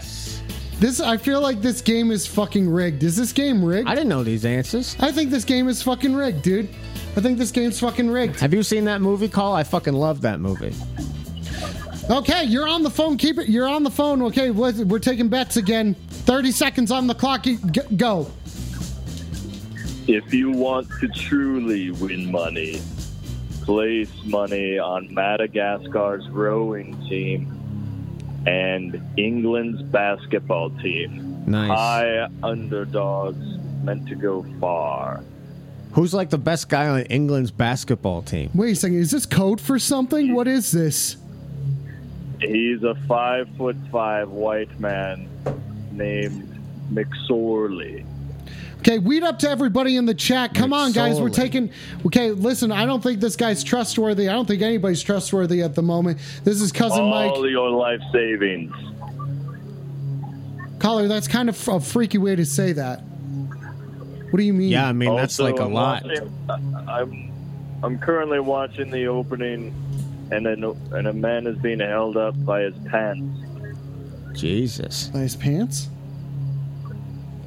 Speaker 1: This I feel like this game is fucking rigged. Is this game rigged?
Speaker 5: I didn't know these answers.
Speaker 1: I think this game is fucking rigged, dude. I think this game's fucking rigged.
Speaker 5: Have you seen that movie, Call? I fucking love that movie.
Speaker 1: Okay, you're on the phone. Keep it. You're on the phone. Okay, let's- we're taking bets again. 30 seconds on the clock. G- Go.
Speaker 11: If you want to truly win money, place money on Madagascar's rowing team and England's basketball team.
Speaker 5: Nice.
Speaker 11: High underdogs meant to go far.
Speaker 5: Who's like the best guy on England's basketball team?
Speaker 1: Wait a second. Is this code for something? What is this?
Speaker 11: He's a five foot five white man named McSorley.
Speaker 1: Okay, weed up to everybody in the chat. Come on, guys. We're
Speaker 5: McSorley.
Speaker 1: taking. Okay, listen. I don't think this guy's trustworthy. I don't think anybody's trustworthy at the moment. This is cousin
Speaker 2: Oh,
Speaker 11: All
Speaker 1: Mike.
Speaker 11: your life savings.
Speaker 1: Caller, that's kind of a freaky way to say that. What do you mean?
Speaker 5: Yeah, I mean that's
Speaker 11: Also,
Speaker 5: like a
Speaker 11: I'm
Speaker 5: lot.
Speaker 11: watching- I'm, I'm currently watching the opening, and an, and a man is being held up by his pants.
Speaker 5: Jesus.
Speaker 1: Nice pants.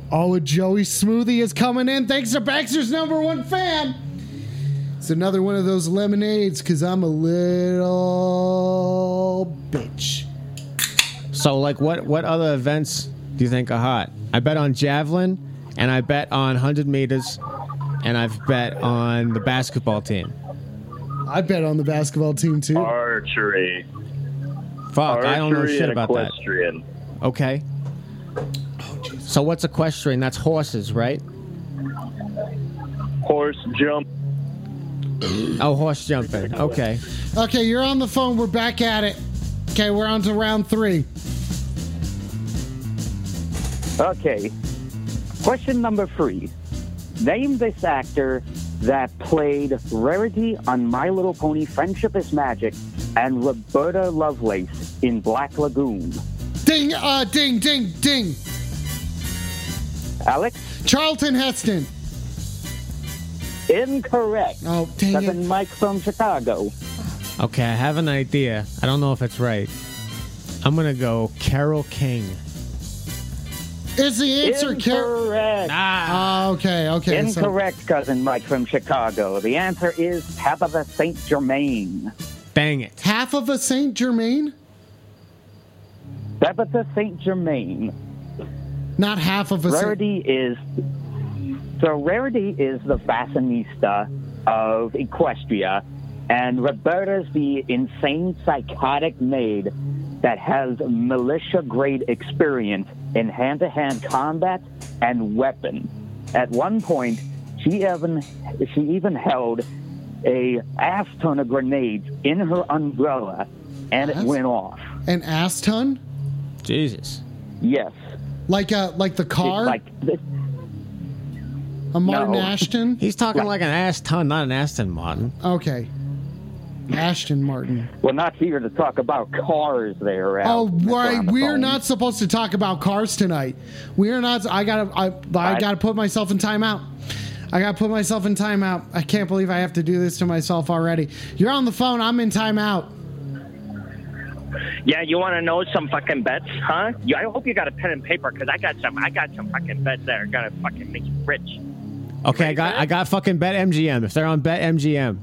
Speaker 1: Oh, a Joey Smoothie is coming in. Thanks to Baxter's number one fan. It's another one of those lemonades because I'm a little Oh, bitch.
Speaker 5: So like what what other events do you think are hot? I bet on javelin and I bet on 100 meters and I've bet on the basketball team.
Speaker 1: I bet on the basketball team too.
Speaker 15: Archery.
Speaker 5: Fuck, I don't know
Speaker 15: Archery
Speaker 5: shit
Speaker 15: and
Speaker 5: about that.
Speaker 15: equestrian.
Speaker 5: Okay. So what's equestrian? That's horses, right?
Speaker 15: Horse jump.
Speaker 5: Oh, horse jumping. Okay.
Speaker 1: Okay, you're on the phone. We're back at it. Okay, we're on to round three.
Speaker 12: Okay. Question number three. Name this actor that played Rarity on My Little Pony Friendship is Magic and Roberta Lovelace in Black Lagoon.
Speaker 1: Ding, uh, ding, ding, ding.
Speaker 12: Alex?
Speaker 1: Charlton Heston.
Speaker 12: Incorrect.
Speaker 1: Oh, dang
Speaker 12: Cousin Mike from Chicago.
Speaker 5: Okay, I have an idea. I don't know if it's right. I'm gonna go Carol King.
Speaker 1: Is the answer Carol?
Speaker 12: Incorrect.
Speaker 1: Ah, okay, okay. so-
Speaker 12: Incorrect, Cousin Mike from Chicago. The answer is Tabitha St. Germain.
Speaker 5: Dang it.
Speaker 1: half of a Saint Germain?
Speaker 12: Tabitha St. Germain.
Speaker 1: Not half of a Saint.
Speaker 12: Rarity is so Rarity is the fashionista of Equestria, and Roberta's the insane psychotic maid that has militia grade experience in hand to hand combat and weapon. At one point, she even she even held a ass ton of grenades in her umbrella, and it went off.
Speaker 1: An ass ton?
Speaker 5: Jesus.
Speaker 12: Yes,
Speaker 1: Like uh, like the car?
Speaker 12: like this,
Speaker 1: a Martin
Speaker 5: No.
Speaker 1: Ashton?
Speaker 5: He's talking like an ass ton, not an Aston Martin.
Speaker 1: Okay. Ashton Martin.
Speaker 12: we're not here to talk about cars. There, Al.
Speaker 1: Oh, right.
Speaker 12: on the
Speaker 1: We're
Speaker 12: phone.
Speaker 1: not supposed to talk about cars tonight. We are not. I gotta. I, I gotta put myself in timeout. I gotta put myself in timeout. I can't believe I have to do this to myself already. You're on the phone. I'm in timeout.
Speaker 11: Yeah, you want to know some fucking bets, huh? Yeah, I hope you got a pen and paper because I got some. I got some fucking bets that are gonna fucking make you rich.
Speaker 5: Okay, I got I got fucking Bet MGM. If they're on Bet MGM,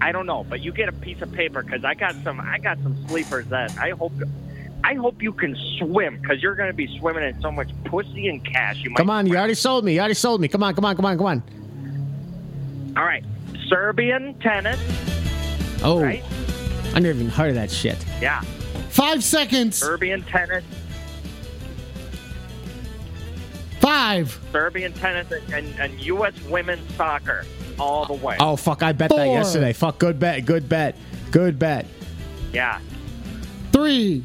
Speaker 11: I don't know, but you get a piece of paper because I got some. I got some sleepers that I hope. I hope you can swim because you're gonna be swimming in so much pussy and cash. You might.
Speaker 5: come on, you already sold me. You already sold me. Come on, come on, come on, come on.
Speaker 11: All right, Serbian tennis.
Speaker 5: Oh,
Speaker 11: Right?
Speaker 5: I never even heard of that shit.
Speaker 11: Yeah,
Speaker 1: Five seconds.
Speaker 11: Serbian tennis.
Speaker 1: Five.
Speaker 11: Serbian tennis and, and, and U.S. women's soccer all the way.
Speaker 5: Oh fuck, I bet that
Speaker 11: Four.
Speaker 5: yesterday. Fuck, good bet, good bet, good bet.
Speaker 11: Yeah.
Speaker 1: Three.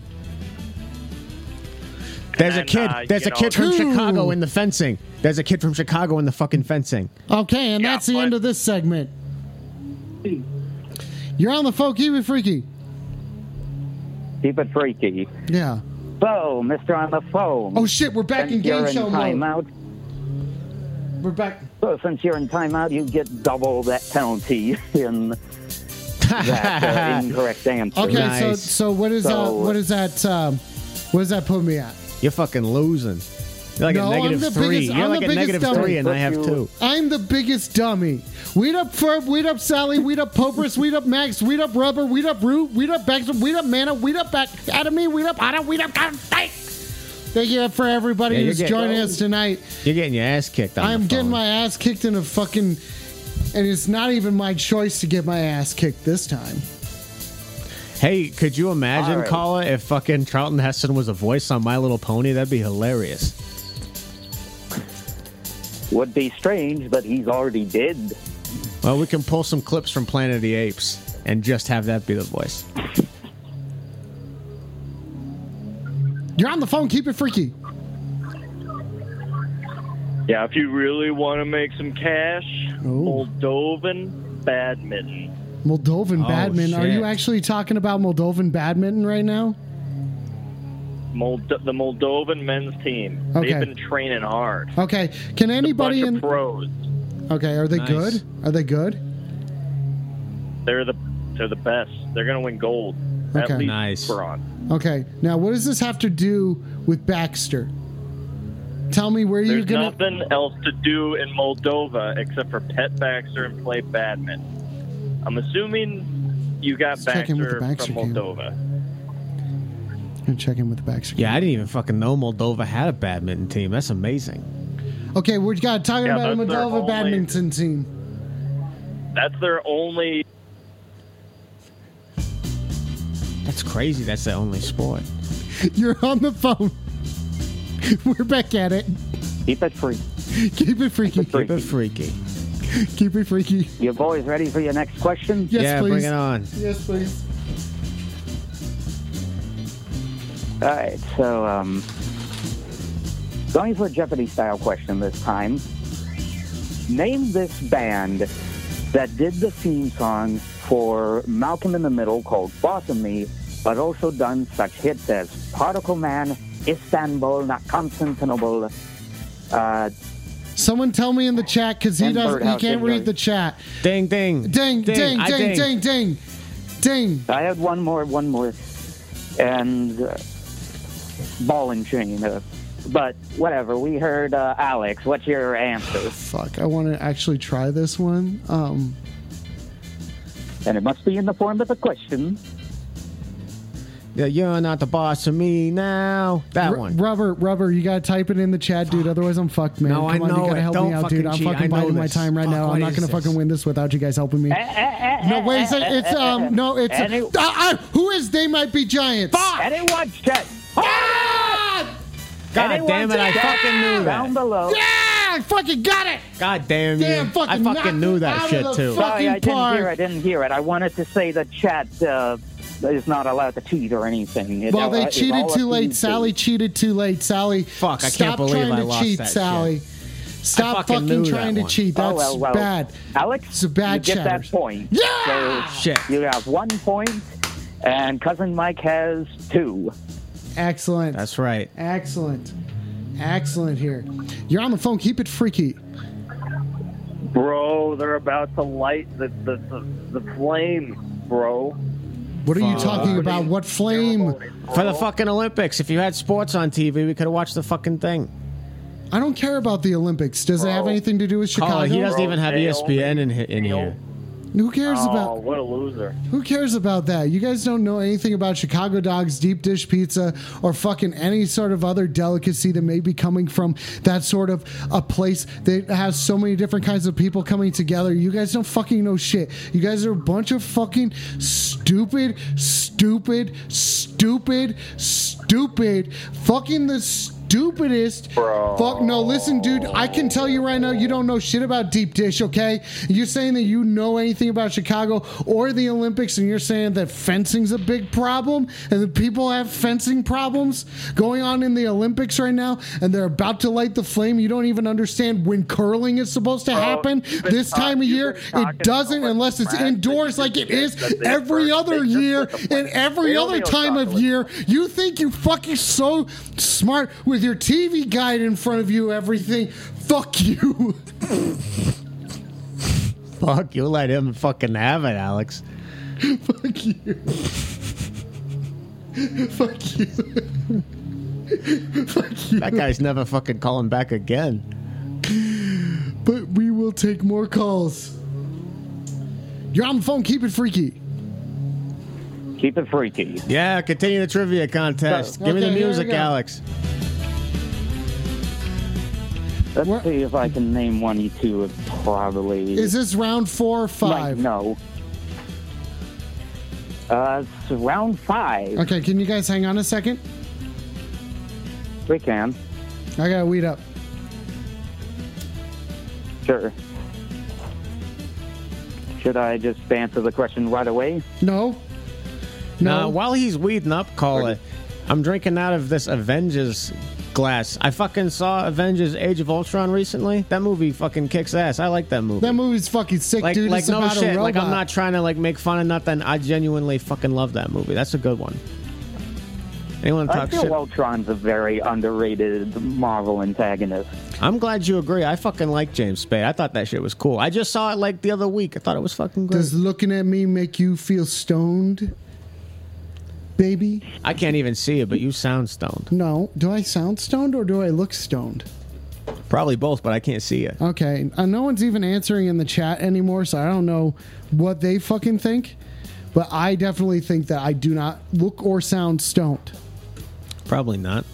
Speaker 5: There's a
Speaker 11: And,
Speaker 5: kid.
Speaker 11: uh,
Speaker 5: There's
Speaker 11: you
Speaker 5: a kid
Speaker 11: know-
Speaker 5: from
Speaker 11: Two.
Speaker 5: Chicago in the fencing. There's a kid from Chicago in the fucking fencing.
Speaker 1: Okay, and that's the end of this segment.
Speaker 12: Hmm.
Speaker 1: You're on the phone, Keep it freaky.
Speaker 12: Keep it freaky.
Speaker 1: Yeah.
Speaker 12: So, Mr. on the phone.
Speaker 1: Oh shit, we're back
Speaker 12: since
Speaker 1: in game
Speaker 12: you're
Speaker 1: show
Speaker 12: in
Speaker 1: mode.
Speaker 12: timeout,
Speaker 1: We're back.
Speaker 12: So since you're in timeout, you get double that penalty in that uh, incorrect answer.
Speaker 1: Okay, so so what is uh,
Speaker 12: So-
Speaker 1: what is that um, what does that put me at?
Speaker 5: You're fucking losing. You're like
Speaker 1: No,
Speaker 5: a
Speaker 1: I'm
Speaker 5: negative
Speaker 1: the
Speaker 5: three.
Speaker 1: biggest-
Speaker 5: You're
Speaker 1: I'm
Speaker 5: like
Speaker 1: the
Speaker 5: a
Speaker 1: biggest
Speaker 5: negative
Speaker 1: dummy.
Speaker 5: three, and I have two.
Speaker 1: I'm the biggest dummy. Weed up Ferb, weed up Sally, weed up Popris, weed up Max, weed up Rubber, weed up Root, weed up Baxter, weed up Mana, weed up Back Academy, weed up Ada, weed up God thank. Thank you for everybody
Speaker 5: Yeah, you're
Speaker 1: who's
Speaker 5: getting-
Speaker 1: joining us tonight.
Speaker 5: You're getting your ass kicked. On
Speaker 1: I'm
Speaker 5: the
Speaker 1: getting my ass kicked in a fucking and it's not even my choice to get my ass kicked this time.
Speaker 5: phone. Hey, could you imagine,
Speaker 1: Alright.
Speaker 5: caller, if fucking Charlton Heston was a voice on My Little Pony? That'd be hilarious.
Speaker 12: Would be strange, but he's already dead.
Speaker 5: Well, we can pull some clips from Planet of the Apes and just have that be the voice.
Speaker 1: You're on the phone, keep it freaky.
Speaker 15: Yeah, if you really want to make some cash, Moldovan badminton.
Speaker 1: Moldovan
Speaker 15: Oh,
Speaker 1: badminton. Are you
Speaker 15: shit.
Speaker 1: actually talking about Moldovan badminton right now?
Speaker 15: Mold- the Moldovan men's team.
Speaker 1: Okay.
Speaker 15: They've been training hard.
Speaker 1: Okay. Can anybody
Speaker 15: Bunch
Speaker 1: in
Speaker 15: of pros.
Speaker 1: Okay, are they
Speaker 15: Nice.
Speaker 1: good? Are they good?
Speaker 15: They're the they're the best. They're gonna win gold.
Speaker 1: Okay.
Speaker 15: At least
Speaker 1: Nice.
Speaker 15: bronze.
Speaker 1: Okay. Now, what does this have to do with Baxter? Tell me where you're
Speaker 15: There's
Speaker 1: gonna.
Speaker 15: nothing else to do in Moldova except for pet Baxter and play badminton. I'm assuming you got
Speaker 1: check in with the
Speaker 15: Baxter,
Speaker 1: Baxter
Speaker 15: from
Speaker 1: game.
Speaker 15: Moldova.
Speaker 1: Gonna check in with the Baxter.
Speaker 5: Yeah, I didn't even fucking know Moldova had a badminton team. That's amazing.
Speaker 1: Okay, we got talking
Speaker 5: Yeah,
Speaker 1: about a
Speaker 5: that's their
Speaker 1: Moldova
Speaker 5: only-
Speaker 1: badminton team.
Speaker 16: That's their only.
Speaker 5: That's crazy. That's the only sport.
Speaker 1: You're on the phone. We're back at it.
Speaker 12: Keep it free.
Speaker 1: Keep it freaky.
Speaker 5: Keep it freaky.
Speaker 1: Keep it freaky.
Speaker 12: You boys ready for your next question?
Speaker 1: Yes,
Speaker 5: yeah,
Speaker 1: please.
Speaker 5: bring it on.
Speaker 1: Yes, please.
Speaker 12: All right, so um, going for a Jeopardy style question this time. Name this band that did the theme song for Malcolm in the Middle called Boss of Me, but also done such hits as Particle Man, Istanbul, not Constantinople. Uh,
Speaker 1: Someone tell me in the chat because he
Speaker 12: And
Speaker 1: doesn't. He
Speaker 12: Birdhouse
Speaker 1: can't
Speaker 12: and
Speaker 1: read
Speaker 12: Young.
Speaker 1: the chat.
Speaker 5: Ding, ding.
Speaker 1: Ding, ding,
Speaker 12: I
Speaker 1: ding, ding,
Speaker 12: ding.
Speaker 1: ding, ding.
Speaker 12: I had one more, one more, and uh, ball and chain. Uh, but whatever, we heard uh, Alex. What's your answer?
Speaker 1: Fuck, I want to actually try this one. Um,
Speaker 12: And it must be in the form of a question.
Speaker 5: Yeah, you're not the boss of me now. That
Speaker 1: Ru-
Speaker 5: one.
Speaker 1: Rubber, rubber. You gotta type it in the chat, dude. Otherwise, I'm fucked, man.
Speaker 5: No, I
Speaker 1: Come on,
Speaker 5: know
Speaker 1: you gotta
Speaker 5: it.
Speaker 1: help
Speaker 5: Don't
Speaker 1: me out,
Speaker 5: fucking
Speaker 1: dude. I'm
Speaker 5: cheat. I
Speaker 1: fucking
Speaker 5: know
Speaker 1: biding my
Speaker 5: this.
Speaker 1: time right
Speaker 5: Fuck,
Speaker 1: now.
Speaker 5: what
Speaker 1: I'm not
Speaker 5: is
Speaker 1: gonna
Speaker 5: this?
Speaker 1: fucking win this without you guys helping me. No, wait a second. It's um, no, it's
Speaker 12: Any-
Speaker 1: uh, uh, who is? They might be giants.
Speaker 12: Anyone check?
Speaker 5: God damn it, I fucking knew
Speaker 12: Down
Speaker 5: that.
Speaker 12: below.
Speaker 1: Yeah, I fucking got it.
Speaker 5: God damn you.
Speaker 1: Damn, fucking
Speaker 5: I
Speaker 1: knocked
Speaker 5: fucking knew
Speaker 1: it out
Speaker 5: that
Speaker 1: of
Speaker 5: shit
Speaker 1: the
Speaker 5: too.
Speaker 1: fuck-
Speaker 12: Sorry, I didn't
Speaker 1: part.
Speaker 12: hear it. I didn't hear it. I wanted to say the chat uh, is not allowed to cheat or anything. It's
Speaker 1: Well,
Speaker 12: all-
Speaker 1: they
Speaker 12: it's
Speaker 1: cheated
Speaker 12: all up
Speaker 1: too
Speaker 12: to
Speaker 1: late.
Speaker 12: you
Speaker 1: Sally cheated too late. Sally,
Speaker 5: Fuck, I can't
Speaker 1: stop
Speaker 5: believe
Speaker 1: trying
Speaker 5: I
Speaker 1: to
Speaker 5: lost
Speaker 1: cheat,
Speaker 5: that shit.
Speaker 1: Sally. Stop
Speaker 5: fucking
Speaker 1: fucking,
Speaker 5: knew
Speaker 1: trying
Speaker 5: that
Speaker 1: to
Speaker 5: one.
Speaker 1: cheat.
Speaker 12: Oh,
Speaker 1: That's
Speaker 12: well, well.
Speaker 1: bad.
Speaker 12: Alex,
Speaker 1: It's a bad
Speaker 12: you get
Speaker 1: chatter.
Speaker 12: that point.
Speaker 1: Yeah!
Speaker 12: So
Speaker 5: Shit.
Speaker 12: You have one point, and cousin Mike has two.
Speaker 1: Excellent.
Speaker 5: That's right.
Speaker 1: Excellent. Excellent here. You're on the phone. Keep it freaky.
Speaker 11: Bro, they're about to light the the, the, the flame, bro.
Speaker 1: What are you
Speaker 5: Fuck.
Speaker 1: talking about? What flame?
Speaker 5: For the fucking Olympics. If you had sports on TV, we could have watched the fucking thing.
Speaker 1: I don't care about the Olympics. Does it have anything to do with Chicago?
Speaker 5: Oh, he doesn't even have
Speaker 11: they
Speaker 5: ESPN in, he- in here.
Speaker 1: Who cares
Speaker 11: oh,
Speaker 1: about?
Speaker 11: what a loser.
Speaker 1: Who cares about that? You guys don't know anything about Chicago dogs, deep dish pizza, or fucking any sort of other delicacy that may be coming from that sort of a place that has so many different kinds of people coming together. You guys don't fucking know shit. You guys are a bunch of fucking stupid, stupid, stupid, stupid, fucking the stupidest. Fuck no, listen, dude. I can tell you right now, you don't know shit about deep dish. Okay, you're saying that you know anything about Chicago or the Olympics, and you're saying that fencing's a big problem, and that people have fencing problems going on in the Olympics right now, and they're about to light the flame. You don't even understand when curling is supposed to happen
Speaker 11: you've been
Speaker 1: this
Speaker 11: talk-
Speaker 1: time of
Speaker 11: you've
Speaker 1: year.
Speaker 11: been talking
Speaker 1: It doesn't
Speaker 11: so much
Speaker 1: unless it's
Speaker 11: crap that
Speaker 1: indoors,
Speaker 11: you
Speaker 1: like it
Speaker 11: just
Speaker 1: is
Speaker 11: said that
Speaker 1: every
Speaker 11: first.
Speaker 1: other
Speaker 11: They just
Speaker 1: year
Speaker 11: put the
Speaker 1: and every
Speaker 11: They
Speaker 1: other
Speaker 11: only
Speaker 1: time
Speaker 11: talk
Speaker 1: of
Speaker 11: like
Speaker 1: year. You think you fucking so smart with your TV guide in front of you, everything. Fuck you.
Speaker 5: Fuck, you let him fucking have it, Alex.
Speaker 1: Fuck you. Fuck you. Fuck you.
Speaker 5: That guy's never fucking calling back again.
Speaker 1: But we will take more calls. You're on the phone. Keep it freaky.
Speaker 12: Keep it freaky.
Speaker 5: Yeah, continue the trivia contest.
Speaker 1: Okay,
Speaker 5: Give me the
Speaker 1: here we
Speaker 5: music,
Speaker 1: go.
Speaker 5: Alex.
Speaker 12: Let's see if I can name one you two. It Probably
Speaker 1: Is this round four or five?
Speaker 12: Might know. Uh, it's round five.
Speaker 1: Okay, can you guys hang on a second?
Speaker 12: We can.
Speaker 1: I gotta weed up.
Speaker 12: Sure. Should I just answer the question right away?
Speaker 1: No.
Speaker 5: Now, while he's weeding up, call it. I'm drinking out of this Avengers glass. I fucking saw Avengers Age of Ultron recently. That movie fucking kicks ass. I like that movie.
Speaker 1: That movie's fucking sick,
Speaker 5: like,
Speaker 1: dude.
Speaker 5: like
Speaker 1: it's
Speaker 5: no
Speaker 1: about a
Speaker 5: shit.
Speaker 1: robot.
Speaker 5: Like, I'm not trying to like make fun of nothing. I genuinely fucking love that movie. That's a good one. Anyone
Speaker 12: I
Speaker 5: talk
Speaker 12: feel
Speaker 5: shit?
Speaker 12: Ultron's a very underrated Marvel antagonist.
Speaker 5: I'm glad you agree. I fucking like James Spade. I thought that shit was cool. I just saw it like the other week. I thought it was fucking great.
Speaker 1: Does looking at me make you feel stoned, baby?
Speaker 5: I can't even see it, but you sound stoned.
Speaker 1: No. Do I sound stoned or do I look stoned?
Speaker 5: Probably both, but I can't see it.
Speaker 1: Okay. Uh, no one's even answering in the chat anymore, so I don't know what they fucking think. But I definitely think that I do not look or sound stoned.
Speaker 5: Probably not.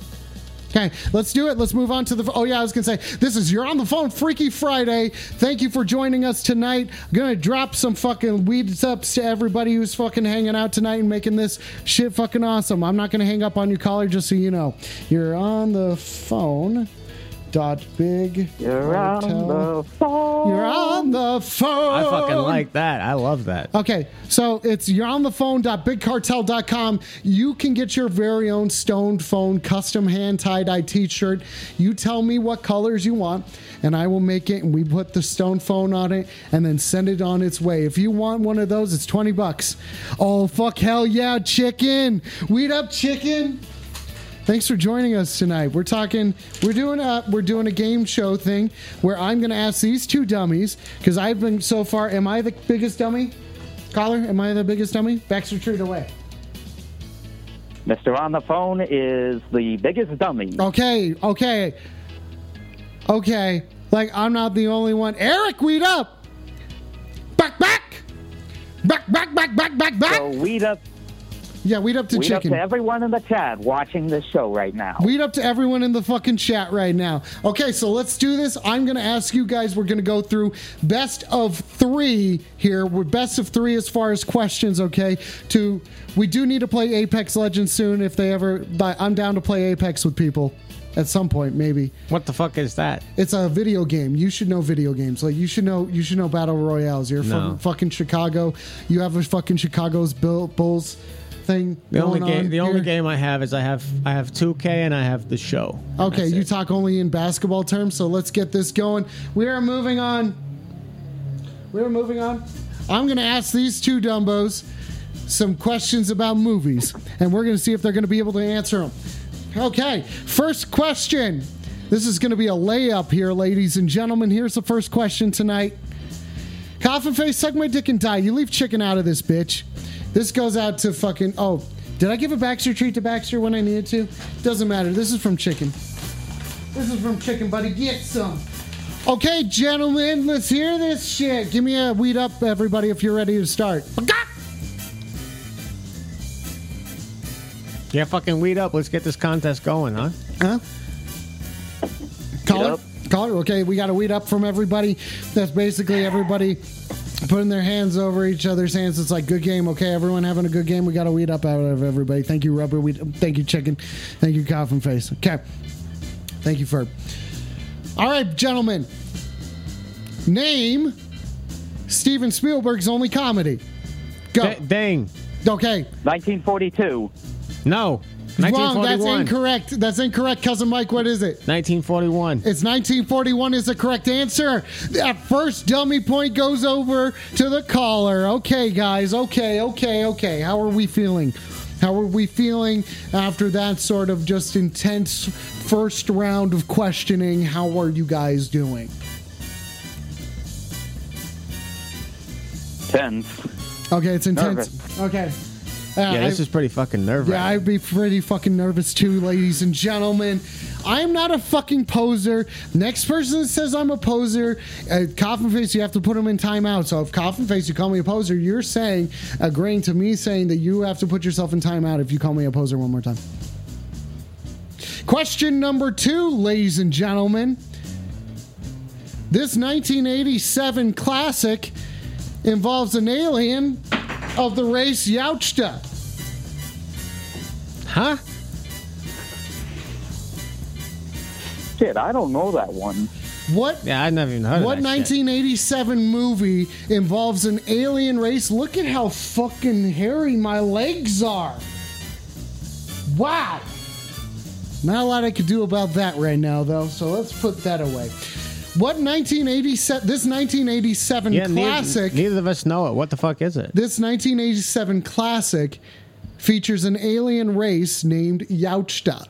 Speaker 1: Okay, let's do it. Let's move on to the. Oh yeah, I was gonna say this is you're on the phone, Freaky Friday. Thank you for joining us tonight. I'm gonna drop some fucking weed ups to everybody who's fucking hanging out tonight and making this shit fucking awesome. I'm not gonna hang up on you, caller, just so you know. You're on the phone. Dot big.
Speaker 12: You're on the
Speaker 1: phone. You're on the phone.
Speaker 9: I fucking like that. I love that.
Speaker 1: Okay, so it's you're on the phone.bigcartel.com. You can get your very own stoned phone custom hand tie dye t shirt. You tell me what colors you want, and I will make it. And we put the stone phone on it and then send it on its way. If you want one of those, it's 20 bucks. Oh, fuck, hell yeah, chicken. Weed up, chicken. Thanks for joining us tonight. We're talking. We're doing a we're doing a game show thing where I'm going to ask these two dummies because I've been so far. Am I the biggest dummy? Caller, am I the biggest dummy? Baxter, treat away.
Speaker 12: Mr. On the Phone is the biggest dummy.
Speaker 1: Okay, okay, okay. Like I'm not the only one. Eric, weed up. Back, back, back, back, back, back, back, back.
Speaker 12: So weed up,
Speaker 1: Yeah, weed up to
Speaker 12: weed up
Speaker 1: chicken.
Speaker 12: to everyone in the chat watching this show right now.
Speaker 1: Weed up to everyone in the fucking chat right now. Okay, so let's do this. I'm going to ask you guys, we're going to go through best of three here. We're best of three as far as questions, okay? To We do need to play Apex Legends soon if they ever. But I'm down to play Apex with people at some point, maybe.
Speaker 9: What the fuck is that?
Speaker 1: It's a video game. You should know video games. Like you should know you should know battle royales. You're
Speaker 9: No.
Speaker 1: from fucking Chicago. You have a fucking Chicago's Bill, Bulls thing.
Speaker 9: The only
Speaker 1: going
Speaker 9: game,
Speaker 1: on
Speaker 9: the only
Speaker 1: here.
Speaker 9: game I have is I have I have 2K and I have the show.
Speaker 1: Okay, you talk only in basketball terms, so let's get this going. We are moving on. We are moving on. I'm going to ask these two Dumbos some questions about movies, and we're going to see if they're going to be able to answer them. Okay, first question. This is going to be a layup here, ladies and gentlemen. Here's the first question tonight. Coffin face, suck my dick and die. You leave chicken out of this bitch. This goes out to fucking. Oh, did I give a Baxter treat to Baxter when I needed to? Doesn't matter. This is from chicken. This is from Chicken Buddy. Get some. Okay, gentlemen, let's hear this shit. Give me a weed up, everybody, if you're ready to start.
Speaker 9: Yeah, fucking weed up. Let's get this contest going, huh?
Speaker 1: Huh? Caller? Caller? Okay, we got a weed up from everybody. That's basically everybody putting their hands over each other's hands. It's like, good game. Okay, everyone having a good game. We got a weed up out of everybody. Thank you, Rubber. Weed. Thank you, Chicken. Thank you, Coffin Face. Okay. Thank you, Ferb. All right, gentlemen. Name Steven Spielberg's only comedy. Go.
Speaker 9: dang.
Speaker 1: Okay.
Speaker 12: 1942.
Speaker 9: No.
Speaker 1: Wrong. That's
Speaker 9: 1941.
Speaker 1: incorrect. That's incorrect, cousin Mike. What is it?
Speaker 9: 1941.
Speaker 1: It's 1941 is the correct answer. That first dummy point goes over to the caller. Okay, guys. Okay, okay, okay. How are we feeling? How are we feeling after that sort of just intense first round of questioning? How are you guys doing?
Speaker 12: Tenth.
Speaker 1: Okay, it's intense.
Speaker 9: Nervous.
Speaker 1: Okay. Uh,
Speaker 9: yeah, this
Speaker 1: I-
Speaker 9: is pretty fucking nerve
Speaker 1: Yeah, I'd be pretty fucking nervous too, ladies and gentlemen. I'm not a fucking poser. Next person that says I'm a poser, uh, Coffin Face, you have to put him in timeout. So if Coffin Face, you call me a poser, you're saying, agreeing to me saying that you have to put yourself in timeout if you call me a poser one more time. Question number two, ladies and gentlemen. This 1987 classic involves an alien of the race Youchta.
Speaker 9: Huh?
Speaker 12: Shit, I don't know that one.
Speaker 1: What?
Speaker 9: Yeah, I never even heard
Speaker 1: What
Speaker 9: of that. shit.
Speaker 1: 1987 movie involves an alien race? Look at how fucking hairy my legs are. Wow. Not a lot I could do about that right now, though, so let's put that away. What 1987, this 1987
Speaker 9: Yeah, neith-
Speaker 1: classic,
Speaker 9: Neither, of us know it. What the fuck is it?
Speaker 1: this 1987 classic features an alien race named Youchta.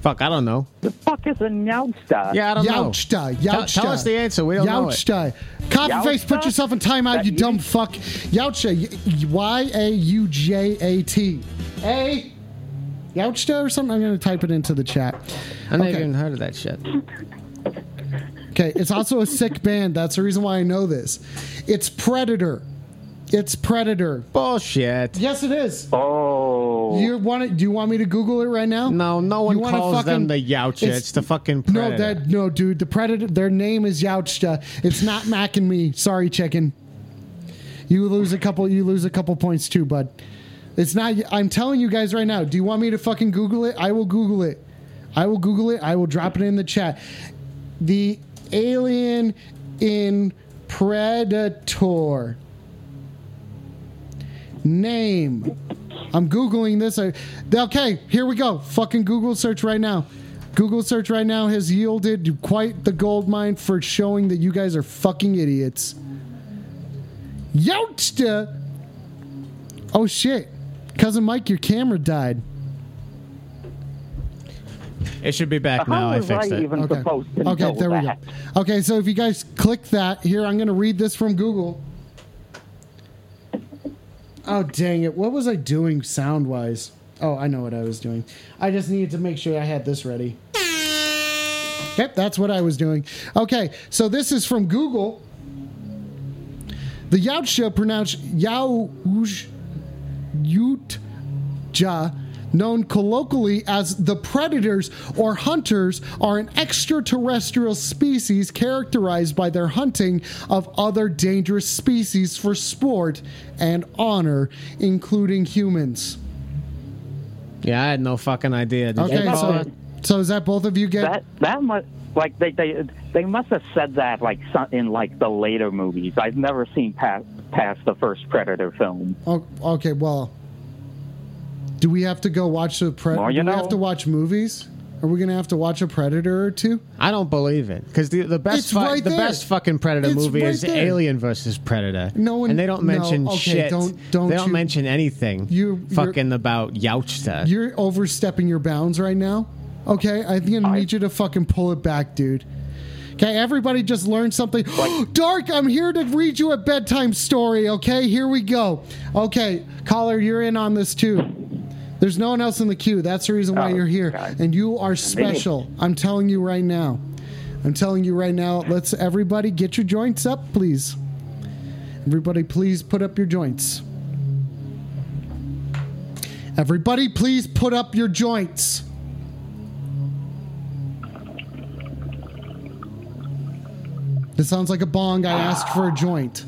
Speaker 9: Fuck, I don't know.
Speaker 12: The fuck is a Nyoutsta?
Speaker 9: Yeah, I don't know.
Speaker 1: Youchta,
Speaker 9: Tell,
Speaker 1: Youchta.
Speaker 9: tell us the answer. We don't know it.
Speaker 1: Youchta. Copy face,
Speaker 9: Youchta?
Speaker 1: put yourself in timeout, you dumb fuck. Youchta. Y A U J A T. A. Youchta or something? I'm going to type it into the chat.
Speaker 9: I never
Speaker 1: Okay.
Speaker 9: even heard of that shit.
Speaker 1: Okay, it's also a sick band. That's the reason why I know this. It's Predator. It's Predator.
Speaker 9: Bullshit.
Speaker 1: Yes, it is.
Speaker 12: Oh.
Speaker 2: Oh.
Speaker 1: You want it? Do you want me to Google it right now?
Speaker 9: No, no one
Speaker 1: You wanna
Speaker 9: calls them
Speaker 1: fucking-
Speaker 9: the Youcha. It's,
Speaker 1: it's-
Speaker 9: the fucking
Speaker 1: No,
Speaker 9: predator.
Speaker 1: that no, dude. The predator. Their name is Youchta. It's not Mac and me. Sorry, chicken. You lose a couple. You lose a couple points too, bud. It's not. I'm telling you guys right now. Do you want me to fucking Google it? I will Google it. I will Google it. I will drop it in the chat. The alien in Predator name. I'm googling this. I- Okay, here we go. Fucking Google search right now. Google search right now has yielded quite the gold mine for showing that you guys are fucking idiots. Youchta. Oh shit, cousin Mike, your camera died.
Speaker 9: it should be back now. I fixed it.
Speaker 1: okay. Okay, there we go. Okay, so if you guys click that here, I'm going to read this from Google. Oh dang it! What was I doing sound wise? Oh, I know what I was doing. I just needed to make sure I had this ready. Yep, that's what I was doing. Okay, so this is from Google. The Yautja pronounced Yauj Utja, known colloquially as the predators or hunters, are an extraterrestrial species characterized by their hunting of other dangerous species for sport and honor, including humans.
Speaker 9: Yeah, I had no fucking idea. Did
Speaker 1: Okay,
Speaker 9: you call
Speaker 1: so,
Speaker 9: it?
Speaker 1: so is that both of you get
Speaker 12: that that must like they they they must have said that like some- in like the later movies. I've never seen past past the first Predator film.
Speaker 1: Oh, okay, well, do we have to go watch the pre-
Speaker 9: Well, you
Speaker 1: Do we
Speaker 9: know.
Speaker 1: have to watch movies? Are we gonna have to watch a Predator or two?
Speaker 9: I don't believe it because the the best
Speaker 1: It's
Speaker 9: fi-
Speaker 1: right
Speaker 9: the
Speaker 1: there.
Speaker 9: best fucking Predator
Speaker 1: It's
Speaker 9: movie
Speaker 1: right
Speaker 9: is
Speaker 1: there.
Speaker 9: Alien versus Predator.
Speaker 1: No one-
Speaker 9: and they don't
Speaker 1: no,
Speaker 9: mention
Speaker 1: okay,
Speaker 9: shit.
Speaker 1: don't- don't
Speaker 9: they don't
Speaker 1: you-
Speaker 9: mention anything.
Speaker 1: You- you're-
Speaker 9: fucking about Youchta.
Speaker 1: You're overstepping your bounds right now. Okay, I think I need you to fucking pull it back, dude. Okay, everybody just learn something. Dark, I'm here to read you a bedtime story, okay? Here we go. Okay, caller, you're in on this too. There's no one else in the queue. That's the reason why you're here. And you are special. I'm telling you right now. I'm telling you right now. Let's everybody get your joints up, please. Everybody, please put up your joints. Everybody, please put up your joints. This sounds like a bong. I asked for a joint.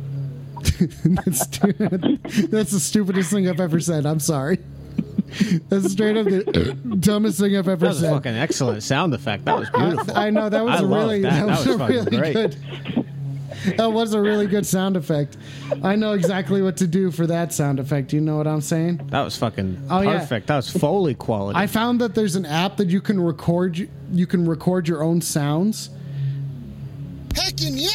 Speaker 1: that's, that's the stupidest thing I've ever said. I'm sorry. That's straight up the dumbest thing I've ever
Speaker 9: that was a
Speaker 1: said.
Speaker 9: fucking excellent sound effect. That was beautiful.
Speaker 1: I know that was
Speaker 9: I
Speaker 1: a
Speaker 9: loved
Speaker 1: really
Speaker 9: that.
Speaker 1: that,
Speaker 9: That
Speaker 1: was,
Speaker 9: was
Speaker 1: a
Speaker 9: fucking
Speaker 1: really
Speaker 9: great.
Speaker 1: good. That was a really good sound effect. I know exactly what to do for that sound effect. You know what I'm saying?
Speaker 9: That was fucking
Speaker 1: Oh, yeah.
Speaker 9: perfect. That was Foley quality.
Speaker 1: I found that there's an app that you can record you can record your own sounds.
Speaker 17: Heckin' yeah!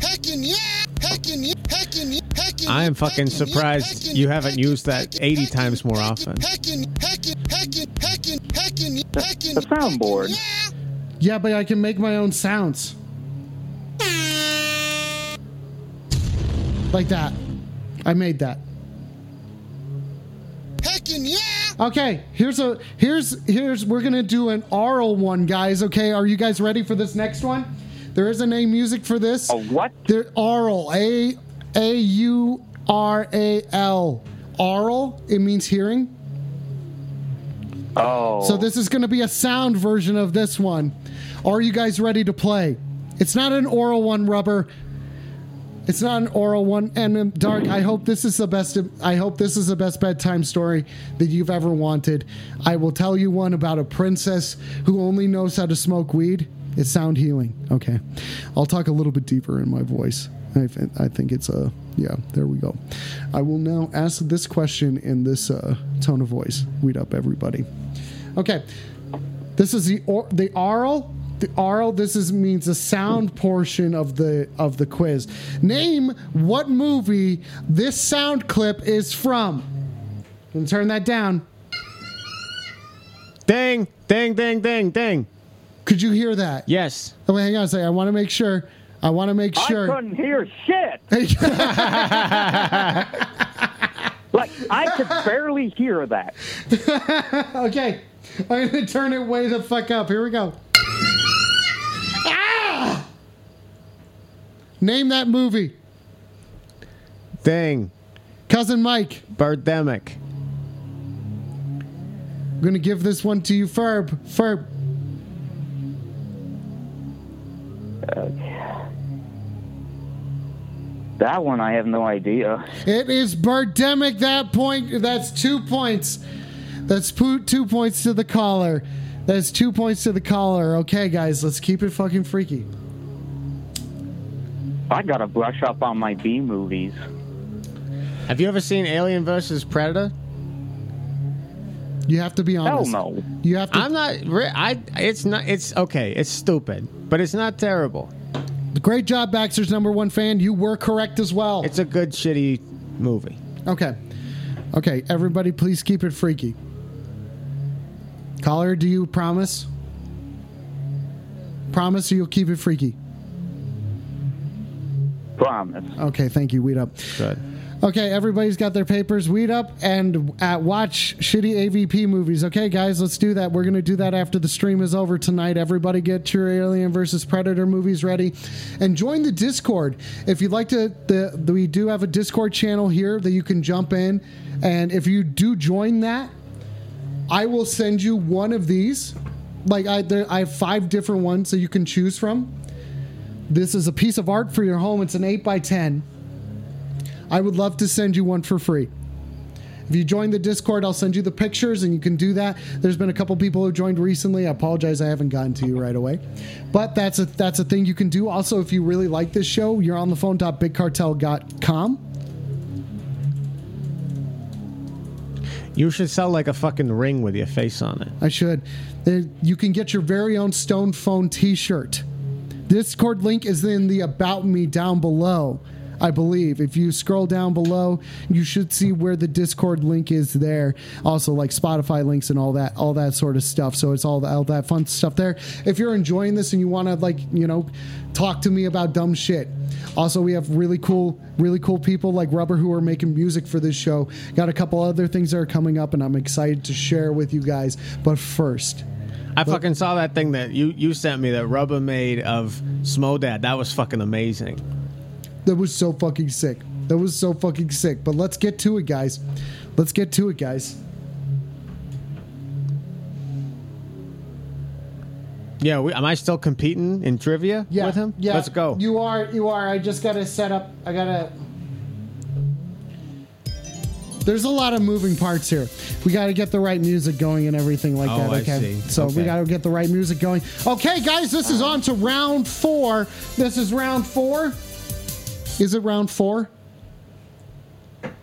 Speaker 17: Heckin' yeah! Heckin' yeah! Heckin' yeah! Heckin'
Speaker 9: I am fucking surprised you haven't used that 80 times more often.
Speaker 17: Heckin' heckin' heckin' heckin' heckin'
Speaker 12: The soundboard.
Speaker 1: Yeah, but I can make my own sounds. Like that. I made that.
Speaker 17: heckin' yeah!
Speaker 1: Okay, here's a here's here's we're gonna do an oral one, guys. Okay, are you guys ready for this next one? There isn't any music for this. A
Speaker 12: what?
Speaker 1: There oral. A A U R A L. Oral. It means hearing.
Speaker 12: Oh.
Speaker 1: So this is going to be a sound version of this one. Are you guys ready to play? It's not an oral one, rubber. It's not an oral one. And um, dark. I hope this is the best. I hope this is the best bedtime story that you've ever wanted. I will tell you one about a princess who only knows how to smoke weed. It's sound healing. Okay, I'll talk a little bit deeper in my voice. I, thi- I think it's a yeah. There we go. I will now ask this question in this uh, tone of voice. Weed up, everybody. Okay, this is the or, the oral. The oral. This is means the sound portion of the of the quiz. Name what movie this sound clip is from. And turn that down.
Speaker 9: Ding, ding, ding, ding, ding.
Speaker 1: Could you hear that?
Speaker 9: Yes.
Speaker 1: Oh, wait, hang on a second. I want to make sure. I want to make
Speaker 12: I
Speaker 1: sure.
Speaker 12: couldn't hear shit. like I could barely hear that.
Speaker 1: okay, I'm gonna turn it way the fuck up. Here we go. Ah! Name that movie,
Speaker 9: Ding.
Speaker 1: cousin Mike.
Speaker 9: Birdemic.
Speaker 1: gonna give this one to you, Ferb. Ferb.
Speaker 12: That one, I have no idea.
Speaker 1: It is Birdemic. That point. That's two points. That's po- two points to the caller. That's two points to the caller. Okay, guys, let's keep it fucking freaky.
Speaker 12: I gotta brush up on my B movies.
Speaker 9: Have you ever seen Alien versus Predator?
Speaker 1: You have to be honest.
Speaker 12: no.
Speaker 1: You have to.
Speaker 9: I'm not. re- I. It's not. It's okay. It's stupid, but it's not terrible.
Speaker 1: Great job, Baxter's number one fan. You were correct as well.
Speaker 9: It's a good shitty movie.
Speaker 1: Okay. Okay, everybody, please keep it freaky. Caller, do you promise? Promise you'll keep it freaky.
Speaker 12: Promise.
Speaker 1: Okay, thank you. Weed up.
Speaker 9: Good.
Speaker 1: Okay, everybody's got their papers. Weed up and at watch shitty AVP movies. Okay, guys, let's do that. We're gonna do that after the stream is over tonight. Everybody, get your Alien versus Predator movies ready, and join the Discord if you'd like to. The, the, we do have a Discord channel here that you can jump in, and if you do join that, I will send you one of these. Like I, there, I have five different ones that you can choose from. This is a piece of art for your home. It's an eight by ten. I would love to send you one for free. If you join the Discord, I'll send you the pictures and you can do that. There's been a couple people who joined recently. I apologize I haven't gotten to you right away. But that's a that's a thing you can do. Also, if you really like this show, you're on the phone.bigcartel.com.
Speaker 9: You should sell like a fucking ring with your face on it.
Speaker 1: I should. There- You can get your very own Stone Phone T-shirt. Discord link is in the About Me down below, I believe. If you scroll down below, you should see where the Discord link is there. Also, like Spotify links and all that, all that sort of stuff. So it's all, all that fun stuff there. If you're enjoying this and you want to, like, you know, talk to me about dumb shit. Also, we have really cool, really cool people like Rubber who are making music for this show. Got a couple other things that are coming up, and I'm excited to share with you guys. But first,
Speaker 9: I fucking saw that thing that you you sent me that rubber made of Smodad. That was fucking amazing.
Speaker 1: That was so fucking sick. That was so fucking sick. But let's get to it, guys. Let's get to it, guys.
Speaker 9: Yeah, we, am I still competing in trivia
Speaker 1: Yeah,
Speaker 9: with him?
Speaker 1: yeah.
Speaker 9: Let's go.
Speaker 1: You are. You are. I just gotta set up. I gotta. There's a lot of moving parts here. We got to get the right music going and everything like
Speaker 9: Oh,
Speaker 1: that.
Speaker 9: I
Speaker 1: Okay,
Speaker 9: see.
Speaker 1: so we
Speaker 9: Okay.
Speaker 1: got to get the right music going. Okay, guys, this is on to round four. This is round four. Is it round four?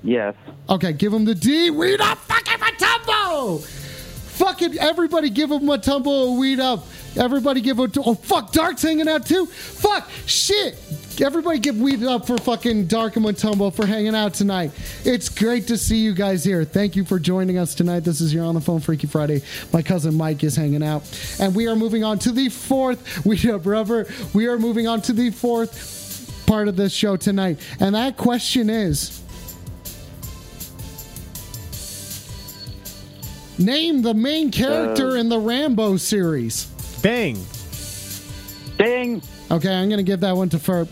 Speaker 12: Yes.
Speaker 1: Okay, give him the D. Weed up, fucking Matumbo. Fucking everybody, give him Matumbo a weed up. Everybody, give a oh fuck, Dark's hanging out too. Fuck, shit. Everybody, give weed up for fucking Dark and Matumbo for hanging out tonight. It's great to see you guys here. Thank you for joining us tonight. This is your on the phone Freaky Friday. My cousin Mike is hanging out, and we are moving on to the fourth weed up rubber. We are moving on to the fourth part of this show tonight, and that question is. Name the main character
Speaker 12: Uh,
Speaker 1: in the Rambo series.
Speaker 9: Dang.
Speaker 12: Ding.
Speaker 1: Okay, I'm gonna give that one to Ferb.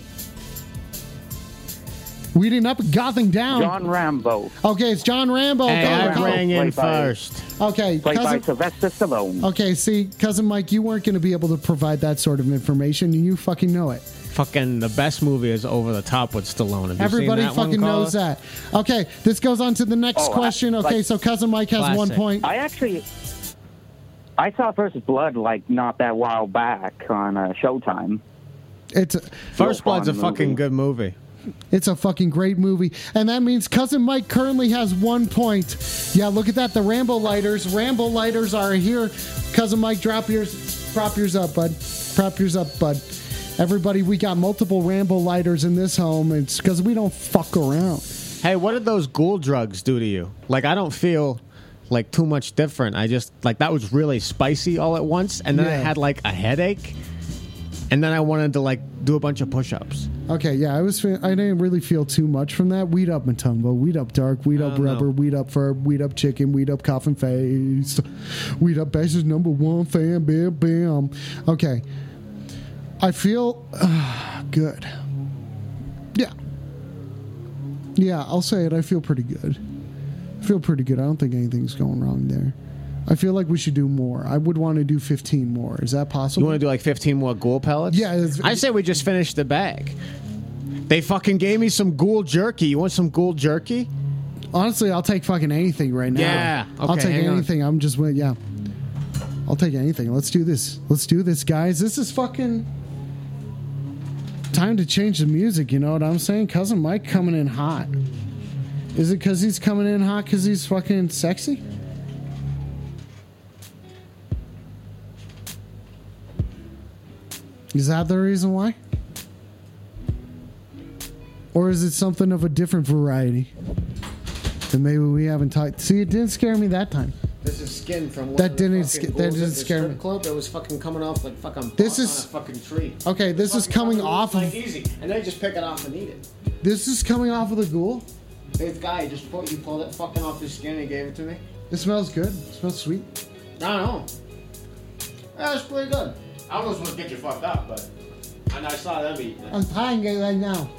Speaker 1: Weeding up, gothing down.
Speaker 12: John Rambo.
Speaker 1: Okay, it's John Rambo.
Speaker 9: Hey,
Speaker 1: Gotham
Speaker 9: I
Speaker 1: Cop.
Speaker 9: rang in
Speaker 12: Played by-
Speaker 9: first.
Speaker 1: Okay,
Speaker 12: Played by
Speaker 1: cousin. Oh.
Speaker 12: Sylvester Stallone.
Speaker 1: Okay, see, cousin Mike, you weren't gonna be able to provide that sort of information, and you fucking know it.
Speaker 9: Fucking the best movie is Over the Top with Stallone. Have you seen
Speaker 1: Everybody
Speaker 9: that one,
Speaker 1: fucking
Speaker 9: Carla?
Speaker 1: knows that. Okay, this goes on to the next
Speaker 12: Oh, I-
Speaker 1: question. Okay,
Speaker 12: like-
Speaker 1: so cousin Mike has one
Speaker 9: Classic.
Speaker 1: point.
Speaker 12: I actually, I saw First Blood like not that while back on uh, Showtime.
Speaker 1: It's a,
Speaker 9: First
Speaker 12: Real
Speaker 9: Blood's a
Speaker 12: fun
Speaker 9: fucking
Speaker 12: movie.
Speaker 9: good movie.
Speaker 1: It's a fucking great movie. And that means Cousin Mike currently has one point. Yeah, look at that. The Rambo lighters. Rambo lighters are here. Cousin Mike, drop yours. Prop yours up, bud. Prop yours up, bud. Everybody, we got multiple Rambo lighters in this home. It's because we don't fuck around.
Speaker 9: Hey, what did those ghoul drugs do to you? Like, I don't feel like too much different. I just like that was really spicy all at once, and then I
Speaker 1: Yeah.
Speaker 9: had like a headache, and then I wanted to like do a bunch of push-ups.
Speaker 1: Okay, yeah, I was. Fe- I didn't really feel too much from that. Weed up Matumbo, weed up Dark, weed up
Speaker 9: don't know.
Speaker 1: Rubber, weed up Ferb, weed up Chicken, weed up Coffin Face, weed up Bashes number one fan, bam, bam. Okay, I feel uh, good. Yeah, yeah, I'll say it. I feel pretty good. I feel pretty good. I don't think anything's going wrong there. I feel like we should do more. I would want to do 15 more. Is that possible?
Speaker 5: You want to do like 15 more ghoul pellets?
Speaker 1: Yeah. it's-
Speaker 5: I say we just finish the bag. They fucking gave me some ghoul jerky. You want some ghoul jerky?
Speaker 1: Honestly, I'll take fucking anything right now.
Speaker 5: Yeah,
Speaker 1: I'll
Speaker 5: okay,
Speaker 1: take
Speaker 5: hang on.
Speaker 1: anything. I'm just wait. Yeah. I'll take anything. Let's do this. Let's do this, guys. This is fucking time to change the music. You know what I'm saying? Cousin Mike coming in hot. Is it because he's coming in hot because he's fucking sexy? Is that the reason why? Or is it something of a different variety? That maybe we haven't talked. See, it didn't scare me that time.
Speaker 18: This is skin from one
Speaker 1: That
Speaker 18: of the
Speaker 1: didn't
Speaker 18: fucking
Speaker 1: sca- that
Speaker 18: ghouls at
Speaker 1: didn't
Speaker 18: the
Speaker 1: scare
Speaker 18: strip
Speaker 1: me.
Speaker 18: Club that was fucking coming off like fucking.
Speaker 1: This
Speaker 18: bark on
Speaker 1: is-
Speaker 18: a fucking tree.
Speaker 1: Okay, this is coming off
Speaker 18: like
Speaker 1: of-
Speaker 18: easy, and they just pick it off and eat it.
Speaker 1: This is coming off of the ghoul.
Speaker 18: This guy just pulled you pulled it fucking off his skin and gave it to me.
Speaker 1: It smells good. It smells sweet.
Speaker 18: I don't know. That's pretty good. I almost want to get you fucked up, but and I saw them eating it.
Speaker 1: I'm tying it right now.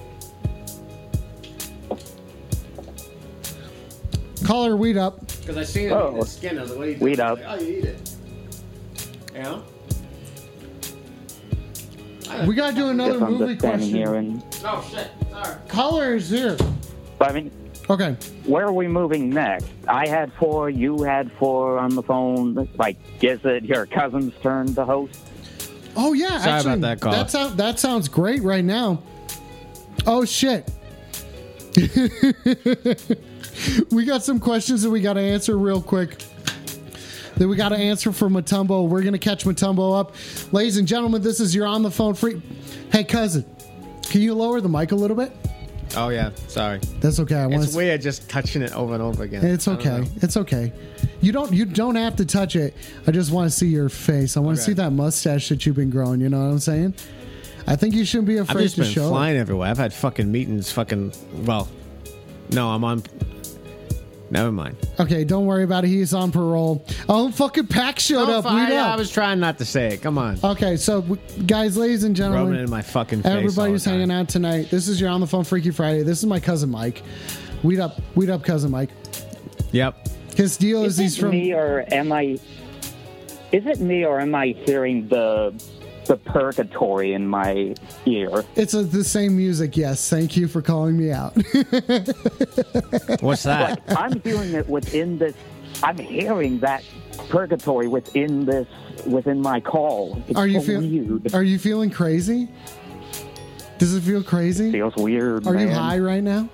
Speaker 1: Caller, weed up.
Speaker 18: Because I seen it
Speaker 1: Oh.
Speaker 18: in his skin. I was like, what do you do?
Speaker 1: Weed
Speaker 18: He's
Speaker 1: up.
Speaker 18: Like, oh, you eat it. Yeah?
Speaker 1: We gotta do another
Speaker 12: Guess I'm
Speaker 1: movie
Speaker 12: just standing
Speaker 1: question.
Speaker 12: here and.
Speaker 18: Oh, shit. Sorry.
Speaker 1: Caller is here.
Speaker 12: But I mean,
Speaker 1: okay.
Speaker 12: Where are we moving next? I had four. You had four on the phone. Like, is it your cousin's turn to host?
Speaker 1: Oh yeah,
Speaker 12: Sorry
Speaker 1: actually,
Speaker 12: about that, Carl.
Speaker 1: That, sound, that sounds great right now. Oh shit. we got some questions that we got to answer real quick. That we got to answer for Matumbo. We're gonna catch Matumbo up, ladies and gentlemen. This is your on the phone free. Hey cousin, can you lower the mic a little bit?
Speaker 5: Oh yeah, sorry.
Speaker 1: That's okay. I want
Speaker 5: It's weird just touching it over and over again.
Speaker 1: It's
Speaker 5: I don't
Speaker 1: okay.
Speaker 5: know.
Speaker 1: It's okay. You don't you don't have to touch it. I just want to see your face. I want to
Speaker 5: Okay.
Speaker 1: see that mustache that you've been growing. You know what I'm saying? I think you shouldn't be
Speaker 5: I've
Speaker 1: afraid
Speaker 5: just
Speaker 1: to
Speaker 5: been
Speaker 1: show. it.
Speaker 5: flying everywhere. I've had fucking meetings. Fucking well, no, I'm on. Never mind.
Speaker 1: Okay, don't worry about it. He's on parole. Oh, fucking Pack showed
Speaker 5: No,
Speaker 1: up.
Speaker 5: fine.
Speaker 1: Weed
Speaker 5: I
Speaker 1: up.
Speaker 5: was trying not to say it. Come on,
Speaker 1: Okay, so w- guys, ladies and
Speaker 5: rubbing
Speaker 1: gentlemen,
Speaker 5: it in my fucking face.
Speaker 1: Everybody's hanging out tonight. This is your on the phone Freaky Friday. This is my cousin Mike. Weed up, weed up, cousin Mike.
Speaker 5: Yep.
Speaker 1: His deal is,
Speaker 12: Is
Speaker 1: he's
Speaker 12: it
Speaker 1: from
Speaker 12: me or am I? Is it me or am I hearing the the purgatory in my ear?
Speaker 1: It's uh the same music. Yes, thank you for calling me out.
Speaker 5: What's that?
Speaker 12: Like, I'm hearing it within this. I'm hearing that purgatory within this within my call. It's
Speaker 1: are you
Speaker 12: so
Speaker 1: feeling? Are you feeling crazy? Does it feel crazy?
Speaker 12: Feels weird.
Speaker 1: Are you
Speaker 12: man.
Speaker 1: high right now?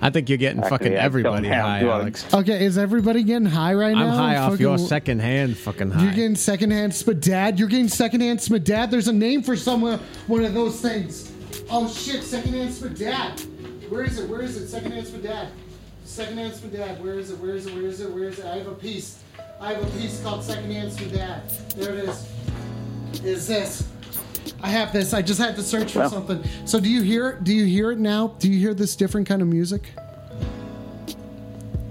Speaker 5: I think you're getting
Speaker 12: Actually,
Speaker 5: fucking
Speaker 12: I don't
Speaker 5: everybody
Speaker 12: have
Speaker 5: high,
Speaker 12: drugs.
Speaker 5: Alex.
Speaker 1: Okay, is everybody getting high right now?
Speaker 5: I'm high off
Speaker 1: Fucking-
Speaker 5: your second hand. Fucking high.
Speaker 1: You're getting secondhand spadad. You're getting secondhand spadad. There's a name for someone one of those things. Oh shit, secondhand spadad. Where is it? Where is it? Secondhand spadad. Secondhand spadad. Where is it? Where is it? Where is it? Where is it? I have a piece. I have a piece called secondhand spadad. There it is. Is this? I have this. I just had to search for
Speaker 12: Well.
Speaker 1: something. So do you hear it? Do you hear it now? Do you hear this different kind of music?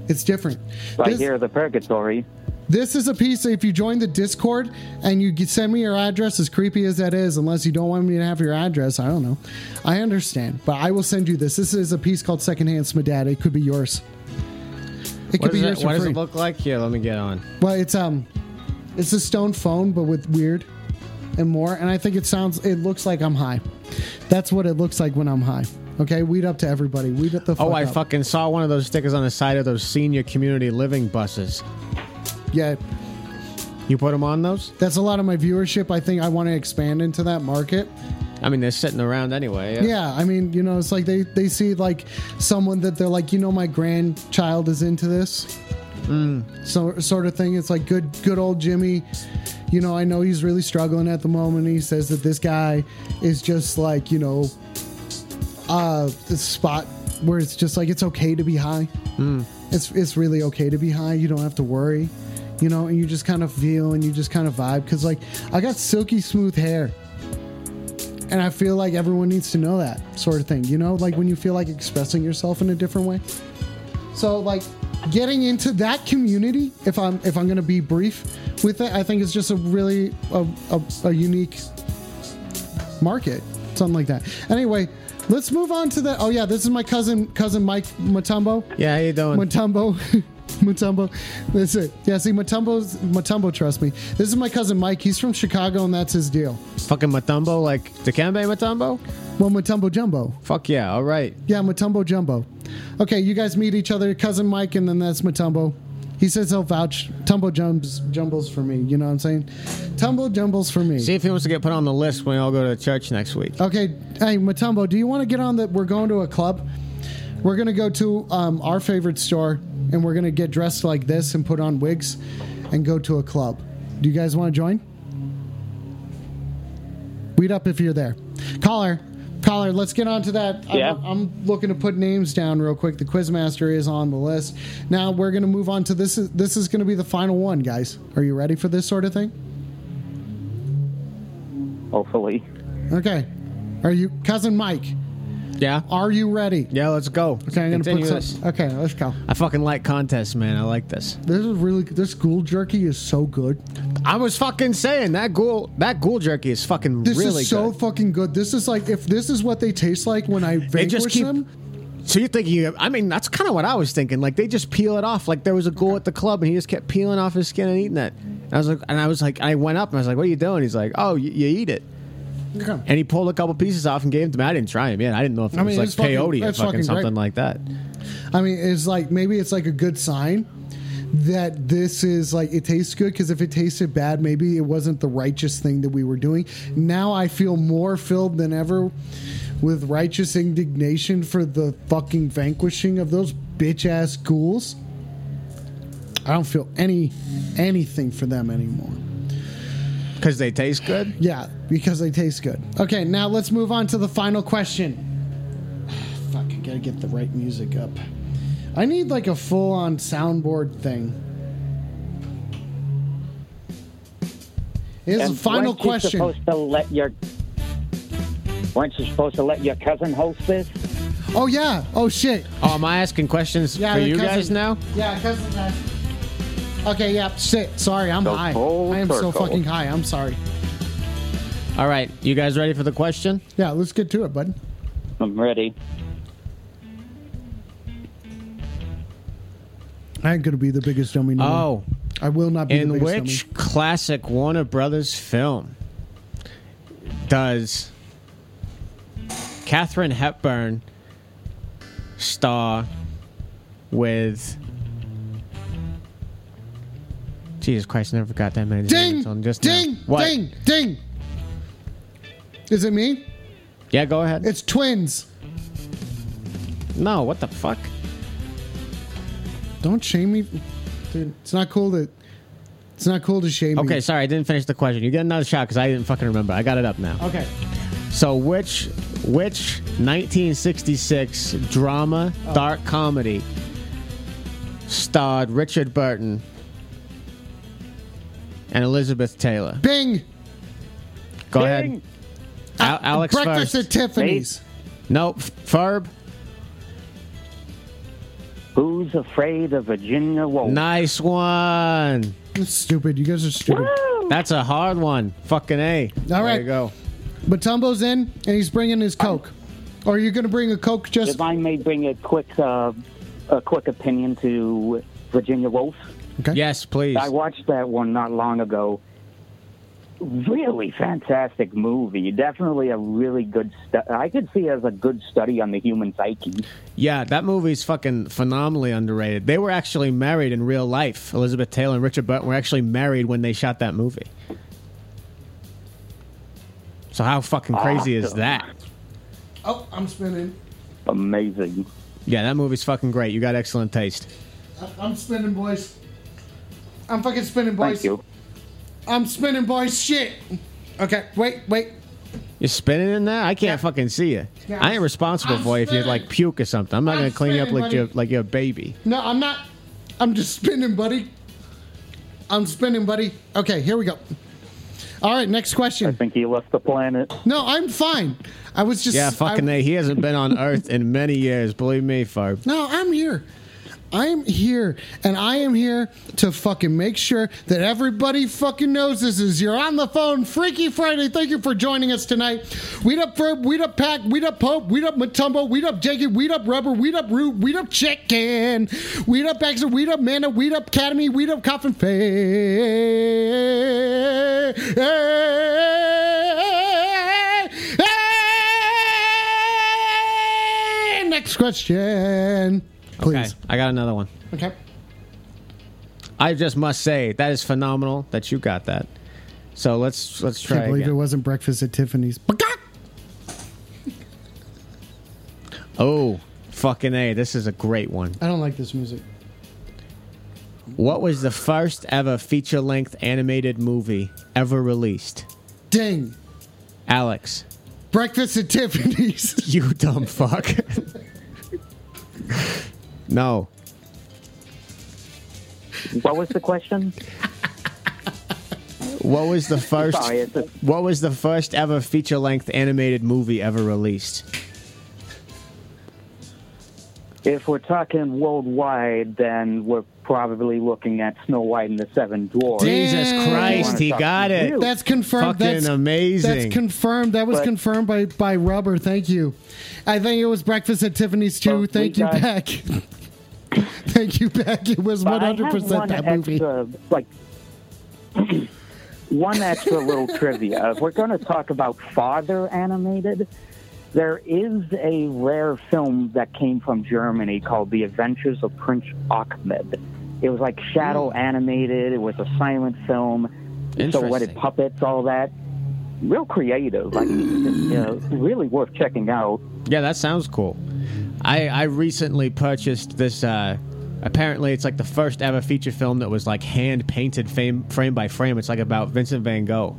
Speaker 1: It's different.
Speaker 12: I
Speaker 1: This-
Speaker 12: hear the purgatory.
Speaker 1: this is a piece. If you join the Discord and you get- send me your address, as creepy as that is, unless you don't want me to have your address, I don't know. I understand, but I will send you this. This is a piece called Secondhand Smadad. It could be yours. It could
Speaker 5: What
Speaker 1: be
Speaker 5: does
Speaker 1: yours
Speaker 5: it- What
Speaker 1: for
Speaker 5: does
Speaker 1: free.
Speaker 5: it look like? Here, let me get on.
Speaker 1: Well, it's um, it's a stone phone, but with weird and more. And I think it sounds. It looks like I'm high. That's what it looks like when I'm high. Okay, weed up to everybody. Weed up the. Fuck
Speaker 5: Oh, I
Speaker 1: up.
Speaker 5: fucking saw one of those stickers on the side of those senior community living buses.
Speaker 1: Yeah.
Speaker 5: You put them on those?
Speaker 1: That's a lot of my viewership. I think I want to expand into that market.
Speaker 5: I mean, they're sitting around anyway.
Speaker 1: Yeah. I mean, you know, it's like they they see like someone that they're like, you know, my grandchild is into this, so sort of thing. It's like good good old Jimmy. You know, I know he's really struggling at the moment. He says that this guy is just like you know, uh, the spot where it's just like it's okay to be high. Mm. It's it's really okay to be high. You don't have to worry. You know, and you just kind of feel and you just kind of vibe because like I got silky smooth hair and I feel like everyone needs to know that sort of thing. You know, like when you feel like expressing yourself in a different way. So like getting into that community, if I'm if I'm gonna be brief with it, I think it's just a really a, a, a unique market, something like that. Anyway, let's move on to the. Oh yeah, this is my cousin cousin Mike Matumbo.
Speaker 5: Yeah, how you doing?
Speaker 1: Matumbo. Mutombo. That's it. Yeah, see, Mutombo's Mutombo. Trust me. This is my cousin Mike. He's from Chicago, and that's his deal.
Speaker 5: Fucking Matumbo, like Dikembe Matumbo?
Speaker 1: Well, Mutombo Jumbo.
Speaker 5: Fuck yeah, all right.
Speaker 1: Yeah, Mutombo Jumbo. Okay, you guys meet each other, cousin Mike, and then that's Mutombo. He says he'll vouch. Tumbo jumps, jumbles for me. You know what I'm saying? Tumbo jumbles for me.
Speaker 5: See if he wants to get put on the list when we all go to church next week.
Speaker 1: Okay, hey Matumbo, do you want to get on the? We're going to a club. We're gonna go to um, our favorite store, and we're gonna get dressed like this and put on wigs, and go to a club. Do you guys want to join? Weed up if you're there. Caller, caller, let's get on to that.
Speaker 6: Yeah.
Speaker 1: I'm, I'm looking to put names down real quick. The quizmaster is on the list. Now we're gonna move on to this. Is, this is gonna be the final one, guys. Are you ready for this sort of thing?
Speaker 12: Hopefully.
Speaker 1: Okay. Are you cousin Mike?
Speaker 5: Yeah.
Speaker 1: Are you ready?
Speaker 5: Yeah, let's go.
Speaker 1: Okay, I'm gonna
Speaker 5: Continue
Speaker 1: put
Speaker 5: this.
Speaker 1: some. Okay, let's go.
Speaker 5: I fucking like contests, man. I like this.
Speaker 1: This is really this ghoul jerky is so good.
Speaker 5: I was fucking saying that ghoul that ghoul jerky is fucking
Speaker 1: This
Speaker 5: really
Speaker 1: is so
Speaker 5: good.
Speaker 1: fucking good. This is like if this is what they taste like when I
Speaker 5: They
Speaker 1: vanquish
Speaker 5: just keep.
Speaker 1: them.
Speaker 5: So you're thinking? of- I mean, that's kind of what I was thinking. Like they just peel it off. Like there was a ghoul at the club, and he just kept peeling off his skin and eating it. And I was like, and I was like, I went up and I was like, "What are you doing?" He's like, "Oh, you, you eat it."
Speaker 1: Okay.
Speaker 5: And he pulled a couple pieces off and gave them to me. I didn't try them yet. I didn't know if it
Speaker 1: I
Speaker 5: was
Speaker 1: mean,
Speaker 5: like
Speaker 1: it's fucking-
Speaker 5: peyote or
Speaker 1: it's
Speaker 5: fucking
Speaker 1: fucking great.
Speaker 5: something like that.
Speaker 1: I mean, it's like maybe it's like a good sign that this is like it tastes good because if it tasted bad, maybe it wasn't the righteous thing that we were doing. Now I feel more filled than ever with righteous indignation for the fucking vanquishing of those bitch ass ghouls. I don't feel any anything for them anymore.
Speaker 5: Because they taste good?
Speaker 1: Yeah, because they taste good. Okay, now let's move on to the final question. Fuck, I gotta get the right music up. I need like a full on soundboard thing. Here's the
Speaker 12: And
Speaker 1: final
Speaker 12: weren't you
Speaker 1: question.
Speaker 12: supposed to let your weren't you supposed to let your cousin host this?
Speaker 1: Oh yeah. Oh shit.
Speaker 5: Oh, am I asking questions
Speaker 1: Yeah,
Speaker 5: for
Speaker 1: the
Speaker 5: you
Speaker 1: cousin-
Speaker 5: guys now?
Speaker 1: Yeah, cousin. that. Okay, yeah, shit. Sorry, I'm
Speaker 5: The
Speaker 1: high.
Speaker 5: full
Speaker 1: I am so
Speaker 5: circle.
Speaker 1: fucking high. I'm sorry.
Speaker 5: All right, you guys ready for the question?
Speaker 1: Yeah, let's get to it, bud.
Speaker 12: I'm ready.
Speaker 1: I ain't gonna be the biggest dummy. No more.
Speaker 5: Oh.
Speaker 1: I will not be the
Speaker 5: In
Speaker 1: biggest
Speaker 5: which classic Warner Brothers film does Katherine Hepburn star with? Jesus Christ! I never got that many.
Speaker 1: dummy.
Speaker 5: names on
Speaker 1: Ding,
Speaker 5: just now.
Speaker 1: ding,
Speaker 5: What?
Speaker 1: ding, ding. Is it me?
Speaker 5: Yeah, go ahead.
Speaker 1: It's twins.
Speaker 5: No, what the fuck?
Speaker 1: Don't shame me, dude. It's not cool to. It's not cool to shame
Speaker 5: Okay,
Speaker 1: me.
Speaker 5: sorry, I didn't finish the question. You get another shot because I didn't fucking remember. I got it up now.
Speaker 1: Okay.
Speaker 5: So which which 1966 drama
Speaker 1: Oh.
Speaker 5: dark comedy starred Richard Burton and Elizabeth Taylor?
Speaker 1: Bing. Uh,
Speaker 5: Go ahead. Al- Alex
Speaker 1: Breakfast
Speaker 5: first.
Speaker 1: at Tiffany's.
Speaker 5: Nope. Ferb.
Speaker 12: Who's afraid of Virginia Woolf?
Speaker 5: Nice one.
Speaker 1: That's stupid. You guys are stupid.
Speaker 5: That's a hard one. Fucking a.
Speaker 1: All
Speaker 5: There
Speaker 1: right.
Speaker 5: you go.
Speaker 1: But Tumbo's in, and he's bringing his coke. or are you going to bring a coke just?
Speaker 12: If I may bring a quick uh, a quick opinion to Virginia Woolf.
Speaker 5: Yes, please.
Speaker 12: I watched that one not long ago. Really fantastic movie. Definitely a really good. Stu- I could see it as a good study on the human psyche.
Speaker 5: Yeah, that movie's fucking phenomenally underrated. They were actually married in real life. Elizabeth Taylor and Richard Burton were actually married when they shot that movie. So how fucking crazy is
Speaker 1: Awesome.
Speaker 5: that?
Speaker 1: Oh, I'm spinning.
Speaker 12: Amazing.
Speaker 5: Yeah, that movie's fucking great. You got excellent taste.
Speaker 1: I- I'm spinning, boys. I'm fucking spinning, boys. I'm spinning, boys. Shit. Okay. Wait. Wait.
Speaker 5: You're spinning in there? I can't fucking see you.
Speaker 1: Yeah.
Speaker 5: I ain't responsible
Speaker 1: I'm
Speaker 5: for you if you
Speaker 1: spinning.
Speaker 5: like puke or something. I'm not
Speaker 1: I'm
Speaker 5: gonna clean you up
Speaker 1: spinning,
Speaker 5: like you're
Speaker 1: buddy.
Speaker 5: like you're a baby.
Speaker 1: No, I'm not. I'm just spinning, buddy. I'm spinning, buddy. Okay, here we go. All right, next question. I
Speaker 12: think he left the planet.
Speaker 1: No, I'm fine. I was just
Speaker 5: yeah, fucking
Speaker 1: I-
Speaker 5: A. He hasn't been on Earth in many years. Believe me, Ferb.
Speaker 1: No, I'm here. I am here, and I am here to fucking make sure that everybody fucking knows this is you're on the phone. Freaky Friday, thank you for joining us tonight. Weed up Verb, weed up Pack, weed up Pope, weed up Matumbo, weed up Jacob, weed up Rubber, weed up Root, weed up Chicken, weed up Baxter, weed up Mana, weed up Academy, weed up Coffin Face. Next question.
Speaker 5: Okay, I got another one.
Speaker 1: Okay.
Speaker 5: I just must say that is phenomenal that you got that. So let's let's try.
Speaker 1: Can't believe
Speaker 5: again.
Speaker 1: it wasn't breakfast at Tiffany's.
Speaker 5: Oh, fucking a! This is a great one.
Speaker 1: I don't like this music.
Speaker 5: What was the first ever feature-length animated movie ever released?
Speaker 1: Ding.
Speaker 5: Alex.
Speaker 1: Breakfast at Tiffany's.
Speaker 5: you dumb fuck. no.
Speaker 12: What was the question?
Speaker 5: What was the first?
Speaker 12: Sorry, it's a-
Speaker 5: what was the first ever feature-length animated movie ever released?
Speaker 12: If we're talking worldwide, then we're probably looking at Snow White and the Seven Dwarfs.
Speaker 5: Jesus
Speaker 12: If you
Speaker 5: Christ,
Speaker 12: wanna
Speaker 5: he
Speaker 12: talk
Speaker 5: got it.
Speaker 1: That's confirmed.
Speaker 5: Fucking
Speaker 1: that's
Speaker 5: amazing.
Speaker 1: That's confirmed. That was
Speaker 12: But-
Speaker 1: confirmed by by Rubber. Thank you. I think it was breakfast at Tiffany's too. Thank you,
Speaker 12: got-
Speaker 1: Beck. Thank you, Beck. It was one
Speaker 12: But I
Speaker 1: hundred
Speaker 12: have
Speaker 1: percent
Speaker 12: one
Speaker 1: that movie.
Speaker 12: extra, Like one extra little trivia. If we're going to talk about father animated, there is a rare film that came from Germany called The Adventures of Prince Ahmed. It was like shadow
Speaker 1: Hmm.
Speaker 12: animated. It was a silent film. Silhouetted
Speaker 5: Interesting.
Speaker 12: puppets, all that. Real creative. Like,
Speaker 1: Hmm.
Speaker 12: you know, really worth checking out.
Speaker 5: Yeah, that sounds cool. I I recently purchased this. Uh, apparently, it's like the first ever feature film that was like hand painted frame frame by frame. It's like about Vincent Van Gogh.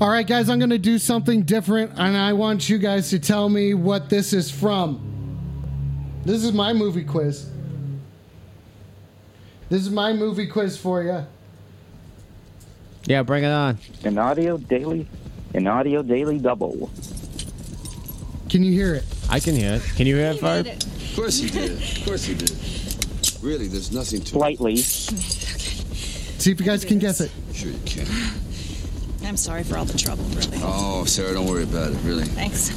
Speaker 1: All right, guys, I'm going to do something different, and I want you guys to tell me what this is from. This is my movie quiz. This is my movie quiz for you.
Speaker 5: Yeah, bring it on.
Speaker 12: An audio daily, an audio daily double.
Speaker 1: Can you hear it?
Speaker 5: I can hear it. Can you hear it, Ferb?
Speaker 19: Of course he did. Of course he did. Really, there's nothing to
Speaker 12: Slightly.
Speaker 1: See if you guys can guess it.
Speaker 19: Sure you can.
Speaker 8: I'm sorry for all the trouble, really.
Speaker 19: Oh, Sarah, don't worry about it, really.
Speaker 8: Thanks.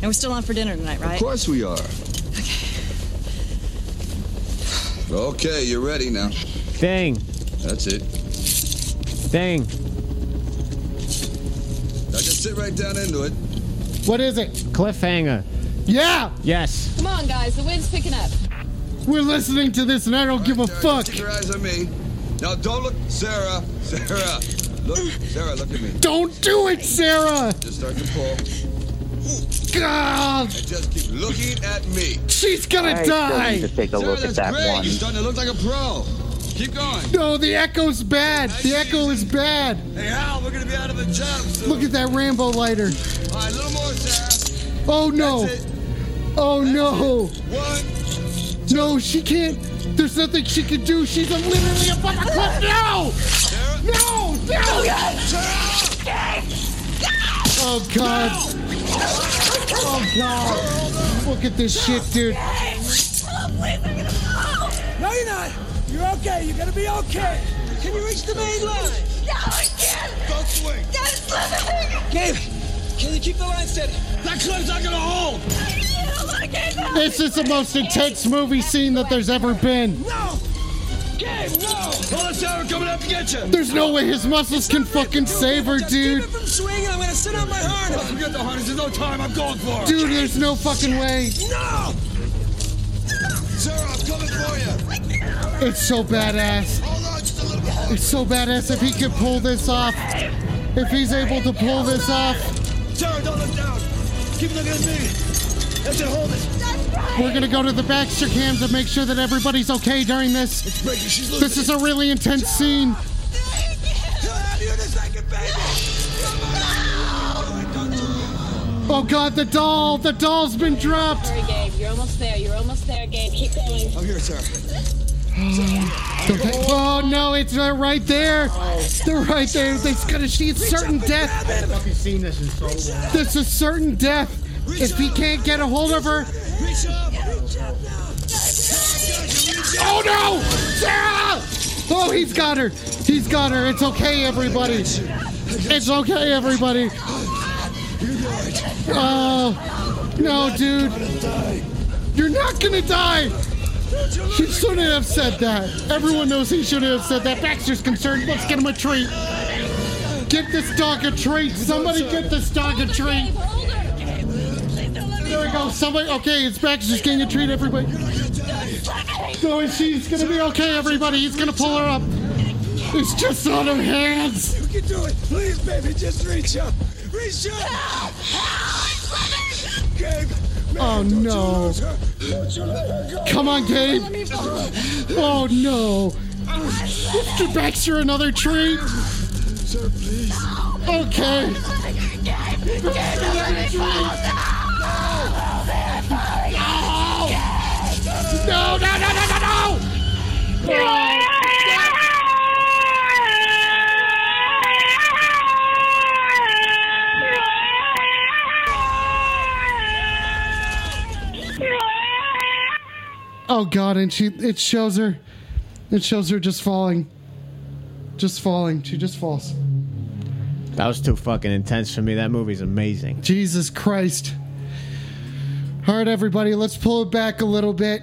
Speaker 8: And we're still on for dinner tonight, right?
Speaker 19: Of course we are. Okay, you're ready now.
Speaker 5: Dang.
Speaker 19: That's it.
Speaker 5: Dang.
Speaker 19: I can sit right down into it.
Speaker 1: What is it?
Speaker 5: Cliffhanger.
Speaker 1: Yeah.
Speaker 5: Yes.
Speaker 2: Come on, guys, the wind's picking up.
Speaker 1: We're listening to this, and I don't give a fuck.
Speaker 19: Keep your eyes on me. Now don't look, Sarah. Sarah, look, Sarah, look at me.
Speaker 1: Don't do it, Sarah. Ah,
Speaker 19: Just start to pull.
Speaker 1: God.
Speaker 19: And just keep looking at me.
Speaker 1: She's gonna
Speaker 19: I still
Speaker 1: die.
Speaker 19: need to take a
Speaker 12: look
Speaker 19: Sarah,
Speaker 12: at that
Speaker 19: that's great.
Speaker 12: one.
Speaker 19: You're starting to look like a pro. Keep going.
Speaker 1: No, the echo's bad. The echo is bad.
Speaker 19: Hey, Hal, we're gonna be out of a job soon.
Speaker 1: Look at that Rambo lighter.
Speaker 19: All right, a little more, Sarah.
Speaker 1: Oh no.
Speaker 19: That's it.
Speaker 1: Oh no.
Speaker 19: One.
Speaker 1: No, she can't. There's nothing she can do. She's literally about to cliff. No! No! No! Oh god. Oh god. Look at this shit, dude.
Speaker 3: No, you're not. You're okay. You're gonna be okay. Can you reach the main line? No, I can't. Don't swing. That is slipping. Gabe, can you keep the line steady? That clip's not gonna hold.
Speaker 1: This is the most intense movie scene that there's ever been.
Speaker 3: Gabe, no. Hold on, Sarah. We're coming up to get you.
Speaker 1: There's no way his muscles can fucking save her, dude.
Speaker 3: From swinging, I'm gonna sit on my harness. Forget the harness. There's no time. I'm going for it.
Speaker 1: Dude, there's no fucking way.
Speaker 3: No.
Speaker 19: Sarah, I'm coming for you.
Speaker 1: It's so badass. It's so badass if he can pull this off. If he's able to pull this off,
Speaker 3: Sarah, don't look down. Keep looking at me. That's it. Hold it.
Speaker 1: we're gonna go to the Baxter cam to make sure that everybody's okay during this. This is a really intense scene. Oh god, the doll! The doll's been dropped!
Speaker 2: Sorry, Gabe, you're almost there. You're almost there, Gabe. Keep going.
Speaker 19: I'm here, Sarah.
Speaker 1: Don't they- Oh no, it's uh, right there! They're right there. They gonna see it's certain death.
Speaker 20: I haven't fucking seen this in so long.
Speaker 1: This is certain death. If he can't get a hold of her,
Speaker 3: Reach up. Reach up now.
Speaker 1: Oh no! Sarah! Oh, he's got her. He's got her. It's okay, everybody. It's okay, everybody. Oh, no, dude. You're not gonna die. He shouldn't have said that. Everyone knows he shouldn't have said that. Baxter's concerned. Let's get him a treat. Get this dog a treat. Somebody get this dog a treat. There we go. Somebody. Okay, it's Baxter's getting a treat. Everybody. No, and she's gonna be okay. Everybody. He's gonna pull her up. It's just on her hands.
Speaker 19: You can do it. Please, baby, just reach up. Reach up. Help! Help! Gabe, man,
Speaker 1: Oh,
Speaker 19: don't
Speaker 1: no.
Speaker 19: You lose her. Don't you let her go.
Speaker 1: Come on, Gabe.
Speaker 19: Let me-
Speaker 1: Oh no. Mr. Baxter, another treat.
Speaker 19: Sir, please.
Speaker 1: Okay. No, no, no, no, no, no! Oh god, and she it shows her. It shows her just falling. Just falling. She just falls.
Speaker 5: That was too fucking intense for me. That movie's amazing.
Speaker 1: Jesus Christ. All right, everybody, let's pull it back a little bit.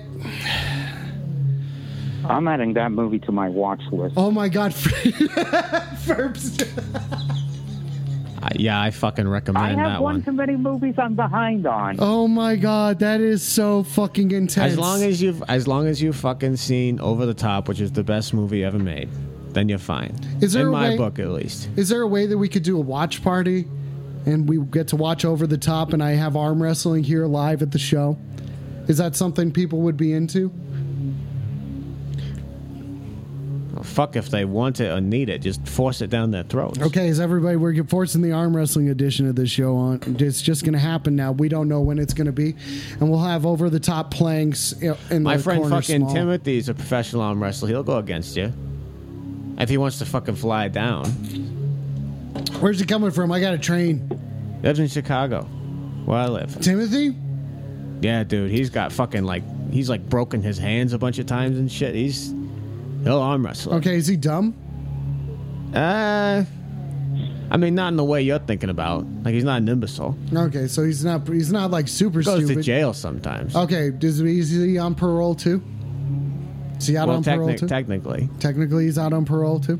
Speaker 12: I'm adding that movie to my watch list.
Speaker 1: Oh my god, Ferbs.
Speaker 5: Uh, yeah, I fucking recommend
Speaker 12: I have
Speaker 5: that
Speaker 12: one
Speaker 5: one.
Speaker 12: too many movies I'm behind on.
Speaker 1: Oh my god, that is so fucking intense.
Speaker 5: As long as you've as long as you've fucking seen Over the Top, which is the best movie ever made, then you're fine.
Speaker 1: Is there
Speaker 5: in
Speaker 1: a
Speaker 5: my
Speaker 1: way-
Speaker 5: book at least?
Speaker 1: Is there a way that we could do a watch party and we get to watch over the top and I have arm wrestling here live at the show? Is that something people would be into?
Speaker 5: Well, fuck if they want it or need it, just force it down their throats.
Speaker 1: Okay, is everybody we're forcing the arm wrestling edition of this show on? It's just going to happen now. We don't know when it's going to be, and we'll have over the top planks you know, in
Speaker 5: My
Speaker 1: the
Speaker 5: friend
Speaker 1: corner
Speaker 5: fucking
Speaker 1: small.
Speaker 5: Timothy's a professional arm wrestler. He'll go against you if he wants to fucking fly down.
Speaker 1: Where's he coming from? I got a train.
Speaker 5: Lives in Chicago, where I live.
Speaker 1: Timothy?
Speaker 5: Yeah, dude, he's got fucking like he's like broken his hands a bunch of times and shit. He's he'll arm wrestle.
Speaker 1: Okay, is he dumb?
Speaker 5: Uh, I mean, not in the way you're thinking about. Like he's not an imbecile.
Speaker 1: Okay, so he's not he's not like super
Speaker 5: He goes
Speaker 1: stupid.
Speaker 5: to jail sometimes.
Speaker 1: Okay, does is he on parole too? Is he out
Speaker 5: well,
Speaker 1: on parole
Speaker 5: technic-
Speaker 1: too?
Speaker 5: technically,
Speaker 1: Technically, he's out on parole too.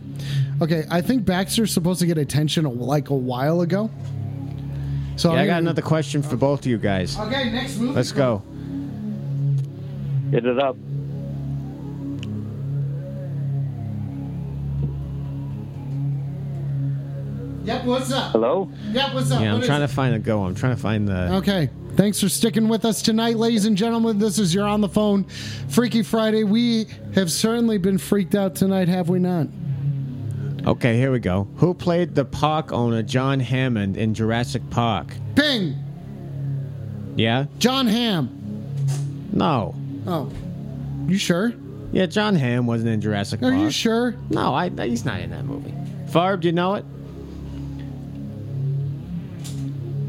Speaker 1: Okay, I think Baxter's supposed to get attention a, like a while ago. So
Speaker 5: yeah, I
Speaker 1: I'm
Speaker 5: got
Speaker 1: gonna-
Speaker 5: another question for both of you guys.
Speaker 1: Okay, next movie.
Speaker 5: Let's go.
Speaker 12: Hit it up.
Speaker 1: Yep, what's up?
Speaker 12: Hello?
Speaker 1: Yep, what's up?
Speaker 5: Yeah, I'm
Speaker 1: What is
Speaker 5: trying
Speaker 1: it?
Speaker 5: to find the go. I'm trying to find the.
Speaker 1: Okay. Thanks for sticking with us tonight, ladies and gentlemen. This is your on the phone Freaky Friday. We have certainly been freaked out tonight, have we not?
Speaker 5: Okay, here we go. Who played the park owner John Hammond in Jurassic Park?
Speaker 1: Bing!
Speaker 5: Yeah?
Speaker 1: John Ham.
Speaker 5: No.
Speaker 1: Oh. You sure?
Speaker 5: Yeah, John Hamm wasn't in Jurassic
Speaker 1: Are
Speaker 5: Park.
Speaker 1: you sure?
Speaker 5: No, I, he's not in that movie. Farb, do you know it?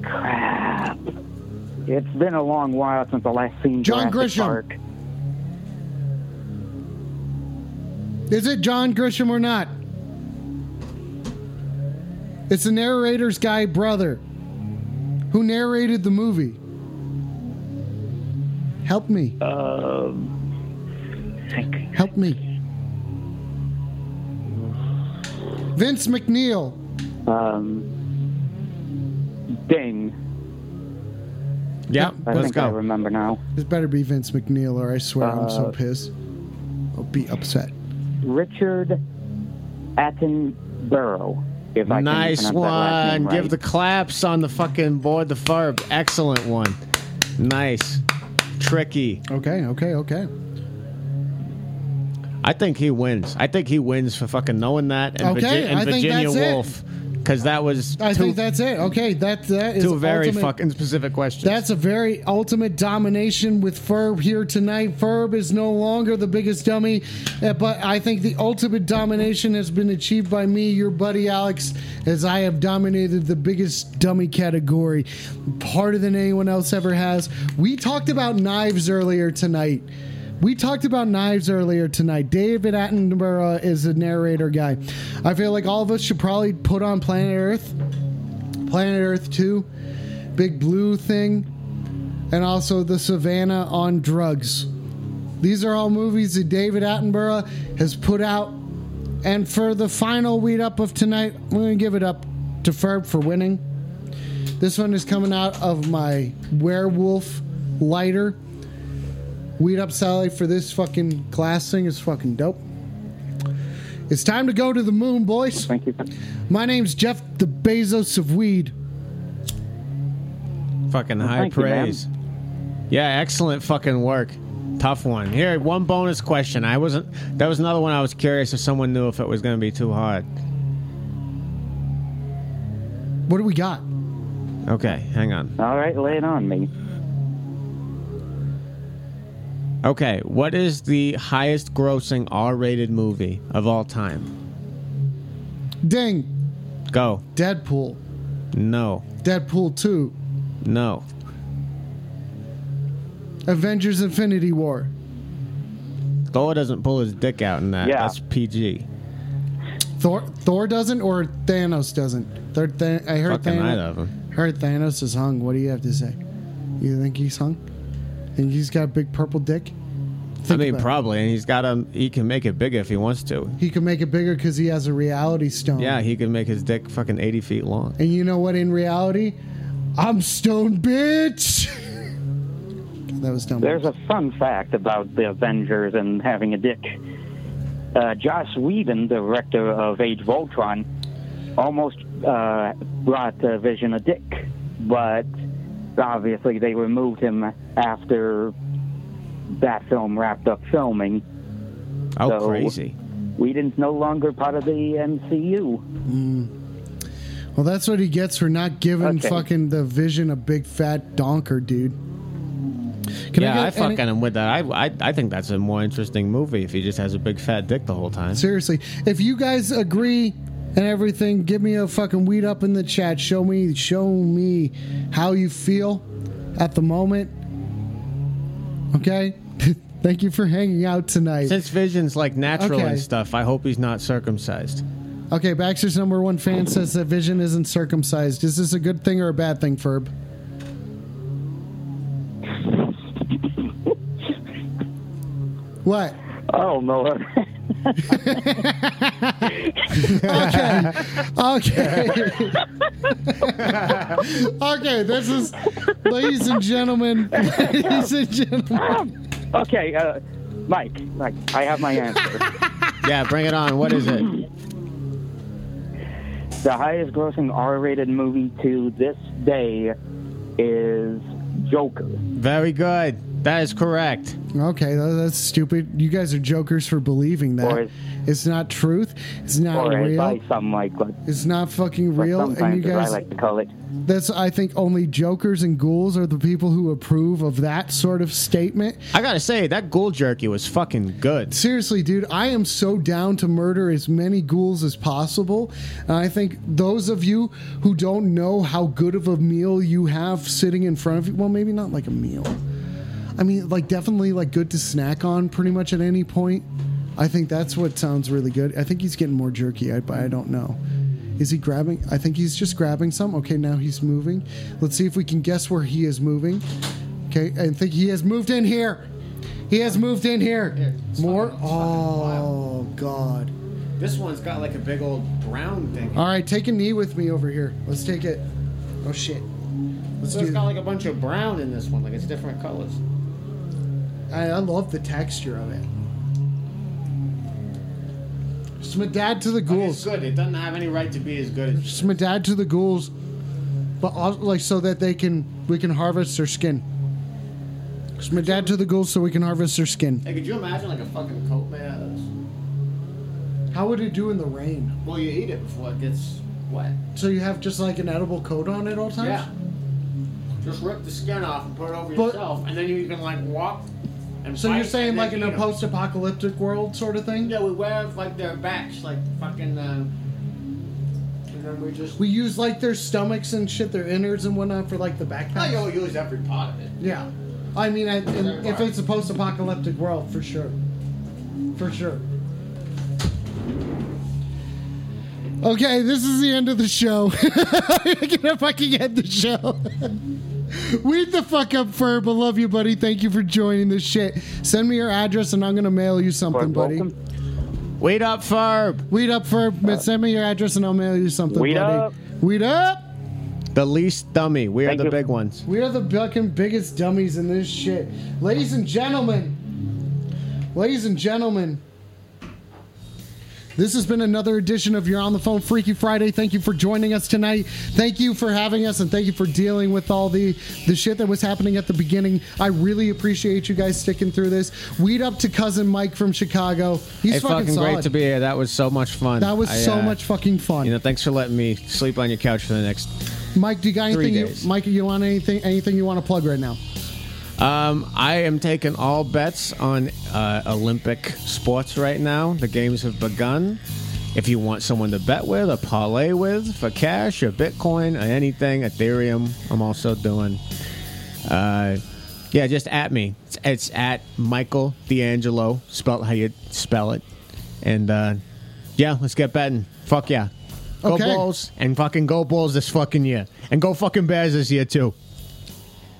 Speaker 12: Crap. It's been a long while since I last seen
Speaker 1: John
Speaker 12: Jurassic
Speaker 1: Grisham.
Speaker 12: Park.
Speaker 1: Is it John Grisham or not? It's the narrator's guy brother who narrated the movie. Help me.
Speaker 12: Um,
Speaker 1: Help me. Vince McNeil.
Speaker 12: um, Ding.
Speaker 5: Yeah,
Speaker 12: I
Speaker 5: let's
Speaker 12: think
Speaker 5: go.
Speaker 12: I remember now.
Speaker 1: This better be Vince McNeil, or I swear I'm so
Speaker 12: Uh,
Speaker 1: pissed. I'll be upset.
Speaker 12: Richard Attenborough. If I can
Speaker 5: nice
Speaker 12: pronounce that last
Speaker 5: one.
Speaker 12: name
Speaker 5: Give
Speaker 12: right.
Speaker 5: the claps on the fucking board, the Farb. Excellent one. Nice. Tricky.
Speaker 1: Okay, okay, okay.
Speaker 5: I think he wins. I think he wins for fucking knowing that and,
Speaker 1: Okay,
Speaker 5: Virgi- and
Speaker 1: I think
Speaker 5: Virginia
Speaker 1: that's it.
Speaker 5: Woolf. Because that was
Speaker 1: I
Speaker 5: two,
Speaker 1: think that's it. Okay, that that is
Speaker 5: two very
Speaker 1: ultimate-
Speaker 5: fucking specific questions.
Speaker 1: That's a very ultimate domination with Ferb here tonight. Ferb is no longer the biggest dummy, uh, but I think the ultimate domination has been achieved by me, your buddy Alex, as I have dominated the biggest dummy category, harder than anyone else ever has. We talked about knives earlier tonight. We talked about knives earlier tonight. David Attenborough is a narrator guy. I feel like all of us should probably put on Planet Earth, Planet Earth 2, Big Blue thing, and also The Savannah on Drugs. These are all movies that David Attenborough has put out. And for the final weed up of tonight, I'm going to give it up to Ferb for winning. This one is coming out of my werewolf lighter. Weed up Sally for this fucking glass thing is fucking dope. It's time to go to the moon, boys. Thank you. My name's Jeff the Bezos of Weed.
Speaker 5: Fucking
Speaker 9: Well,
Speaker 5: high
Speaker 9: thank you, man.
Speaker 5: praise. yeah, excellent fucking work. Tough one. Here, one bonus question. I wasn't. That was another one I was curious if someone knew if it was going to be too hard.
Speaker 1: What do we got?
Speaker 5: Okay, hang on.
Speaker 12: All right, lay it on me.
Speaker 5: Okay, what is the highest grossing R rated movie of all time?
Speaker 1: Ding.
Speaker 5: Go.
Speaker 1: Deadpool.
Speaker 5: No.
Speaker 1: Deadpool 2.
Speaker 5: No.
Speaker 1: Avengers Infinity War.
Speaker 5: Thor doesn't pull his dick out in that.
Speaker 1: Yeah.
Speaker 5: That's PG.
Speaker 1: Thor Thor doesn't or Thanos doesn't. Thor, Than I heard
Speaker 5: Fucking
Speaker 1: Thanos.
Speaker 5: either of 'em.
Speaker 1: Heard Thanos is hung. What do you have to say? You think he's hung? And he's got a big purple dick.
Speaker 5: I mean,
Speaker 1: about it.
Speaker 5: probably, and he's got a. He can make it bigger if he wants to.
Speaker 1: He can make it bigger because he has a reality stone.
Speaker 5: Yeah, he can make his dick fucking eighty feet long.
Speaker 1: And you know what? In reality, I'm stone bitch. that was dumb.
Speaker 12: There's a fun fact about the Avengers and having a dick. Uh, Joss Whedon, director of Age of Ultron, almost uh, brought uh, Vision a dick, but obviously they removed him after that film wrapped up filming.
Speaker 5: Oh,
Speaker 12: So-
Speaker 5: crazy!
Speaker 12: Whedon's no longer part of the MCU.
Speaker 1: Mm. Well, that's what he gets for not giving
Speaker 12: Okay.
Speaker 1: fucking the vision a big fat donker, dude. Can I
Speaker 5: yeah,
Speaker 1: get
Speaker 5: I,
Speaker 1: any-
Speaker 5: fucking am with that. I, I I think that's a more interesting movie if he just has a big fat dick the whole time.
Speaker 1: Seriously, if you guys agree and everything, give me a fucking weed up in the chat. Show me, show me how you feel at the moment. Okay. Thank you for hanging out tonight.
Speaker 5: Since Vision's like natural
Speaker 1: Okay.
Speaker 5: and stuff, I hope he's not circumcised.
Speaker 1: Okay, Baxter's number one fan says that Vision isn't circumcised. Is this a good thing or a bad thing, Ferb? What?
Speaker 12: Oh, Miller.
Speaker 1: okay. Okay. okay, this is ladies and gentlemen. Ladies and gentlemen.
Speaker 12: okay, uh, Mike, Mike, I have my answer.
Speaker 5: yeah, bring it on. What is it?
Speaker 12: The highest grossing R rated movie to this day is Joker.
Speaker 5: Very good. That is correct.
Speaker 1: Okay, tha- that's stupid. You guys are jokers for believing that.
Speaker 12: Or-
Speaker 1: it's not truth. It's not
Speaker 12: or
Speaker 1: real.
Speaker 12: by some like what
Speaker 1: It's not fucking
Speaker 12: what
Speaker 1: real. And you
Speaker 12: sometimes
Speaker 1: guys
Speaker 12: I like to call it.
Speaker 1: That's I think only jokers and ghouls are the people who approve of that sort of statement.
Speaker 5: I gotta say that ghoul jerky was fucking good.
Speaker 1: Seriously, dude, I am so down to murder as many ghouls as possible. And I think those of you who don't know how good of a meal you have sitting in front of you, well, maybe not like a meal. I mean, like definitely like good to snack on pretty much at any point. I think that's what sounds really good. I think he's getting more jerky, I, but I don't know. Is he grabbing? I think he's just grabbing some. Okay, now he's moving. Let's see if we can guess where he is moving. Okay, I think he has moved in here. He has moved in here. More. Oh God.
Speaker 5: This one's got like a big old brown thing.
Speaker 1: All right, take a knee with me over here. Let's take it. Oh shit. Let's
Speaker 18: So
Speaker 1: do
Speaker 18: it's got
Speaker 1: it.
Speaker 18: like a bunch of brown in this one, like it's different colors.
Speaker 1: I, I love the texture of it. Smadad to the ghouls.
Speaker 18: It's good. It doesn't have any right to be as good as.
Speaker 1: Smadad to the ghouls, but also, like so that they can we can harvest their skin. Smadad to the ghouls so we can harvest their skin.
Speaker 18: Hey, could you imagine like a fucking coat made out of this?
Speaker 1: How would it do in the rain?
Speaker 18: Well, you eat it before it gets wet.
Speaker 1: So you have just like an edible coat on at all times.
Speaker 18: Yeah. Just rip the skin off and put it over
Speaker 1: But-
Speaker 18: yourself, and then you can like walk. And
Speaker 1: So you're
Speaker 18: fight
Speaker 1: saying
Speaker 18: and
Speaker 1: like
Speaker 18: then
Speaker 1: in
Speaker 18: eat
Speaker 1: a
Speaker 18: 'em.
Speaker 1: post-apocalyptic world sort of thing?
Speaker 18: Yeah, we wear like their backs, like fucking. Uh, and then we just.
Speaker 1: We use like their stomachs and shit, their innards and whatnot for like the backpack.
Speaker 18: Oh, you'll use every part of it.
Speaker 1: Yeah. I mean, I, in, if it's a post-apocalyptic world, for sure, for sure. Okay, this is the end of the show. I'm gonna fucking end the show. Weed the fuck up, Ferb. I love you, buddy. Thank you for joining this shit. Send me your address, and I'm gonna mail you something, buddy.
Speaker 5: Weed up, Ferb.
Speaker 1: Weed up, Ferb. Man, send me your address, and I'll mail you something,
Speaker 5: Uh, Weed
Speaker 1: buddy.
Speaker 5: up.
Speaker 1: Weed up.
Speaker 5: The least dummy. We are the big ones.
Speaker 1: We are the fucking biggest dummies in this shit, ladies and gentlemen. Ladies and gentlemen. This has been another edition of Your On the Phone Freaky Friday. Thank you for joining us tonight. Thank you for having us, and thank you for dealing with all the the shit that was happening at the beginning. I really appreciate you guys sticking through this. Weed up to cousin Mike from Chicago. He's
Speaker 5: hey,
Speaker 1: fucking,
Speaker 5: fucking,
Speaker 1: solid.
Speaker 5: great to be here. That was so much fun.
Speaker 1: That was
Speaker 5: I,
Speaker 1: so
Speaker 5: uh,
Speaker 1: much fucking fun.
Speaker 5: You know, thanks for letting me sleep on your couch for the next.
Speaker 1: Mike, do you got
Speaker 5: Three
Speaker 1: anything?
Speaker 5: days.
Speaker 1: You, Mike, you want anything? Anything you want to plug right now?
Speaker 5: Um, I am taking all bets on uh, Olympic sports right now. The games have begun. If you want someone to bet with or parlay with for cash or Bitcoin or anything, Ethereum, I'm also doing. Uh, yeah, just at me. It's, it's at Michael D'Angelo, spelled how you spell it. And uh, yeah, let's get betting. Fuck yeah. Go
Speaker 1: Okay.
Speaker 5: Bulls and fucking go Bulls this fucking year. And go fucking Bears this year too.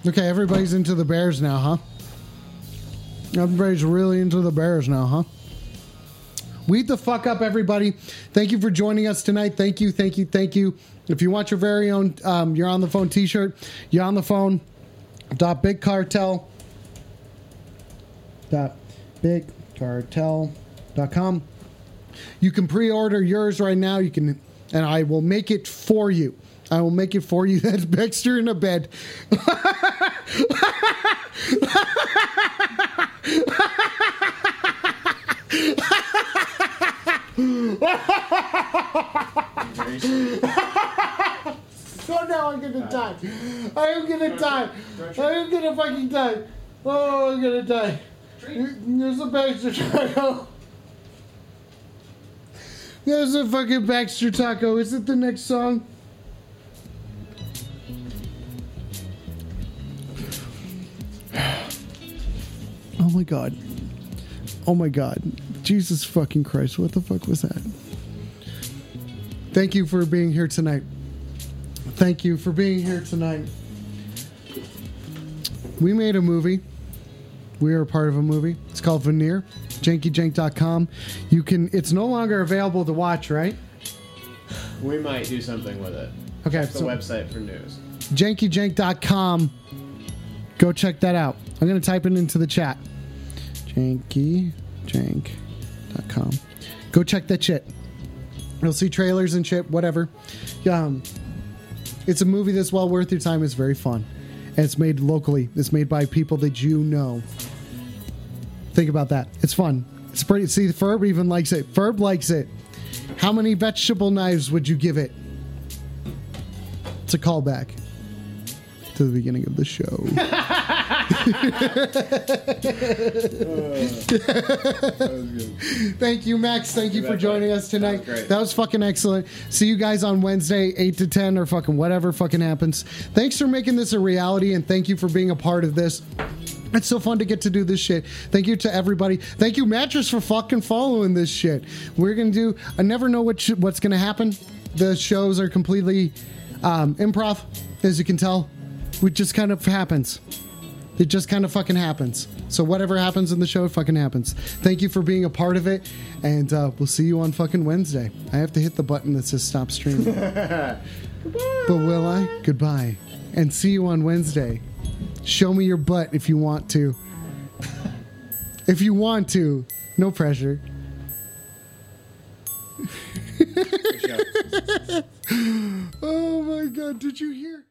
Speaker 1: Okay, everybody's into the Bears now, huh? Everybody's really into the Bears now, huh? Weed the fuck up, everybody. Thank you for joining us tonight. Thank you, thank you, thank you. If you want your very own um, You're on the Phone t shirt, You're on the Phone dot big cartel dot big cartel dot com. You can pre-order yours right now. You can, and I will make it for you. I will make it for you. That's Baxter in a bed. so now I'm gonna die. I am gonna die. I am gonna fucking die. Oh, I'm gonna die. There's a Baxter taco. There's a fucking Baxter taco. Is it the next song? Oh my god. Oh my god. Jesus fucking Christ. What the fuck was that? Thank you for being here tonight. Thank you for being here tonight. We made a movie. We are a part of a movie. It's called Veneer. JankyJank.com. You can. It's no longer available to watch, right?
Speaker 5: We might do something with it.
Speaker 1: Okay, That's the so-
Speaker 5: website for news.
Speaker 1: jankyjank.com. Go check that out. I'm going to type it into the chat. jankyjank.com. Go check that shit. You'll see trailers and shit, whatever. Um, it's a movie that's well worth your time. It's very fun. And it's made locally, it's made by people that you know. Think about that. It's fun. It's pretty. See, Ferb even likes it. Ferb likes it. How many vegetable knives would you give it? It's a callback to the beginning of the show. Thank you, Max. Thank you for joining us tonight. That was, fucking excellent. See you guys on Wednesday, 8 to 10, or fucking whatever fucking happens. Thanks for making this a reality, and thank you for being a part of this. It's so fun to get to do this shit. Thank you to everybody. Thank you, Mattress, for fucking following this shit. We're gonna do. I never know what sh- what's gonna happen. The shows are completely um, improv, as you can tell. It just kind of happens. It just kind of fucking happens. So whatever happens in the show, it fucking happens. Thank you for being a part of it, and uh, we'll see you on fucking Wednesday. I have to hit the button that says stop streaming. But will I? Goodbye. And see you on Wednesday. Show me your butt if you want to. If you want to, no pressure. oh my god, did you hear?